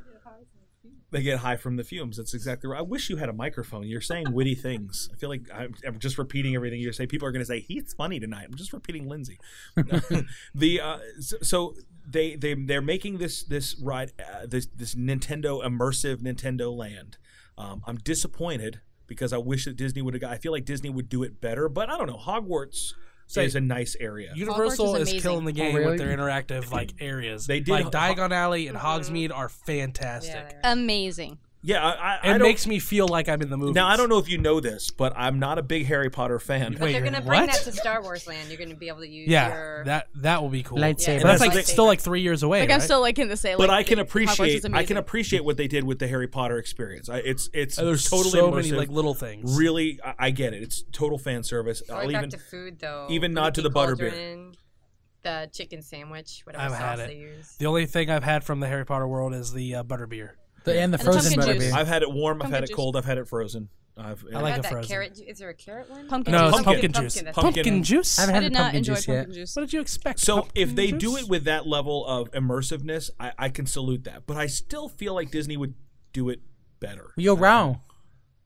they get high from the fumes. That's exactly right. I wish you had a microphone. You're saying witty things. I feel like I'm, I'm just repeating everything you're saying. People are going to say he's funny tonight. I'm just repeating Lindsay. the uh, so, so they they they're making this this ride uh, this this Nintendo immersive Nintendo Land. Um, I'm disappointed because I wish that Disney would have. got I feel like Disney would do it better, but I don't know. Hogwarts
Say-
is a nice area.
Universal
Hogwarts is
is,
amazing.
killing the game
really?
with their interactive like areas.
They did-
like Diagon Alley
Mm-hmm.
and Hogsmeade are fantastic.
Amazing.
yeah, I, I, I
it
don't-
makes me feel like I'm in the movie.
Now I don't know if you know this, but I'm not a big Harry Potter fan.
But
Wait,
they're gonna bring
what?
that to Star Wars Land. You're gonna be able to use
Yeah,
your
that that will be cool.
Lightsaber.
But that's like
Lightsaber.
still like three years away.
Like I'm
right?
still like in the same.
but
like,
I can
the- Hogwarts is
appreciate I
amazing.
can appreciate what they did with the Harry Potter experience. I, it's it's
And there's
totally
so many
immersive.
like little things.
Really, I, I get it. It's total fan service.
Going
I'll
back
even
to food though.
even
with
nod to the butterbeer.
cauldron, The chicken sandwich, whatever
I've
sauce
had
they
it.
use.
The only thing I've had from the Harry Potter world is the uh, butterbeer.
The, and the
And the
frozen
pumpkin
butterbeer.
juice.
I've had it warm. I've
Pumpkin
had it
juice.
cold. I've had it frozen. I've
I like
Got
it
that
frozen.
carrot. ju- Is there a carrot one?
Pumpkin
No,
juice.
it's
Pumpkin.
pumpkin,
Pumpkin,
juice.
that's
Pumpkin.
juice.
I haven't
I
had the
did not
pumpkin
enjoy
juice yet.
pumpkin juice.
What did you expect?
So
Pumpkin
if they do
juice?
it with that level of immersiveness, I, I can salute that. But I still feel like Disney would do it better.
Yo, Rao.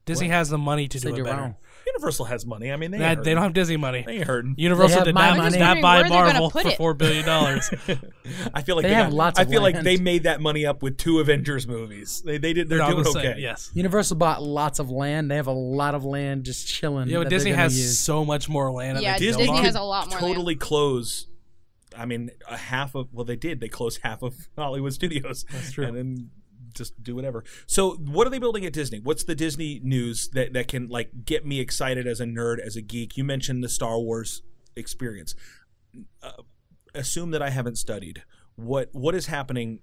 Disney has the money to
Said
do it
you're
better.
wrong.
Universal has money. I mean, they
They,
ain't
they don't
hurting.
have Disney money.
They ain't hurting.
Universal
have
did
my
not,
money.
not buy
Wondering where they're
Marvel
gonna put
for
it.
four billion dollars.
I feel like
They
they,
have
got-
lots
I
of
feel like
land.
they made that money up with two Avengers movies. They they did. They're doing okay.
Yes.
Universal bought lots of land. They have a lot of land just chilling.
Yeah,
that
but
they're
Disney
gonna
has
use.
so much more land. that
Yeah,
they can
Disney
build on.
has a lot more.
totally close. I mean, a half of well, they did. They closed half of Hollywood studios. That's
true.
And then just do whatever. So, what are they building at Disney? What's the Disney news that that can like get me excited as a nerd, as a geek? You mentioned the Star Wars experience. Uh, assume that I haven't studied. What what is happening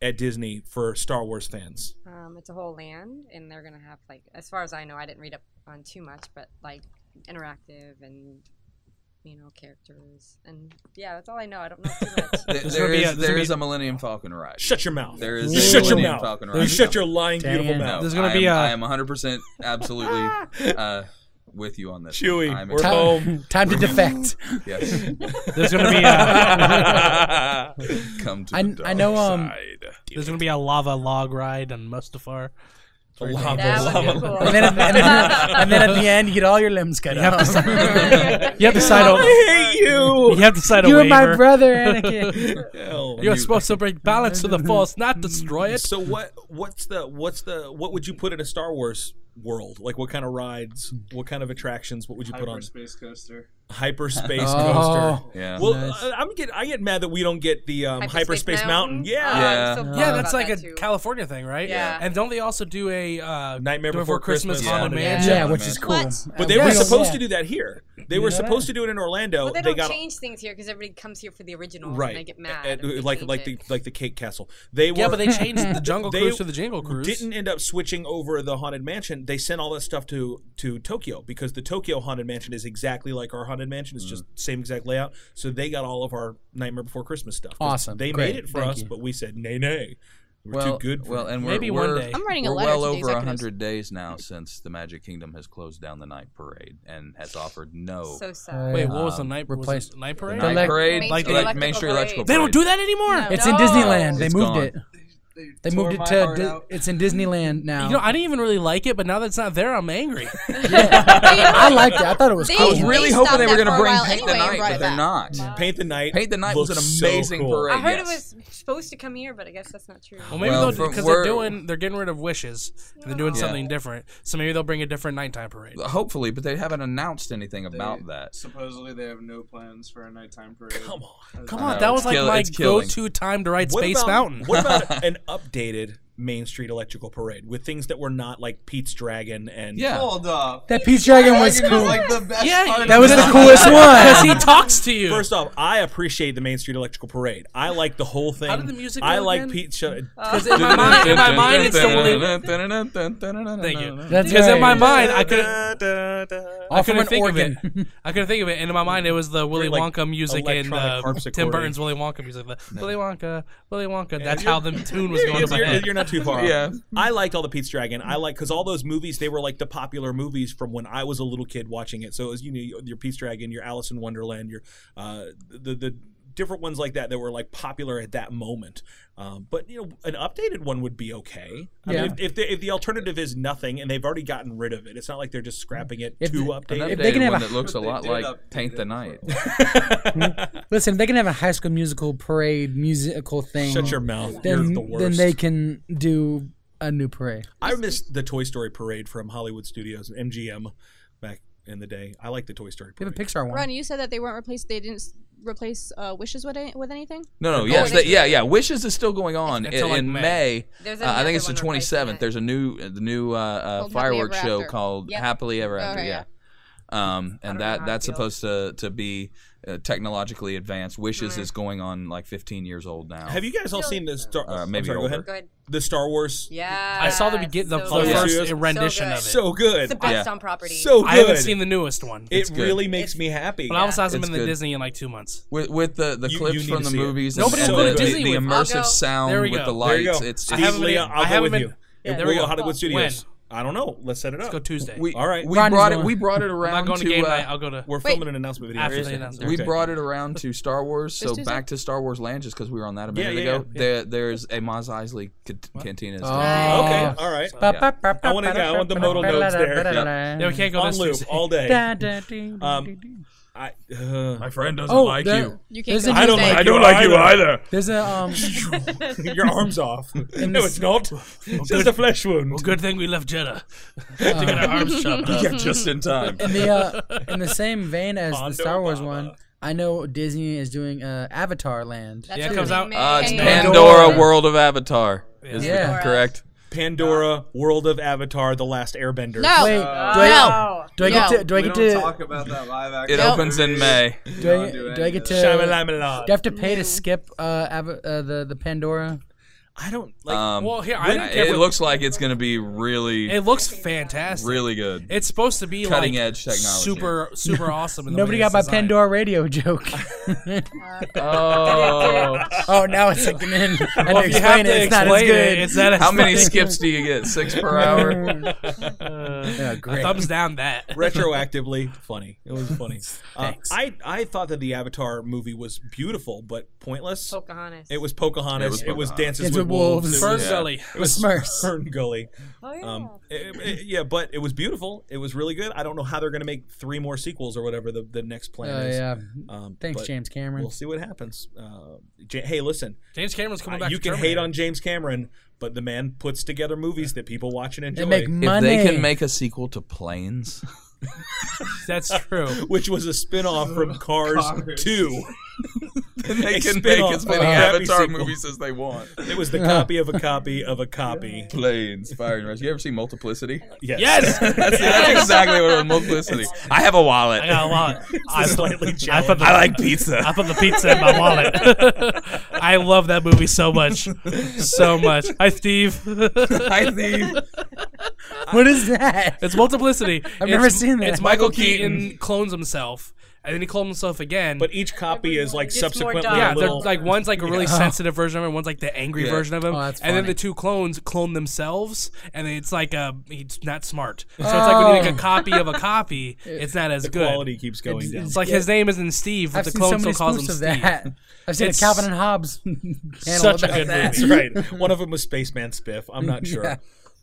at Disney for Star Wars fans?
Um, it's a whole land, and they're gonna have like, as far as I know, I didn't read up on too much, but like interactive and you know characters, and yeah, that's all I know. I don't know too much.
There- there is, there is a Millennium Falcon ride.
Shut your mouth.
There is
You
a
shut your
Millennium
mouth.
Falcon
You
ride.
shut your lying, Dang beautiful it. mouth.
No,
There's gonna
I
be
am-
a-
I am 100 percent absolutely uh, with you on this.
Chewie,
I'm
we're
excited.
home. Time to defect.
yes.
There's gonna be uh, a
come to
I,
the dark
I know um
side.
there's gonna be a lava log ride on Mustafar.
A lava That would be log. cool.
And then, at the, and, then, and then at the end, you get all your limbs cut
You have to
off.
sign- you have to sign a- I hate you. You have to sign a
You're my
waiver.
brother, Anakin.
Hell.
You're supposed to bring balance to the force, not destroy it.
So what? What's the? What's the? What would you put in a Star Wars world? Like what kind of rides? What kind of attractions? What would you put on?
Hyperspace coaster.
Hyperspace
Oh,
coaster.
Yeah.
Well,
nice.
I, am get. I get mad that we don't get the um, hyperspace,
Hyperspace
mountain.
Mountain?
Oh,
Yeah.
yeah,
Um,
that's like a California thing, right?
Yeah.
And don't they also do a uh,
Nightmare Before Christmas
on
on demand.
demand?
Yeah, Yeah, which is cool. What? But they were supposed to do that here. They were supposed to do it in Orlando.
Well, they
They
don't
got-
change things here because everybody comes here for the original,
right.
And they get mad.
Uh,
if they
like
change
like
it.
the like the Cake Castle. They
Yeah,
were-
but they changed the Jungle
they
Cruise to the Jingle Cruise.
Didn't end up switching over the Haunted Mansion. They sent all that stuff to to Tokyo because the Tokyo Haunted Mansion is exactly like our Haunted Mansion. It's just same exact layout. So they got all of our Nightmare Before Christmas stuff. 'Cause
Awesome.
They
Great.
made it for
Thank
us,
you.
but we said nay nay. We're too
Well,
good. For
well,
it.
and we're, we're,
I'm writing a
we're
letter
well
to the
over
executives.
hundred days now since the Magic Kingdom has closed down the Night Parade and has offered no.
So
sad. Wait, what was the night- was it
replaced-
Night Parade?
The
The
night
elec-
parade,
Main
like
Street
the
Electrical
Main Street
Parade.
Electrical.
They don't
Parade.
do that anymore? No.
It's in
No.
Disneyland. They
It's
moved
gone.
it. They moved it
my
to.
heart
Di- it's in Disneyland now.
You know, I didn't even really like it, but now that it's not there, I'm angry.
I liked it. I thought it was
They-
cool.
I was really they hoping stopped they were that gonna for a bring while Paint
the anyway and Night, brought but it they're back. not.
Paint the night.
Paint the Night was
looks
an
so
amazing
cool.
parade.
I heard
yes.
it was supposed to come here, but I guess that's not true.
Well, maybe
Well,
they'll
from
because
where-
they're doing they're getting rid of wishes. And they're doing
Yeah.
something different, so maybe they'll bring a different nighttime parade.
Hopefully, but they haven't announced anything
They-
about that.
Supposedly they have no plans for a nighttime parade. Come on,
Come
I
on,
know,
that
it's
was like
kill-
my
it's killing.
go-to time to ride
What
Space
about-
Mountain.
What about an updated Main Street Electrical Parade with things that were not like Pete's Dragon and
Yeah. Hold up.
That Pete's Dragon was
Dragon is
cool.
like the best
Yeah,
part of
that was the
Disney.
coolest one.
Because he talks to you.
First off, I appreciate the Main Street Electrical Parade. I like the whole thing.
How did the music
I
go
like
again?
Pete's show.
'Cause in my mind- in my mind, it's the only- Thank you.
That's
because
right.
in my mind, I couldn't.
All
I
from
couldn't
an
think
organ.
of it. I couldn't think of it, and in my mind, it was the Willy
like,
Wonka music and
electronic
uh,
harpsichord.
Tim Burton's Willy Wonka music. The Willy Wonka, Willy Wonka. That's
you're-
how the tune was going.
you're,
to my
you're-
head.
you're not too far.
Yeah.
yeah. I liked all the Pete's Dragon. I like because all those movies they were like the popular movies from when I was a little kid watching it. So it was you know your Pete's Dragon, your Alice in Wonderland, your uh, the the different ones like that that were like popular at that moment. Um, but you know an updated one would be okay. I
Yeah.
mean, if, if, the, if the alternative is nothing and they've already gotten rid of it, it's not like they're just scrapping it
If
to
the-
update.
an
it.
If they can updated have
one that looks a lot
did
like
update
Paint the Night.
Listen, if they can have a high school musical parade musical thing.
Shut your mouth.
Then,
You're the
then
worst.
they can do a new parade.
I missed the Toy Story parade from Hollywood Studios, MGM, back in the day. I like the Toy Story
They
parade.
have a Pixar one.
Ron, you said that they weren't replaced. They didn't s- replace uh, wishes with any, with anything.
No, no,
Oh,
yes,
they-
that, yeah, yeah. Wishes is still going on in,
Until, like,
in
May.
May.
There's
uh, I think it's the
another one
27th. There's a new the new uh, uh,
Called Happily Ever
fireworks show
After.
called
Yep.
Happily Ever After.
Okay,
yeah.
yeah.
Um, and
know how
that
I
that's
feel.
supposed to to be uh, technologically advanced. Wishes is going on like 15 years old now.
Have you guys all seen the Star?
Uh,
I'm
maybe
sorry, go
older.
ahead.
Go
The Star Wars.
Yeah.
I saw the begin the,
so
the
good.
first
So
rendition of it.
So good.
It's the best on property.
So good.
I haven't seen the newest one.
It really makes me happy.
But I also hasn't
It's
been to
good.
Disney in like two months.
With, with the, the
You-
clips
you need
from
to
the
see it.
movies
Nobody's
and,
going
and
to
the,
Disney
the
with me. I'll
immersive
go.
sound
There
with
we go.
the
There you
lights.
go.
It's,
I
it's
haven't been- Leah, I'll
I
go
haven't
with
been-
you. It
there
will
we go.
go. Hollywood Studios. I don't know. Let's set it up. Let's go
Tuesday.
We,
All right.
We brought it. We brought it around uh,
I'm not going to, game
uh,
night. I'll go to.
We're filming an announcement video.
After the announcement.
We brought it around to Star Wars, so
Tuesday?
back to Star Wars Land, just because we were on that a
Yeah,
minute
yeah,
ago.
yeah.
There, there's a Maz Eisley cant- cantina.
Oh.
Okay. All right. I want to. I want the modal notes there.
Yeah.
Yeah, we can't go
on
this
loop
Tuesday.
all day.
Da, da, ding,
Um, I, uh, My
friend
doesn't Oh, like there- you. you can't there's go. a
I don't
Tuesday.
like.
I don't
you
like you
either.
There's a um.
Your arm's off.
In
no,
this-
it's not. It's just a flesh wound.
Well, good thing we left Jeddah to get our arms chopped up.
In the uh, in the same vein as the
Hondo
Star Wars one, I know Disney is doing uh, Avatar Land.
That's Yeah, it what comes we out- made.
Uh, it's
Pandora.
Pandora World of Avatar. Is the-
Yeah.
correct?
Pandora, World of Avatar, The Last Airbender.
No.
Wait, do I, do I get to? Do I
We
get
don't
to?
talk about that live action.
It opens in May.
Do I, do I get to?
Shyamalan.
Do I have to pay to skip uh, Ava, uh, the the Pandora?
I don't
um,
well, here I
it-
didn't
it,
get-
looks like it's going to be really.
It looks fantastic.
Really good.
It's supposed to be
Cutting
like
edge technology.
super super awesome. In the
Nobody got
latest
my
design.
Pandora radio joke.
Oh.
oh, now it's sinking in. I had
Well,
to
if you have
explain
to
it. It's not as
explain it,
good.
it's not as
How many
funny.
skips do you get? Six per hour.
yeah, great.
Thumbs down that.
retroactively funny. It was funny. Uh, I I thought that the Avatar movie was beautiful but pointless.
Pocahontas.
It was Pocahontas. It was,
It was Pocahontas.
Dances
It's
with
with
Wolves. It
Wolves.
was-
Fern Gully.
It was
Smurfs.
Fern Gully.
Oh, yeah.
Um, it- it- yeah, but it was beautiful. It was really good. I don't know how they're going to make three more sequels or whatever the, the next plan
Oh,
is.
yeah.
Um,
Thanks,
but
James Cameron.
We'll see what happens. Uh, J- hey, listen,
James Cameron's coming
uh,
back.
you
to
can
Terminator.
hate on James Cameron, but the man puts together movies that people watch and enjoy.
They make
If
money.
they can make a sequel to Planes,
That's true.
which was a spin-off from Cars, 2.
then they
A
can make
spin-off
as
of
many
a crappy
Avatar
sequel.
movies as they want.
It was the copy of a copy of a copy.
Planes, Fire and Rescue. You ever see Multiplicity?
Yes.
Yes,
That's, that's exactly what it was, Multiplicity. I have a wallet.
I got a wallet.
I slightly
I
challenged.
put the,
I like pizza.
I put the pizza in my wallet. I love that movie so much, so much. Hi, Steve.
I think
what is that?
It's multiplicity.
I've
It's-
never seen that.
It's Michael
Michael
Keaton,
Keaton.
clones himself, and then he clones himself again.
But each copy is like
Gets more
subsequently
done.
a
yeah, they're
little
like one's like a really sensitive version of him, one's like the angry
Yeah.
version of him,
Oh, that's
and then
funny.
the two clones clone themselves, and it's like uh he's not smart. So it's like when you make a
Oh.
copy of a copy, it's not as
the
good.
quality keeps going
It's,
down.
it's like his name isn't Steve, but
I've
the
seen
clone
so many
still calls him
spoofs of
Steve.
that. I've seen
It's
a Calvin and Hobbes panel
Such a
about
good
that.
That's right. One of them was Spaceman Spiff. I'm not sure.
Yeah.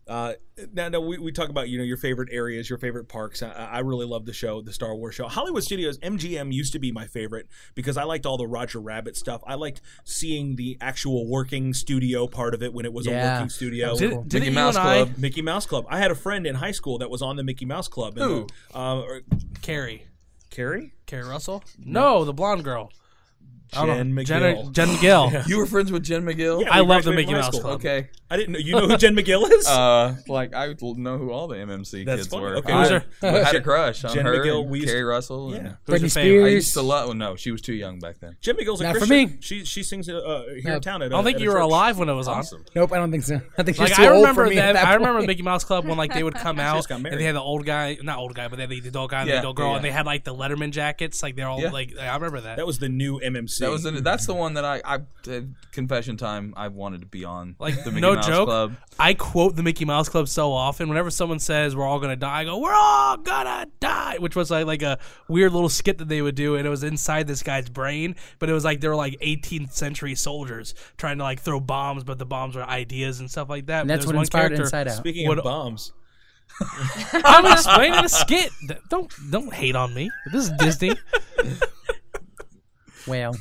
Uh, now, no, we, we talk about you know your favorite areas, your favorite parks. I, I really love the show, the Star Wars show. Hollywood Studios MGM used to be my favorite because I liked all the Roger Rabbit stuff. I liked seeing the actual working studio part of it when it was a
Yeah.
working studio.
Did,
cool.
did
Mickey
you
Mouse
and I,
Club.
Mickey Mouse Club. I had a friend in high school that was on the Mickey Mouse Club. And
Who?
the- um, or-
Carrie,
Carrie?
Carrie Russell? No, the blonde girl. I don't know.
Jen McGill.
Jen, Jen McGill.
you were friends with Jen McGill.
Yeah,
I
we
love the
graduated
Mickey
from high
Mouse
school.
Club.
Okay.
I didn't know. You know who Jen McGill is?
Uh, like I would know who all the MMC
That's
kids
funny.
were.
Okay,
I
who's
had-
her-
I had a crush on
Jen
her,
McGill,
and
we used-
Carrie Russell.
Yeah.
and-
Who's
Britney
your favorite?
I used
Spears.
to love. Well, no, she was too young back then.
Jen McGill's a
Not for
Christian.
me.
She she sings uh, uh, here in
Nope.
town. At
I don't think you were alive when it was on.
Nope, I don't think so. I think she's
Like
too
I
old for
remember
me
that,
at that
I
point.
remember Mickey Mouse Club when like they would come out
just got
and
married.
they had the old guy, not old guy, but they had the the adult guy and the
Yeah,
adult girl,
yeah,
and
yeah.
they had like the Letterman jackets. Like they're all
Yeah.
like I remember that.
That was the new MMC.
That was the, that's the one that I, I uh, confession time. I wanted to be on
Like,
the Mickey
no
Mouse
joke.
Club.
I quote the Mickey Mouse Club so often. Whenever someone says we're all gonna die, I go we're all gonna die, which was like like a weird little skit that they would do, and it was inside this guy's brain. But it was like they were like 18th century soldiers trying to like throw bombs, but the bombs were ideas and stuff like that.
And
But
that's
there was
what
one
inspired
character-
Inside Out.
Speaking
What-
of bombs,
I'm explaining a skit. Th- Don't don't hate on me. This is Disney.
Well,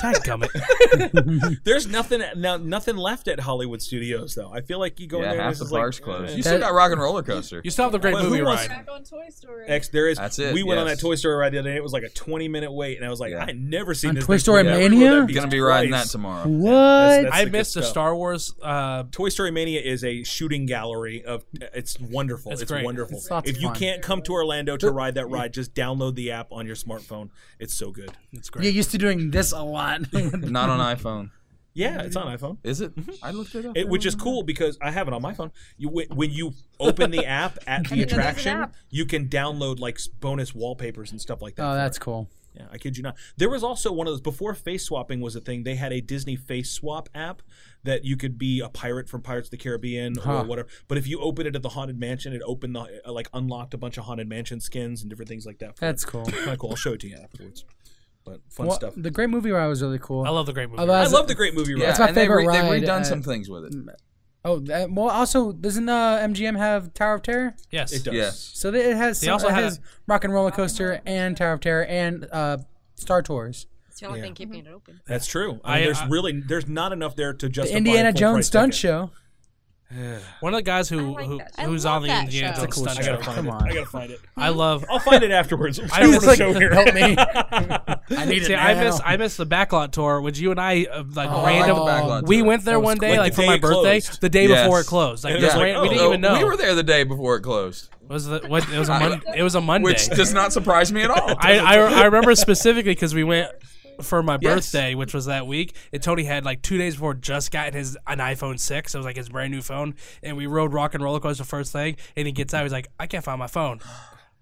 Dadgummit.
there's nothing now nothing left at Hollywood Studios though. I feel like you go in
Yeah,
there and
half
it's
the
just like,
parks
eh.
closed. You still
That-
got Rock and Roller Coaster.
You still have the great
Well, who
movie
wants-
ride.
on Toy Story.
X, there is.
That's it,
We went on that
yes.
Toy Story ride the other day. It was like a 20 minute wait, and I was like,
Yeah.
I had never seen
On
this.
Toy
thing
Story
before.
Mania?
Would that
Gonna be riding that
twice?
tomorrow.
what?
That's- that's
I
the
missed
good
the
stuff.
Star Wars. Uh,
Toy Story Mania is a shooting gallery of. It's wonderful.
It's
It's,
great.
wonderful.
It's lots
if
of
you
fun.
can't come to Orlando to ride that ride, just download the app on your smartphone. It's so good.
it's
You're
great.
used to doing this a lot. Oh,
Not on iPhone.
Yeah, it's on iPhone.
Is it? I looked it up.
Mm-hmm. It, which is cool because I have it on my phone. You whe- when you open the app at the
there's an
attraction,
app.
you can download like s- bonus wallpapers and stuff like that.
oh,
for
that's
it.
cool.
Yeah, I kid you not. There was also one of those before face swapping was a thing. They had a Disney face swap app that you could be a pirate from Pirates of the Caribbean
Huh.
or whatever. But if you open it at the haunted mansion, it opened the uh, like unlocked a bunch of haunted mansion skins and different things like that. for
That's
it.
cool.
Kinda cool. I'll show it to you afterwards. But fun
Well,
stuff.
the great movie ride was really cool.
I love the great movie.
I
ride.
I
love-
love the great movie.
Yeah,
ride.
That's my
and they've
favorite
They've
ride
redone
at-
some things with it.
Mm.
oh, that, well, also doesn't uh, MGM have Tower of Terror?
yes.
It does.
Yeah.
So that it has.
They
some-
also
it
had
has
a-
Rock and Roller Coaster and Tower of Terror and uh, Star Tours.
So I don't think
Mm-hmm.
keeping it open.
That's true. I mean,
I-
there's
I-
really there's not enough there to
The
justify
Indiana
a full
Jones
price
stunt
ticket.
show.
One of the guys who,
like
who
that show.
who's
I
on
love
the
that
Indiana
show.
Jones
It's a cool
stunt
I
show.
show.
gotta find
Come
it.
on.
I gotta find it.
I love.
I'll find it afterwards. I
miss-
the show here.
Help me. I need it.
See, I
now.
miss I miss the backlot tour, which you and I uh, like
Oh,
random.
I like the
Backlot
we
tour.
went there
That was
one day,
cool.
like
The
for
day
my
it
birthday,
closed.
the day before it
Yes.
closed. Like
And it
just
was like,
ran- we didn't
oh,
even know.
We were there the day before it closed,
was the, what, it was a mon- it was a Monday.
which does not surprise me at all.
I, I, I remember specifically because we went for my
Yes.
birthday, which was that week, and Tony had like two days before just got his an iPhone six. It was like his brand new phone, and we rode Rock and Roller Coaster first thing, and he gets out, he's like, I can't find my phone,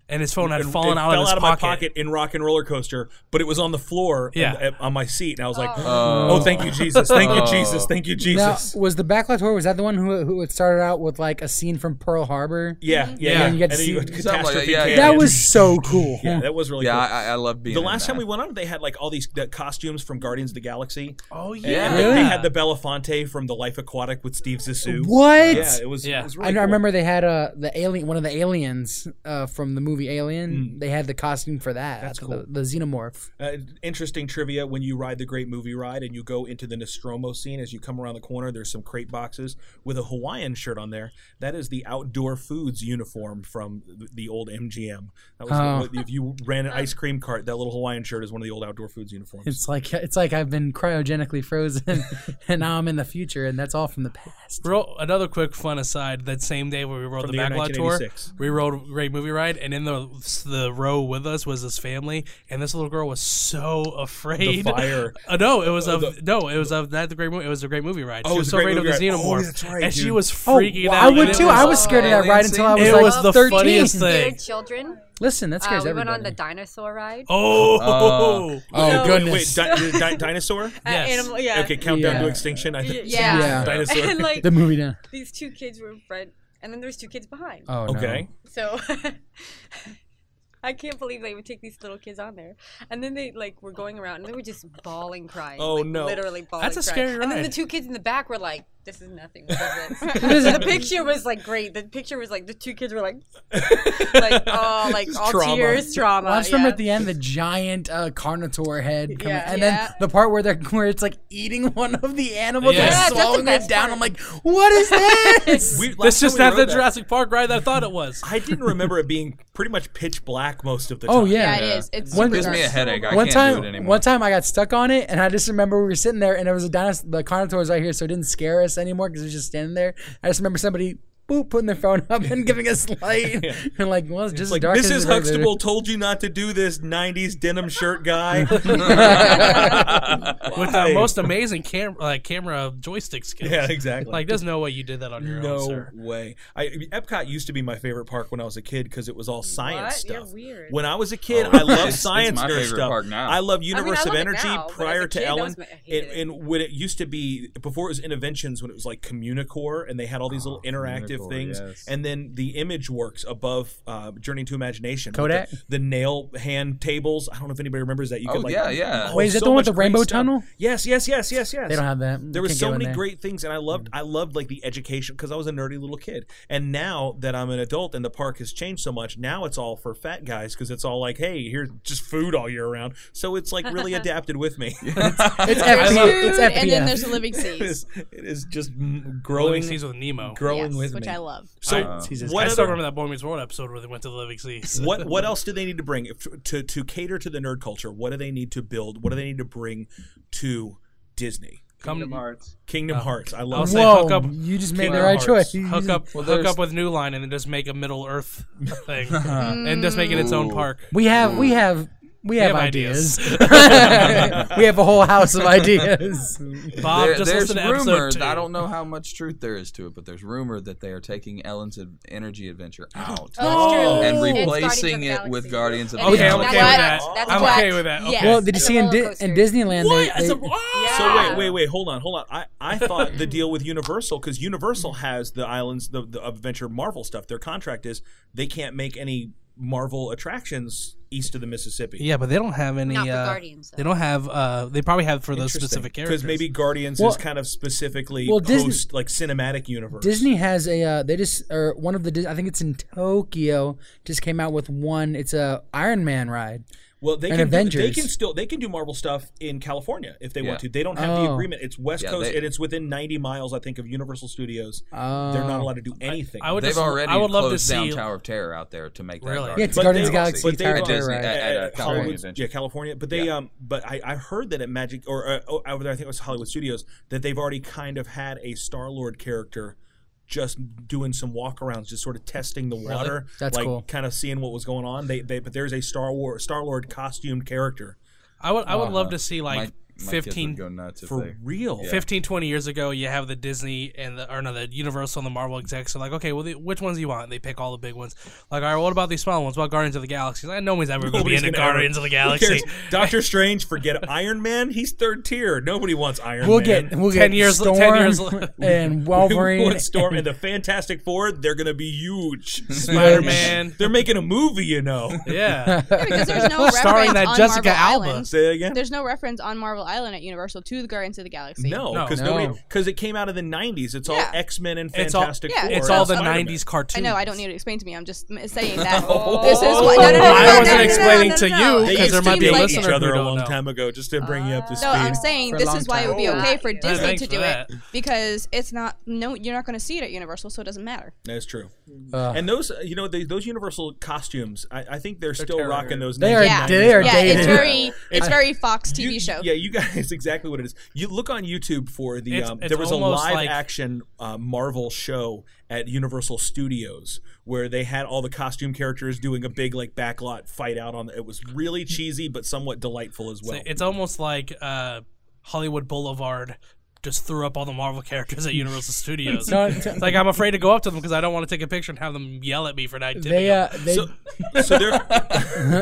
and his phone had
It-
fallen
it
out,
fell
of his
out of
pocket.
my pocket in Rock and Roller Coaster, but it was on the floor
Yeah.
and, uh, on my seat, and I was like,
Oh.
"Oh, thank you, Jesus! Thank you, Jesus!
Oh.
Thank you, Jesus!"
Now, was the backlot tour? Was that the one who who had started out with like a scene from Pearl Harbor?
Yeah, yeah, yeah.
And you got
And
to
then
see
you had catastrophe
that.
canyon.
was so cool.
Yeah, that was really
Yeah,
cool.
I- I- I love being
The
in
last time
that.
we went on, they had like all these the costumes from Guardians of the Galaxy.
Oh
yeah.
they, they
Yeah.
had the Belafonte from The Life Aquatic with Steve Zissou.
What?
Yeah, it was. It was really
I, know- I
cool.
remember they had uh, the alien, one of the aliens uh, from the movie Alien. They had the costume for that. Hmm. That's cool. The, the xenomorph.
Uh, interesting trivia: When you ride the Great Movie Ride and you go into the Nostromo scene, as you come around the corner, there's some crate boxes with a Hawaiian shirt on there. That is the outdoor foods uniform from th- the old MGM. That was
Oh.
what- if you ran an ice cream cart, that little Hawaiian shirt is one of the old outdoor foods uniforms.
It's like it's like I've been cryogenically frozen, and now I'm in the future, and that's all from the past.
Real, another quick fun aside. That same day where we rode
From
the
the year
backlot tour,
1986.
we rode Great Movie Ride, and in the the row with us was this family, and this little girl was so afraid.
fire.
Uh, no, it was
Uh,
of no, it was of not the Great Movie. It was the Great Movie Ride.
Oh,
she
it
was
was
so
the
afraid
Great
of the
Movie Ride. Oh,
xenomorph,
that's right,
and she
dude.
was
Oh,
freaking
wow.
out.
I would
and it
too. I was scared of that ride
Alien
until I was,
scene?
like,
it was the
13.
funniest
Scared
thing.
children.
Listen, that scares
uh, we
everybody.
went on the dinosaur ride.
Oh,
Uh, oh,
Wait,
goodness.
Wait, di- di- dinosaur?
Yes. animal- Uh, yeah.
Okay, countdown
Yeah.
to extinction. I think.
Yeah.
Dinosaur.
And, like,
The movie done.
These two kids were in front, and then there's two kids behind.
Uh.
Oh, no.
okay.
So I can't believe they would take these little kids on there. And then they like were going around and they were just bawling crying.
Oh,
like,
no.
Literally bawling
That's a
crying.
scary
And then the
ride.
two kids in the back were like, This is nothing. What is this? the picture was like great. The picture was like the two kids were like like oh like all
Trauma.
tears, trauma.
Well, I just remember
yeah.
at the end the giant uh, Carnotaur head, coming,
Yeah.
and
Yeah.
then the part where they're where it's like eating one of the animals,
Yeah. Yeah, that's
like
the
swallowing it
best
down.
part.
I'm like, what is this?
We- last
That's
time
just
we
not the
rode that,
Jurassic Park ride that I thought it was.
I didn't remember it being pretty much pitch black most of the time.
oh yeah,
Yeah, it is. It's
One-
super
Gives me a
dark.
headache. I
one
can't
time,
do it anymore.
one time I got stuck on it, and I just remember we were sitting there, and it was a dinosaur. The Carnotaur was right here, so it didn't scare us anymore because it was just standing there. I just remember somebody. Boop, putting their phone up and giving us light, and like, well, it's just
Like
dark. as
Mrs.
it is.
Huxtable told you not to do this '90s denim shirt guy.
With the most amazing camera, like camera joystick skills.
Yeah, exactly.
Like, there's no way you did that on your
no
own, sir.
way. I, I mean, Epcot used to be my favorite park when I was a kid because it was all science
What? You're
stuff.
weird.
When I was a kid,
Oh,
I
it's-
loved
it's
science
my
nerd
favorite
stuff.
park now.
I love Universe
love
of
it
Energy
now, but as a
prior
kid,
to
that
Ellen,
was my- I
and,
hated it.
and when it used to be before it was Interventions, when it was like Communicore, and they had all these little interactive
Communicore,
things,
yes.
and then the Image Works above uh, Journey to Imagination, with
Kodak?
the, the nail hand tables. I don't know if anybody remembers that. You
Oh,
could like
yeah, yeah.
Wait, is that the one
much
with the
great
rainbow
stuff.
tunnel?
Yes, yes, yes, yes, yes.
They don't have that.
There
Can't
was
get
so
one
many
there.
great things, and I loved I loved like the education because I was a nerdy little kid. And now that I'm an adult and the park has changed so much, now it's all for fat guys because it's all like, hey, here's just food all year round. So it's like really adapted with me.
It's
There's
FP. It's
food, and then
FPF.
there's the living
it,
seas.
is, it is just m-
Living
growing,
Seas with Nemo.
growing
yes,
with
which
me.
I love.
So
I
what
still
other
remember that Boy Meets World episode where they went to the Living Seas.
what what else do they need to bring if, to to cater to the nerd culture? What do they need to build? What do they need to bring to Disney?
Kingdom Hearts.
Kingdom Hearts. I love
I'll say
that.
Whoa,
hook up-
you just made the
Kingdom
right
Hearts.
choice. You
Hook
just-
up,
Well,
hook
there's-
up with New Line and then just make a Middle Earth thing, and just make it its own park.
We have, we have, we have,
have
ideas.
ideas.
we have a whole house of ideas.
Bob,
There-
just
there's
listen to
rumor.
episode two.
I don't know how much truth there is to it, but there's rumor that they are taking Ellen's ad- energy adventure out
Oh,
and
it's true.
replacing
It's
it with Guardians of the
Galaxy.
Okay, I'm
Galaxy.
okay with that.
That's
I'm
what-
okay with that. Okay.
yes.
Well, did you see in,
roller
Di- in
coaster.
Disneyland?
What?
They,
As
they,
a-
Yeah.
So wait, wait, wait. Hold on, hold on. I, I thought the deal with Universal because Universal
Mm-hmm.
has the islands, the, the Adventure Marvel stuff. Their contract is they can't make any Marvel attractions east of the Mississippi.
Yeah, but they don't have any.
Not for
uh,
Guardians, though.
They don't have. Uh, they probably have for those specific characters.
Because maybe Guardians
Well-
is kind of specifically
Well,
well,
Disney-
host like cinematic universe.
Disney has a. Uh, they just or one of the. Dis- I think it's in Tokyo. Just came out with one. It's a Iron Man ride.
well, they
and
can do- they
Avengers.
can still they can do Marvel stuff in California if they
Yeah.
want to. They don't have the
Oh.
agreement. It's West
Yeah,
Coast
they-
and it's within 90 miles, I think, of Universal Studios.
Oh.
They're not allowed to do anything.
I would
They've
just,
already
I would love to
closed
see.
down Tower of Terror out there to make that.
Really?
Guardians.
Yeah, it's
But
Guardians
they-
of the Galaxy.
but they-
Tower
at
of Terror
Disney,
ride.
at- at, uh,
at
California
Hollywood-
Adventure.
yeah, California. But they, um, but I, I heard that at Magic or uh, oh, over there, I think it was Hollywood Studios, that they've already kind of had a Star Lord character just doing some walkarounds, just sort of testing the water,
That's
like
cool.
kind of seeing what was going on. They, they but there's a Star War Star Lord costumed character.
I would I would
Uh-huh.
love to see like
My- my kids would
15
go nuts if For they- real? Yeah.
15 20 years ago you have the Disney and the or no the Universal and the Marvel execs are like okay well the, which ones do you want they pick all the big ones like all right what about these small ones what about Guardians of the Galaxy like no one's ever going to be
Nobody's
into
gonna ever-
Guardians of the
Who
Galaxy
cares? Doctor Strange, forget it. Iron Man. He's third tier. Nobody wants Iron
We'll
Man.
get- we'll 10 get years- Storm 10 years- and Wolverine
We want Storm and
and-
the Fantastic Four. They're gonna be huge.
Spider-Man.
They're making a movie, you know.
Yeah.
Yeah, because there's no reference on Marvel Island.
Say again.
There's no reference on Marvel Island at Universal to the Guardians of the Galaxy.
No, because it came out of the '90s. It's all X Men and
It's all-
Fantastic
Yeah,
Four.
it's all the
Spider-Man.
90s
I
cartoons
know. I don't need to explain to me. I'm just m- saying that. This is why. No, no, no, no,
I
no, no,
wasn't
no, no,
explaining
no,
to
no,
you
no.
They
because
used
there
to
might be a
date
listener
each other
who
a
don't
long
know.
time ago, just to bring you up to
No,
speed.
I'm saying this is why it would be okay for Disney
thanks
to
for
do
that.
it because it's not. No, you're not going to see it at Universal, so it doesn't matter.
That's true.
Ugh.
and those, uh, you know, they, those Universal costumes, I, I think they're, still rocking those.
They are-
1990s.
they are Yeah, it's dated.
very- it's very Fox
You-
TV show.
Yeah, you guys, it's exactly what it is. You look on YouTube for the.
It's-
um,
it's
there was a
almost
live
like-
action uh, Marvel show at Universal Studios where they had all the costume characters doing a big like backlot fight out on. It was really cheesy but somewhat delightful as well.
So it's almost like uh, Hollywood Boulevard just threw up all the Marvel characters at Universal Studios.
No,
it's
it's-
like I'm afraid to go up to them because I don't want to take a picture and have them yell at me for not tipping.
They, uh,
them.
they-
so they're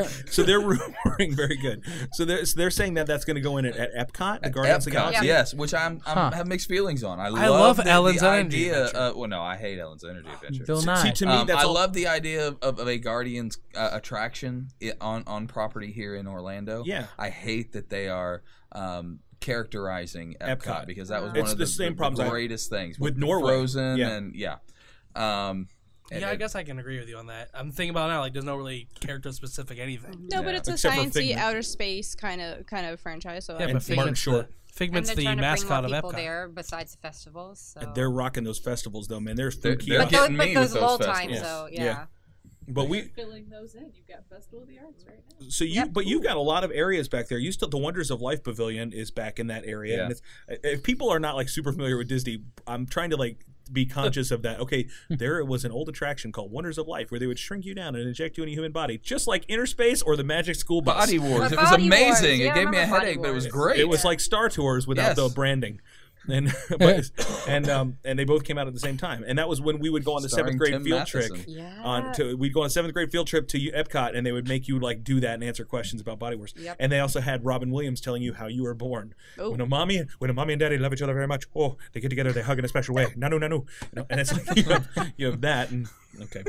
so they're rumoring very good. So they're so they're saying that that's going to go in at, at Epcot, the Guardians of the
Epcot,
Galaxy.
yes, which I'm, I'm
Huh.
have mixed feelings on. I
love
love, the,
Ellen's
the
Energy
idea. Uh, well, no, I hate Ellen's Energy
Ah,
Adventure.
Bill See, Nye.
to me,
Um,
that's
I
all-
love the idea of, of, of a Guardians uh, attraction i- on on property here in Orlando.
Yeah.
I hate that they are. Um, characterizing Epcot,
Epcot.
because that was
It's
one of
the
the,
same
the
problems I-
greatest things
with Norway.
Frozen
Yeah.
and yeah, um, and
yeah, I
it-
guess I can agree with you on that. I'm thinking about it now like there's no really character specific anything.
No, but it's a
Except for
sciencey
Figment.
outer space kind of kind of franchise. So
Yeah,
I
but
think-
Martin Short.
And
Figment's
they're
the
trying to bring more
mascot of
people
Epcot.
there besides the festivals. So.
They're rocking those festivals though, man. There's
They're-
food
they're
kiosks.
But those- getting but me with
those those lull times, festivals. though, yeah.
But we,
filling those in. You've got Festival of the Arts right now.
so you, but you've got a lot of areas back there. You still, the Wonders of Life Pavilion is back in that area, and it's, if people are not like super familiar with Disney, I'm trying to like be conscious of that. Okay, there was an old attraction called Wonders of Life where they would shrink you down and inject you in a human body, just like Inner Space or the Magic School Bus.
Body Wars. It was Body Wars. amazing. It Yeah, I gave me a remember Body headache, but it was Wars. great.
It was like Star Tours without
Yes.
the branding. And but, and um, and they both came out at the same time, and that was when we would go on the
Starring
seventh grade
Tim
field
Matheson.
trick.
Yeah.
On to we'd go on a seventh grade field trip to U- Epcot, and they would make you like do that and answer questions about Body Wars.
Yep.
And they also had Robin Williams telling you how you were born.
Oh.
When a mommy, when a mommy and daddy love each other very much, oh, they get together, they hug in a special way. No, no, no, no. You know, and it's like you have, you have that, and okay.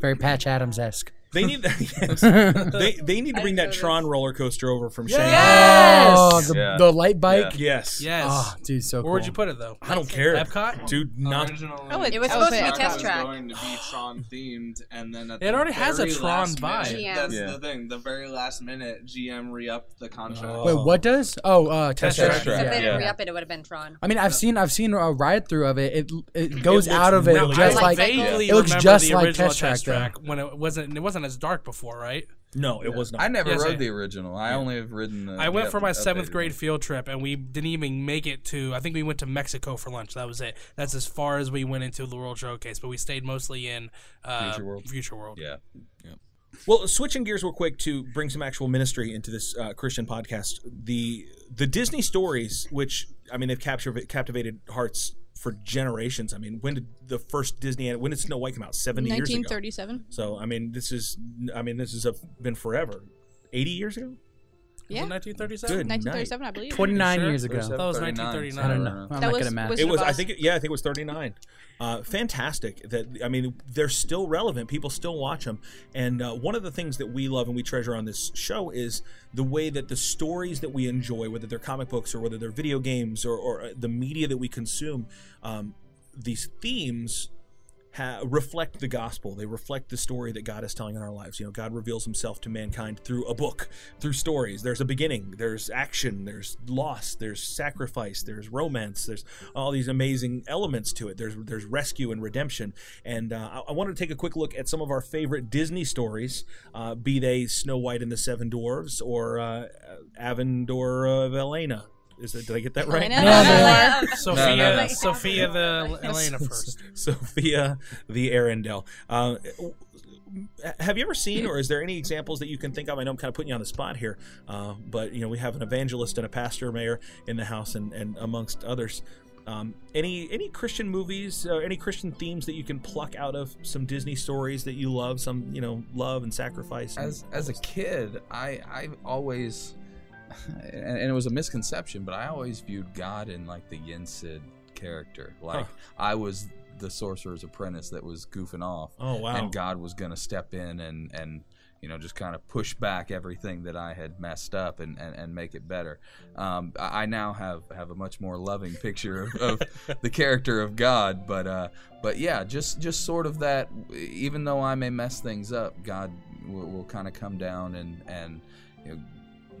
Very Patch Adams esque.
They need yes. they they need to bring that Tron roller coaster over from Shanghai.
Oh, the, the light bike.
Yes.
Yes.
Oh, dude, so
Where
cool.
would you put it though?
I don't care.
Epcot?
dude. Not
Oh, it-
It was
oh,
supposed to be
but-
test track.
going to be Tron themed, and then at
It
the
already has a
very
Tron
last
vibe.
minute-
GM.
That's
Yeah.
the thing. The very last minute, GM re-upped the contract.
Wait, what does? Oh, uh,
Test Track.
test, track.
So if
Yeah.
they didn't re-up it, it would have been Tron.
I mean, I've seen I've seen a ride through of it. It it goes
looks
out of it
really
just
good.
like
I vaguely
it looks
remember
just
the
like
original
test track, though.
when it wasn't it wasn't as dark before, right?
No, it was not.
I never
Yes,
rode
I-
the original. I only have ridden. The,
I went
the
for my
up-
seventh
updated
grade field trip, and we didn't even make it to. I think we went to Mexico for lunch. That was it. That's as far as we went into the World Showcase, but we stayed mostly in uh,
Future World.
Future World.
Yeah.
Well, switching gears real quick to bring some actual ministry into this uh, Christian podcast, the the Disney stories, which I mean, they've captured captivated hearts for generations. I mean, when did the first Disney when did Snow White come out? Seventy years ago.
1937.
So I mean, this is I mean, this has uh, been forever. Eighty years ago.
Yeah.
1937?
Good night.
1937, I believe.
29
Sure.
years ago.
That was 1939.
I don't know. I'm
That
not
was-
gonna math.
was-
It was, I
Boss.
think, it- yeah, I think it was 39. Uh, fantastic. That I mean, they're still relevant. People still watch them. And uh, one of the things that we love and we treasure on this show is the way that the stories that we enjoy, whether they're comic books or whether they're video games or, or uh, the media that we consume, um, these themes ha- reflect the gospel. They reflect the story that God is telling in our lives. You know, God reveals Himself to mankind through a book, through stories. There's a beginning. There's action. There's loss. There's sacrifice. There's romance. There's all these amazing elements to it. There's there's rescue and redemption. And uh, I, I wanted to take a quick look at some of our favorite Disney stories, uh, be they Snow White and the Seven Dwarves or uh, Avondor of Elena. Is that, did I get that right?
Elena. No, No,
um,
no. Sophia- No, no. Sophia the
Yes.
Elena first.
Sophia the Arendelle. Uh, have you ever seen, or is there any examples that you can think of? I know I'm kind of putting you on the spot here, uh, but you know we have an evangelist and a pastor, mayor in the house, and, and amongst others. Um, any any Christian movies, uh, any Christian themes that you can pluck out of some Disney stories that you love, some you know love and sacrifice. and-
As as a kid, I I always, and, and it was a misconception, but I always viewed God in like the Yin Sid character. Like
Huh.
I was the sorcerer's apprentice that was goofing off.
Oh, wow.
And God was gonna step in and and you know just kind of push back everything that I had messed up and and, and make it better. Um, I I now have have a much more loving picture of, of the character of God, but uh, but yeah, just just sort of that. Even though I may mess things up, God will, will kind of come down and and you know,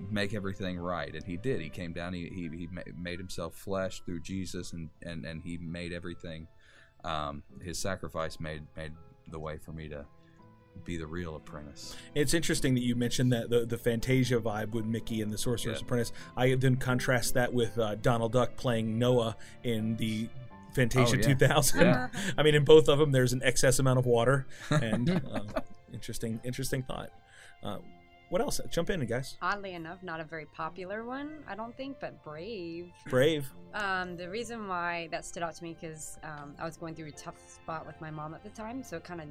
make everything right, and He did. He came down. He he, he ma- made Himself flesh through Jesus, and and and He made everything. Um, his sacrifice made made the way for me to be the real apprentice.
It's interesting that you mentioned that the, the Fantasia vibe with Mickey and the Sorcerer's
Yeah.
Apprentice. I then contrast that with uh, Donald Duck playing Noah in the Fantasia
Oh, yeah.
2000.
Yeah.
I mean, in both of them, there's an excess amount of water. And uh, interesting, interesting thought. Uh, what else? Jump in, guys.
Oddly enough, not a very popular one, I don't think, but Brave.
Brave.
Um, the reason why that stood out to me because um, I was going through a tough spot with my mom at the time, so it kind of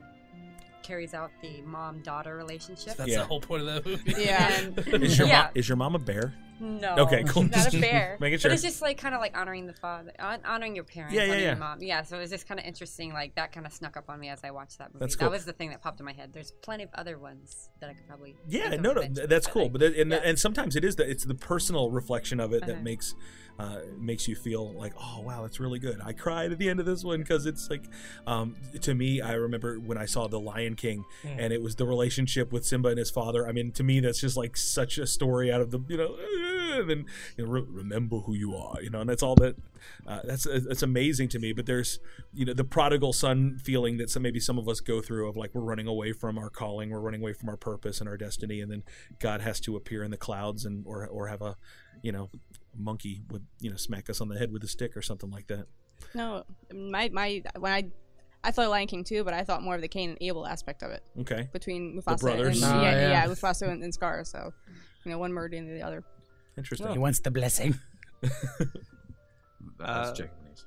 carries out the mom-daughter relationship.
That's the whole point of that movie.
And-
is your
yeah.
mom is your mom a bear?
No.
Okay, cool.
Not a bear.
Making sure.
But it's just like kind of like honoring the father, hon- honoring your parents,
Yeah, yeah,
honoring
yeah.
your mom. Yeah. So it was just kind of interesting. Like that kind of snuck up on me as I watched that movie.
That's cool.
That was the thing that popped in my head. There's plenty of other ones that I could probably.
Yeah,
think of
no,
and
no,
mention,
th- that's
but,
cool.
like,
But it, and
yeah.
and sometimes it is that it's the personal reflection of it that
Uh-huh.
makes uh, makes you feel like, oh wow, that's really good. I cried at the end of this one because it's like, um, to me, I remember when I saw The Lion King,
Mm.
and it was the relationship with Simba and his father. I mean, to me, that's just like such a story out of the you know. "Eh," And then you know, re- remember who you are, you know, and that's all that. Uh, that's that's amazing to me. But there's, you know, the prodigal son feeling that some maybe some of us go through of like we're running away from our calling, we're running away from our purpose and our destiny, and then God has to appear in the clouds and or or have a, you know, monkey would you know smack us on the head with a stick or something like that.
No, my my when I I thought Lion King too, but I thought more of the Cain and Abel aspect of it.
Okay.
Between
The
Mufasa
brothers.
and
Ah,
yeah, yeah.
yeah.
Mufasa and, and Scar. So, you know, one murdering the other.
Interesting.
He wants the blessing.
Uh,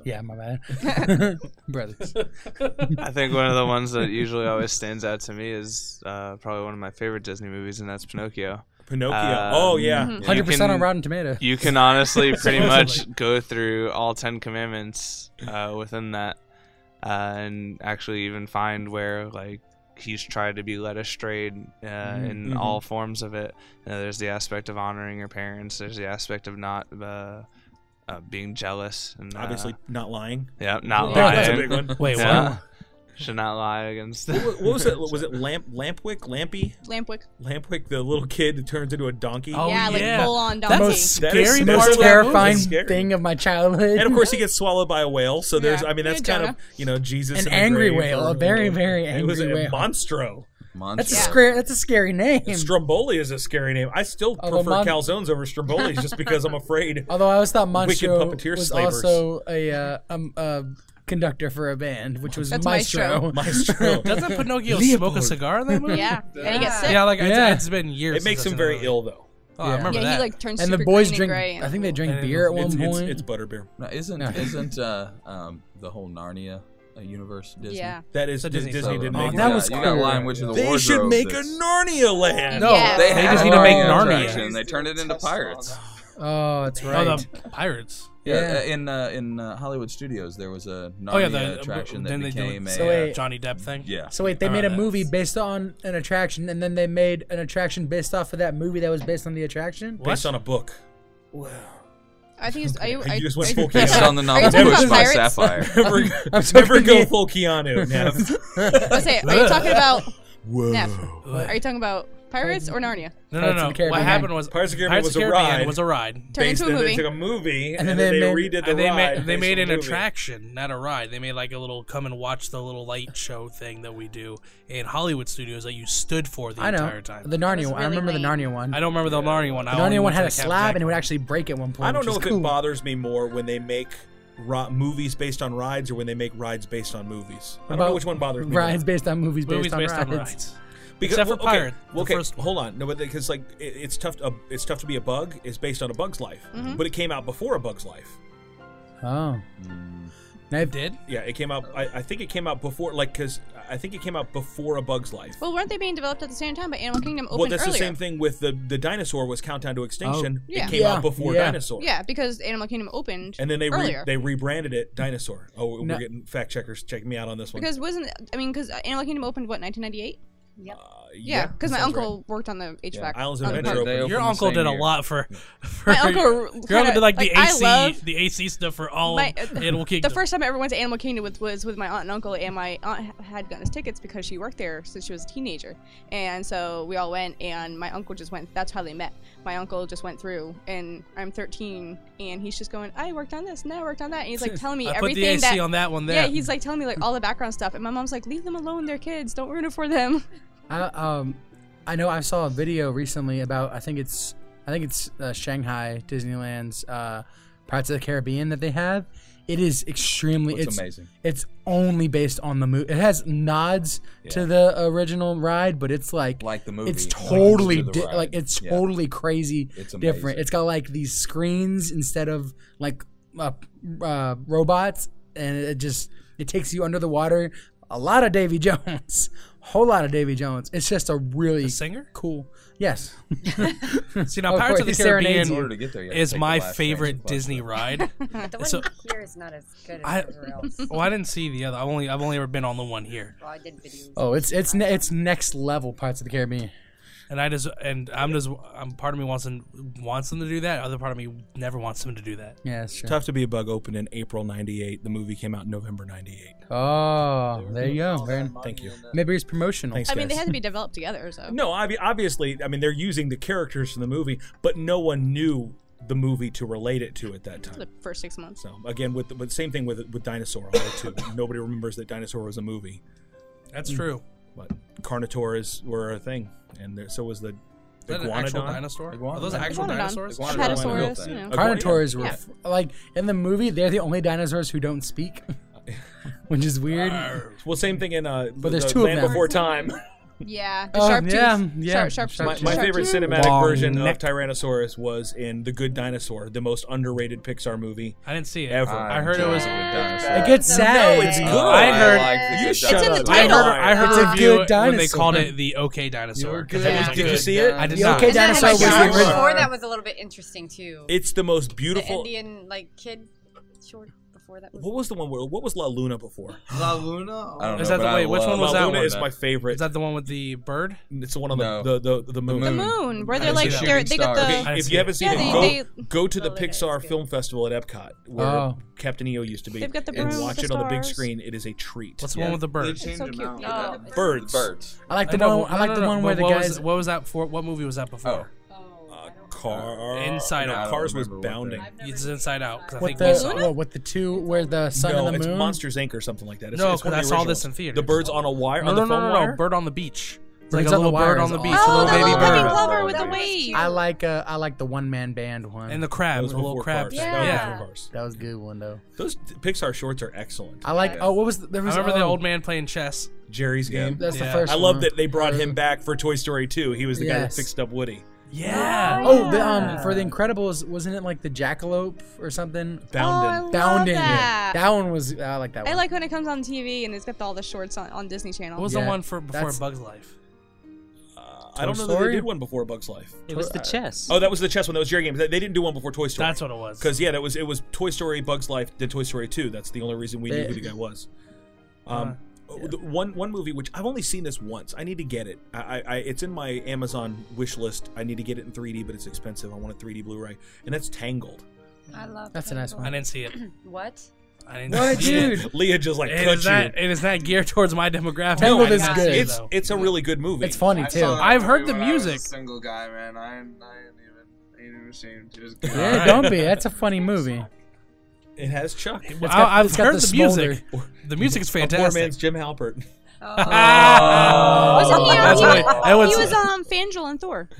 Yeah, my bad. Brothers.
I think one of the ones that usually always stands out to me is uh, probably one of my favorite Disney movies, and that's Pinocchio. Uh,
Pinocchio. Oh,
Um,
yeah.
mm-hmm.
Mhm.
you
100% on
can-
Rotten Tomato.
You can honestly pretty much
Supposedly.
go through all ten commandments uh, within that, uh, and actually even find where like he's tried to be led astray uh, in
Mhm.
all forms of it. You know, there's the aspect of honoring your parents. There's the aspect of not. Uh, uh, being jealous and uh,
Obviously not lying.
Yeah,
Oh,
not
Yeah,
lying.
that's a big one. Wait,
Yeah.
what?
Should not lie against.
What, wa- what was it? Was it Lamp Lampwick? Lampy?
Lampwick.
Lampwick, the little kid who turns into a donkey.
Oh, Yeah, like yeah. full-on
That's
donkey.
most
That is
scary,
most
most terrifying
scary.
thing of my childhood.
And of course, he gets swallowed by a whale. So there's,
Yeah.
I mean, that's
Yeah,
kind of
Jonah.
you know Jesus,
An
in the
angry
grave
whale,
or-
a very, very
It was a
angry whale.
monstro.
That's a scary. That's a scary name.
Stromboli is a scary name. I still
Although
prefer
Oh, mon- Oh.
calzones over Stromboli's just because I'm afraid.
Although I always thought
wicked
Monstro
puppeteer
was
slavers.
also a uh, um, uh, conductor for a band, which was
That's
Maestro.
Maestro.
Doesn't Pinocchio smoke a
Leopold.
cigar in that movie?
Yeah. And he gets sick.
Yeah, like it's-
Yeah.
it's been years.
It makes
since
him
I've
very
seen that
ill, though.
Oh, I remember
Yeah, he,
that.
like, turns
and the
super
boys
green and
drink.
gray and
I think they drank
And
beer at one
It's, it's,
point.
it's butterbeer.
Now, isn't
Yeah.
isn't uh, um, the whole Narnia uh, universe Disney?
Yeah.
That is Disney. Disney didn't
Oh,
make it.
you got- you got Lion Witch of the
They
Wardrobe
should make a
that's-
Narnia land.
No,
Yeah.
they,
They
had
just need to
a
make
Narnia
Narnia.
attraction. They turned it into pirates.
oh, that's right.
Oh, the pirates.
Yeah, uh, in uh, in uh, Hollywood studios there was a Narnia
Oh, yeah,
uh,
the-
attraction that
then they do
became
it-
a
So
uh,
wait.
Johnny Depp thing.
Yeah.
So wait, they
I
made a
remember that.
movie based on an attraction, and then they made an attraction based off of that movie that was based on the attraction.
Based on a book.
I think it's, are you,
You
are
just went
are
full
are
Keanu.
you
Based on the
talking
novel
about
Pushed by
pirates?
Sapphire.
Never,
I'm
never
sorry.
go full Keanu. Nev.
I say, are you talking about
Whoa.
Neff? Are you talking about pirates or Narnia?
No, no,
Pirates of the
no.
Caribbean.
What happened was
Pirates of the Caribbean was a ride.
was a ride.
Turned
Based-
into a
They
movie.
took a movie
And
and,
then
then
they
they,
made-
redid the
And they
ride.
made, they
based
made
on
an
the movie.
attraction, not a ride. They made like a little come and watch the little light show thing that we do in Hollywood studios that you stood for the
I know
entire time.
the Narnia one. I
really
remember the
lame.
Narnia one.
I don't remember the Narnia one.
The
I only
Narnia one
went to
had
the
a
Captain
slab,
Jack
and it would actually break at one point.
I don't
which
know
was
if
cool.
it bothers me more when they make ro- movies based on rides or when they make rides based on movies. I don't know
About
which one bothers me.
rides
more.
based on movies based Movies on based on rides. rides. Except for
okay,
Pirate, the
well, okay,
first
hold on. No, but because like it, it's tough. To, it's tough to be a bug. It's based on a Bug's Life,
Mhm.
but it came out before a Bug's Life.
Oh. Now,
did?
Yeah, it came out. I, I think it came out before, like, because I think it came out before a Bug's Life.
Well, weren't they being developed at the same time? But Animal Kingdom opened
well, that's
earlier. Oh,
the same thing with the the dinosaur was Countdown to Extinction.
Yeah.
It came
Yeah,
out before
yeah.
dinosaur.
Yeah, because Animal Kingdom opened
And then they re-
earlier.
they rebranded it dinosaur. Oh,
No.
we're getting fact checkers checking me out on this one.
because wasn't I mean because Animal Kingdom opened what 1998. Yep.
Uh, yeah,
yeah, because my
sounds
uncle worked on the HVAC.
Islands of
on the
Adventure
boat.
opened.
Your
opened the
uncle
same
did a
year.
lot for. for
My uncle
your
kinda-
uncle did like the
like, I
AC,
love-
the AC stuff for all
My-
uh,
Animal Kingdom.
The first time I ever went to Animal Kingdom with, was with my aunt and uncle, and my aunt ha- had gotten us tickets because she worked there since she was a teenager. And so we all went, and my uncle just went. That's how they met. My uncle just went through, and I'm 13, and he's just going, I worked on this, and I worked on that. And he's like telling me
I put the
everything.
AC
that,
on that one
Yeah,
there.
he's like telling me like all the background stuff. And my mom's like, Leave them alone, they're kids. Don't ruin it for them.
I, um, I know I saw a video recently about I think it's I think it's uh, Shanghai Disneyland's uh, Pirates of the Caribbean that they have. It is extremely
Looks
it's
amazing.
It's only based on the movie. It has nods to
Yeah.
the original ride, but it's like
Like the movie,
It's
like
totally
to the
di-
ride.
like it's
Yeah.
totally crazy.
It's
different. It's got like these screens instead of like uh, uh, robots, and it just it takes you under the water. A lot of Davy Jones, whole lot of Davy Jones. It's just a really
singer
cool. Yes.
See now,
Of
Pirates
course,
of the
he
Caribbean
serenades you. In order to get there, you have to
is
take
my
the last train
favorite
close to
Disney
it.
ride.
But the one
So-
here is not as good as
I,
everywhere else.
well, I didn't see the other. I only I've only ever been on the one here,
Well, I did videos.
Oh, it's it's ne- it's next level Pirates of the Caribbean.
and I just and I'm just I'm part of me wants them wants them to do that. Other part of me never wants them to do that.
Yeah, that's true.
Tough to be a bug opened in April '98. The movie came out in November '98.
Oh, there you go. Very,
Thank you.
Maybe it's promotional.
Thanks,
I mean, they
guys.
had to be developed together, so.
No, obvi- obviously, I mean they're using the characters from the movie, but no one knew the movie to relate it to at that time.
The first six months.
So again, with the with same thing with with Dinosaur Hollow too. Nobody remembers that Dinosaur was a movie.
That's true.
But Carnotaurs were a thing, and there, so was the.
that an
Iguanodon.
actual dinosaur?
Iguanodon.
Are those actual Iguanodon. dinosaurs?
Iguanodon.
Apatosaurus, Iguanodon. you know.
Carnotaurs were
Yeah.
f- like in the movie. They're the only dinosaurs who don't speak, which is weird.
Well, same thing in uh,
But there's
the
two of
Land
them.
Before Time.
Yeah, the
Oh,
sharp
yeah,
tooth.
yeah,
Sharp, sharp,
sharp
my,
tooth.
my
Sharp
favorite
tooth.
cinematic
Long
version
neck.
of Tyrannosaurus was in The Good Dinosaur, the most underrated Pixar movie.
I didn't see it.
Ever.
I heard it was.
It gets sad.
No, it's good.
I heard.
you shut up.
I heard. I heard
It's
a
a
review
good
when they
dinosaur.
called it the OK dinosaur. 'cause it
good
was
dinosaur. Did you see it?
good. I did
The
not.
OK
And then,
dinosaur
like,
was the
hours
original.
Before that was a little bit interesting too.
It's the most beautiful.
The Indian like kid short before that was.
What was the one where? What was La Luna before?
La Luna.
I don't
Is
know,
that the
but I
wait? Which
love-
one was
La
that
Luna
one?
is my favorite.
Is that the one with the bird?
It's the one on
No.
the, the, the, the moon.
The moon, where
I
they're
didn't
like
see that.
they're, they got
Shooting
the.
star. I
If
see
you
it.
haven't seen
Yeah,
it,
they-
go,
they-
go to the Pixar Film Festival at Epcot, where
Oh.
Captain EO used to be,
They've got the
and
broom
watch
with
it
the
on the big
stars.
screen. It is a treat.
What's the one with the bird?
They changed them out.
Oh.
Yeah.
Birds.
Birds.
I like the
know,
one. I
no,
like
no,
the
no,
one
but
where the
what
guys.
Was, what was that for? What movie was that before?
Oh.
Oh,
Uh, Car
Inside
no,
Out.
Cars was
remember what they're-
bounding.
It's Inside Out. 'cause I
With
think
the
we saw it.
what, with the two where the sun
no,
and the
it's
moon.
Monsters Inc. or something like that. It's,
No,
it's one of
'cause
the
I saw
originals.
this in theaters.
The birds on a wire
No,
on the
no, no,
phone
no,
wire.
no. Bird on the beach. It's
Birds
like a
on the
little
Wire
bird
is
on the beach.
awesome.
a
Oh,
little
the
baby
little
bird.
fucking clover with the wave.
I like uh, I like the one man band one.
And the
That
crab.
was
The little
before
crab.
Cars. That was
Yeah.
before Cars.
that was a good one though.
Those t- Pixar shorts are excellent.
I like. Oh, what was the, there
I
was?
remember the
oh,
old man playing chess.
Jerry's game.
That's the
Yeah.
first.
I love
one.
that they brought him back for Toy Story 2. He was the guy that
Yes.
fixed up Woody.
Yeah.
Oh, the, um, for the Incredibles, wasn't it like the jackalope or something?
Oh, I
Bounding.
love
Bounding.
that.
That one was. I like that one.
I like when it comes on TV and it's got all the shorts on, on Disney Channel.
What was
Yeah.
the one for before
That's-
Bugs Life?
Uh, I don't
Toy
know that they
Story?
did one before Bug's Life.
It was the chess.
Oh, that was the chess one. That was Jerry game. They they didn't do one before Toy Story.
That's what it was.
Because yeah, that was it was Toy Story, Bug's Life, then Toy Story Two. That's the only reason we knew
They-
who the guy was. Um,
Uh,
the one one movie which I've only seen this once. I need to get it. I, I, I it's in my Amazon wish list. I need to get it in 3D, but it's expensive. I want a 3D Blu-ray, and that's Tangled.
I love.
That's a nice
I
one.
didn't see it.
What?
I didn't
What,
see it.
dude?
Leah just like
It
cut
is,
you.
not, it is not geared towards my demographic.
Tangled
I
is
did not
good.
see it,
It's
though.
it's a really good movie.
It's funny
I
too.
saw that
I've heard
movie
the
when I was a
music.
single guy, man. I, ain't- I ain't even. I ain't even ashamed. It was good.
yeah, don't be. That's a funny movie.
It has Chuck.
It's got-
I, have
it's got
heard
the
the, music. The music is
A poor
fantastic.
Oh.
man's Jim Halpert.
Ah!
Wasn't he on
That's
TV?
what I- That was-
Oh. he was um Fangel and Thor.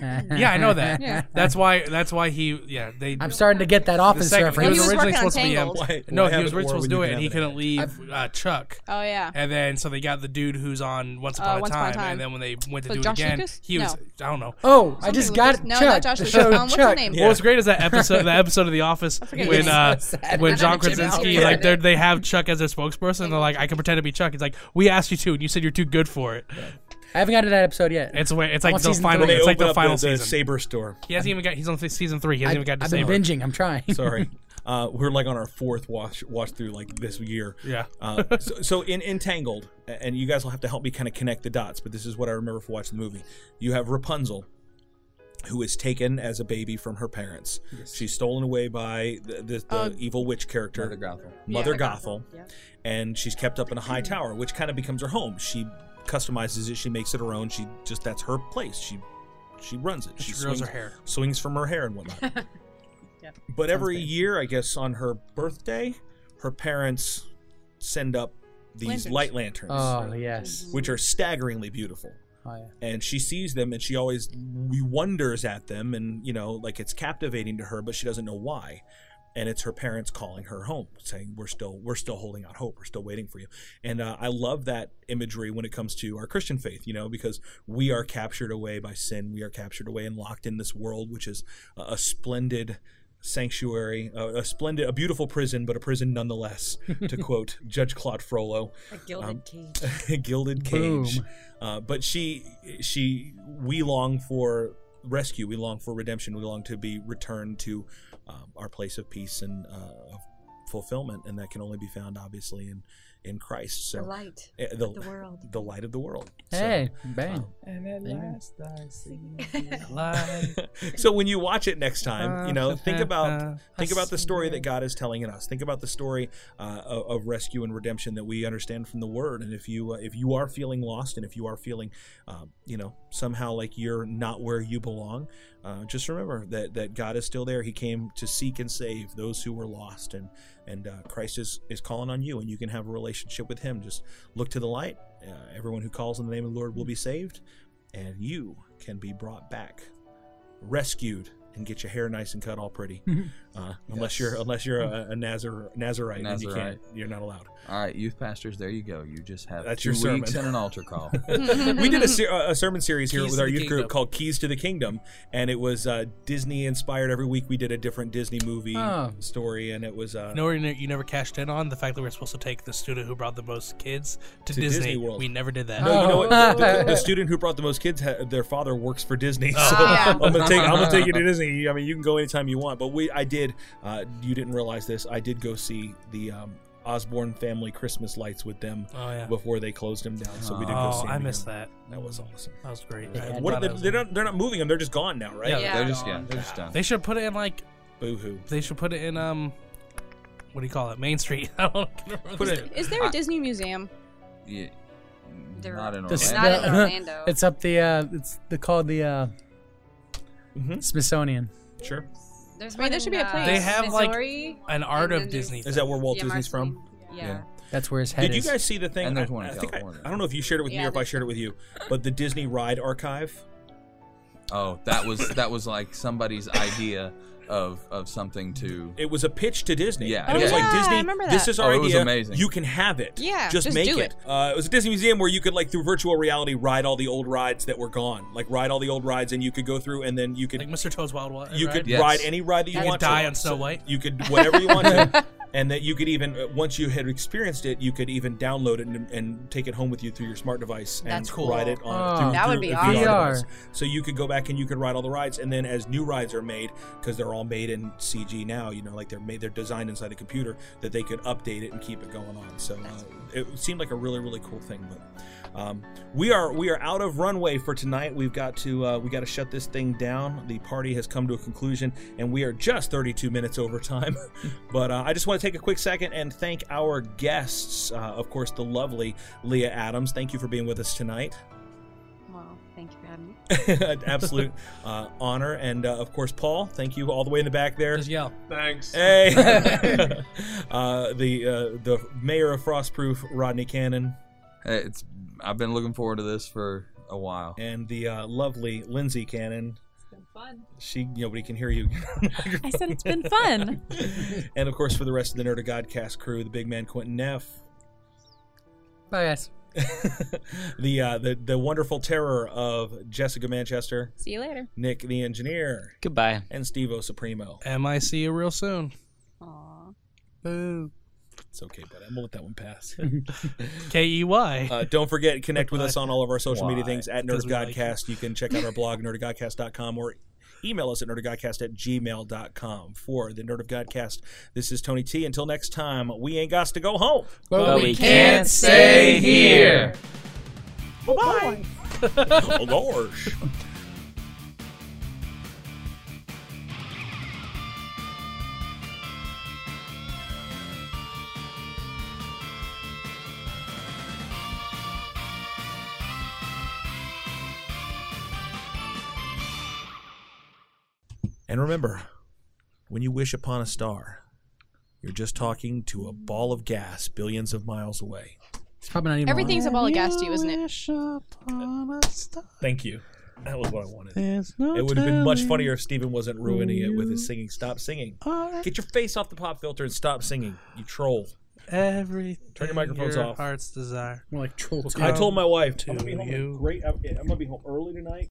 yeah, I know that.
Yeah.
That's why. That's why he. Yeah, they.
I'm starting to get that office reference.
He was
He was
originally
working on
supposed to be. Um,
Tangled. Why-
no,
why
he
have
was
it
originally
war
supposed to
when
do
you
it,
can
and he
have it?
couldn't leave uh, Chuck.
Oh, yeah.
And then so they got the dude who's on Once
Uh,
Upon,
Once
a, time,
Upon a Time.
and then when they went to
But
do
Josh
it again,
Lucas?
he was.
No.
I don't know.
Oh, I
Something
just
with
got
this- no, not
Chuck.
Josh
the
Lucas.
show
Um, what's his
Chuck.
name?
What was great is that episode, the episode of The Office
forget his
when
name.
uh,
Sad.
when John
Jim
Krasinski
Halpert.
like they're- they have Chuck as their spokesperson. and They're like, I can pretend to be Chuck. It's like we asked you to, and you said you're too good for it.
I haven't gotten to that episode yet.
It's way. It's
I'm
like
on
the
season
final.
three.
It's like
open
the
up
final
the- the
season.
Saber store.
He hasn't even got. He's on th- season three. He hasn't even got to
I've been
Saber.
binging. I'm trying.
Sorry. Uh, we're like on our fourth watch watch through like this year.
Yeah.
Uh, so, so in Entangled, a- and you guys will have to help me kind of connect the dots, but this is what I remember from watching the movie. You have Rapunzel, who is taken as a baby from her parents. She's stolen away by the, the, the
Uh,
evil witch character,
Mother Gothel.
Mother
Yeah.
Gothel, and she's kept up in a high tower, which kind of becomes her home. She customizes it. She makes it her own. She just that's her place. She she runs it. She,
grows
swings,
her hair.
swings from her hair and whatnot. But every year, I guess, on her birthday, her parents send up these
Lanterns.
light lanterns.
Oh, yes.
Which are staggeringly beautiful.
Oh, yeah.
And she sees them and she always w- wonders at them and, you know, like it's captivating to her, but she doesn't know why. And it's her parents calling her home, saying, "We're still, we're still holding out hope. We're still waiting for you." And uh, I love that imagery when it comes to our Christian faith, you know, because we are captured away by sin, we are captured away and locked in this world, which is a, a splendid sanctuary, a, a splendid, a beautiful prison, but a prison nonetheless. to quote Judge Claude Frollo,
A gilded
a gilded cage.
Boom.
Uh, but she, she, we long for rescue. We long for redemption. We long to be returned to um, our place of peace and uh, of fulfillment, and that can only be found, obviously, in in Christ. So
The light
eh,
of the world.
the light of the world. So- oh,
Hey, bang.
And
at last
I see.
so when you watch it next time, you know, think about
I
think about the
see
story that God is telling in us. Think about the story uh, of, of rescue and redemption that we understand from the Word. And if you uh, if you are feeling lost, and if you are feeling, um, you know, somehow like you're not where you belong, uh, just remember that that God is still there. He came to seek and save those who were lost, and and uh, Christ is is calling on you, and you can have a relationship with Him. Just look to the light. Uh, everyone who calls on the name of the Lord will be saved, and you can be brought back rescued and get your hair nice and cut all pretty. Uh, unless you're unless you're a, a Nazar, Nazarite, then you can't.
Nazarite.
You're not allowed.
All right, youth pastors, there you go. You just have
That's
two
your sermon.
weeks and an altar call.
we did a, ser- a sermon series here
Keys
with
to
our
the
youth
Kingdom.
group called Keys to the Kingdom, and it was uh, Disney inspired. Every week we did a different Disney movie
Oh.
story, and it was uh,
You know, where you ne- you never cashed in on the fact that we were supposed to take the student who brought the most kids to,
to
Disney. We never did that.
No, you know what? the, the- the student who brought the most kids, ha- their father works for Disney.
Oh,
So
Ah.
I'm gonna take I'm gonna take you to Disney. I mean, you can go anytime you want. But we, I did. Uh, you didn't realize this. I did go see the. Um, Osborne family Christmas lights with them
Oh, yeah.
before they closed them down, so we didn't go
Oh,
see.
I
them
missed
again.
that.
That was awesome.
That was great.
Yeah,
I
what-
thought
they,
that was-
are not they're not moving them. They're just gone now, right?
Yeah, Yeah.
they're just- yeah, they're just done.
They should put it in like.
Boo hoo.
They should put it in um. What do you call it? Main Street. I don't I can't remember.
Put
the
it-
name.
Is there a Disney museum?
Yeah,
They're-
not in
This- the-
Orlando.
It's up the. Uh, it's the called the uh,
Mm-hmm.
Smithsonian.
Sure.
There's
I mean,
one
there
in,
should be a
uh,
place.
They have
Missouri,
like an art
and
of
then there's-
Disney.
Is that where Walt
Yeah,
Disney's
Marceline.
from?
Yeah.
That's where his head
Did you
is.
guys see the thing?
And there's
I-
one in
I, think I,
California.
I don't know if you shared it with me
Yeah,
or if I shared it with you, but the Disney Ride Archive.
Oh, that was that was like somebody's idea of of something to.
It was a pitch to Disney.
Yeah,
and it was
yeah.
like
Yeah, I
Disney.
Oh, remember
This
that.
is our
Oh, it was
idea.
amazing.
You can have it.
Yeah,
just,
just
make
do
it.
it.
Uh, it was a Disney museum where you could like through virtual reality ride all the old rides that were gone, like ride all the old rides, and you could go through and then you could
Like Mr. Toad's Wild Wild.
you
Ride?
could
Yes.
ride any ride that you
You could
want. to.
die on Snow
So
White.
You could whatever you want to. And that you could even, uh, once you had experienced it, you could even download it and, and take it home with you through your smart device and
That's cool.
ride it on.
Oh.
through,
That would
through
be
a
awesome.
VR.
device. So you could go back and you could ride all the rides, and then as new rides are made, because they're all made in CG now, you know, like they're made, they're designed inside a computer, that they could update it and keep it going on. So uh, it seemed like a really, really cool thing. But um, we are we are out of runway for tonight. We've got to uh, we got to shut this thing down. The party has come to a conclusion, and we are just 32 minutes over time. but uh, I just want to take a quick second and thank our guests, uh, of course, the lovely Leah Adams. Thank you for being with us tonight.
Well, thank you for having me.
An absolute uh, honor. And uh, of course, Paul, thank you all the way in the back there.
Just yell.
Thanks.
Hey, uh, the uh, the mayor of Frostproof, Rodney Cannon.
It's. I've been looking forward to this for a while.
And the uh, lovely Lindsay Cannon. Fun. She nobody can hear you.
I said it's been fun.
and of course, for the rest of the Nerd to Godcast crew, the big man Quentin Neff,
Bye, guys.
the uh, the the wonderful terror of Jessica Manchester,
See you later.
Nick the engineer,
goodbye,
and Steve O Supremo.
Am I see you real soon?
Boo. It's okay, but I'm gonna let that one pass.
K E Y.
Uh, don't forget, connect with us on all of our social media
Why?
things at
Because we like
NerdGodcast. you can check out our blog, nerdofgodcast.com, or email us at nerdofgodcast at gmail.com. For the Nerd of Godcast, this is Tony T. Until next time, we ain't got to go home.
But But we we can't can't stay stay here.
Bye-bye. oh, gosh. And remember, when you wish upon a star, you're just talking to a ball of gas billions of miles away.
It's probably not even.
Everything's a
on.
ball of gas to you, isn't it?
Thank you. That was what I wanted.
There's no
it would have been much
telling
funnier if Steven wasn't ruining it with his singing. Stop singing. Get your face off the pop filter and stop singing, you troll.
Everything.
Turn your microphones
your
off.
Heart's desire.
More like troll.
I told my wife,
to
I'm going to be home,
you.
great, I'm going to be home early tonight.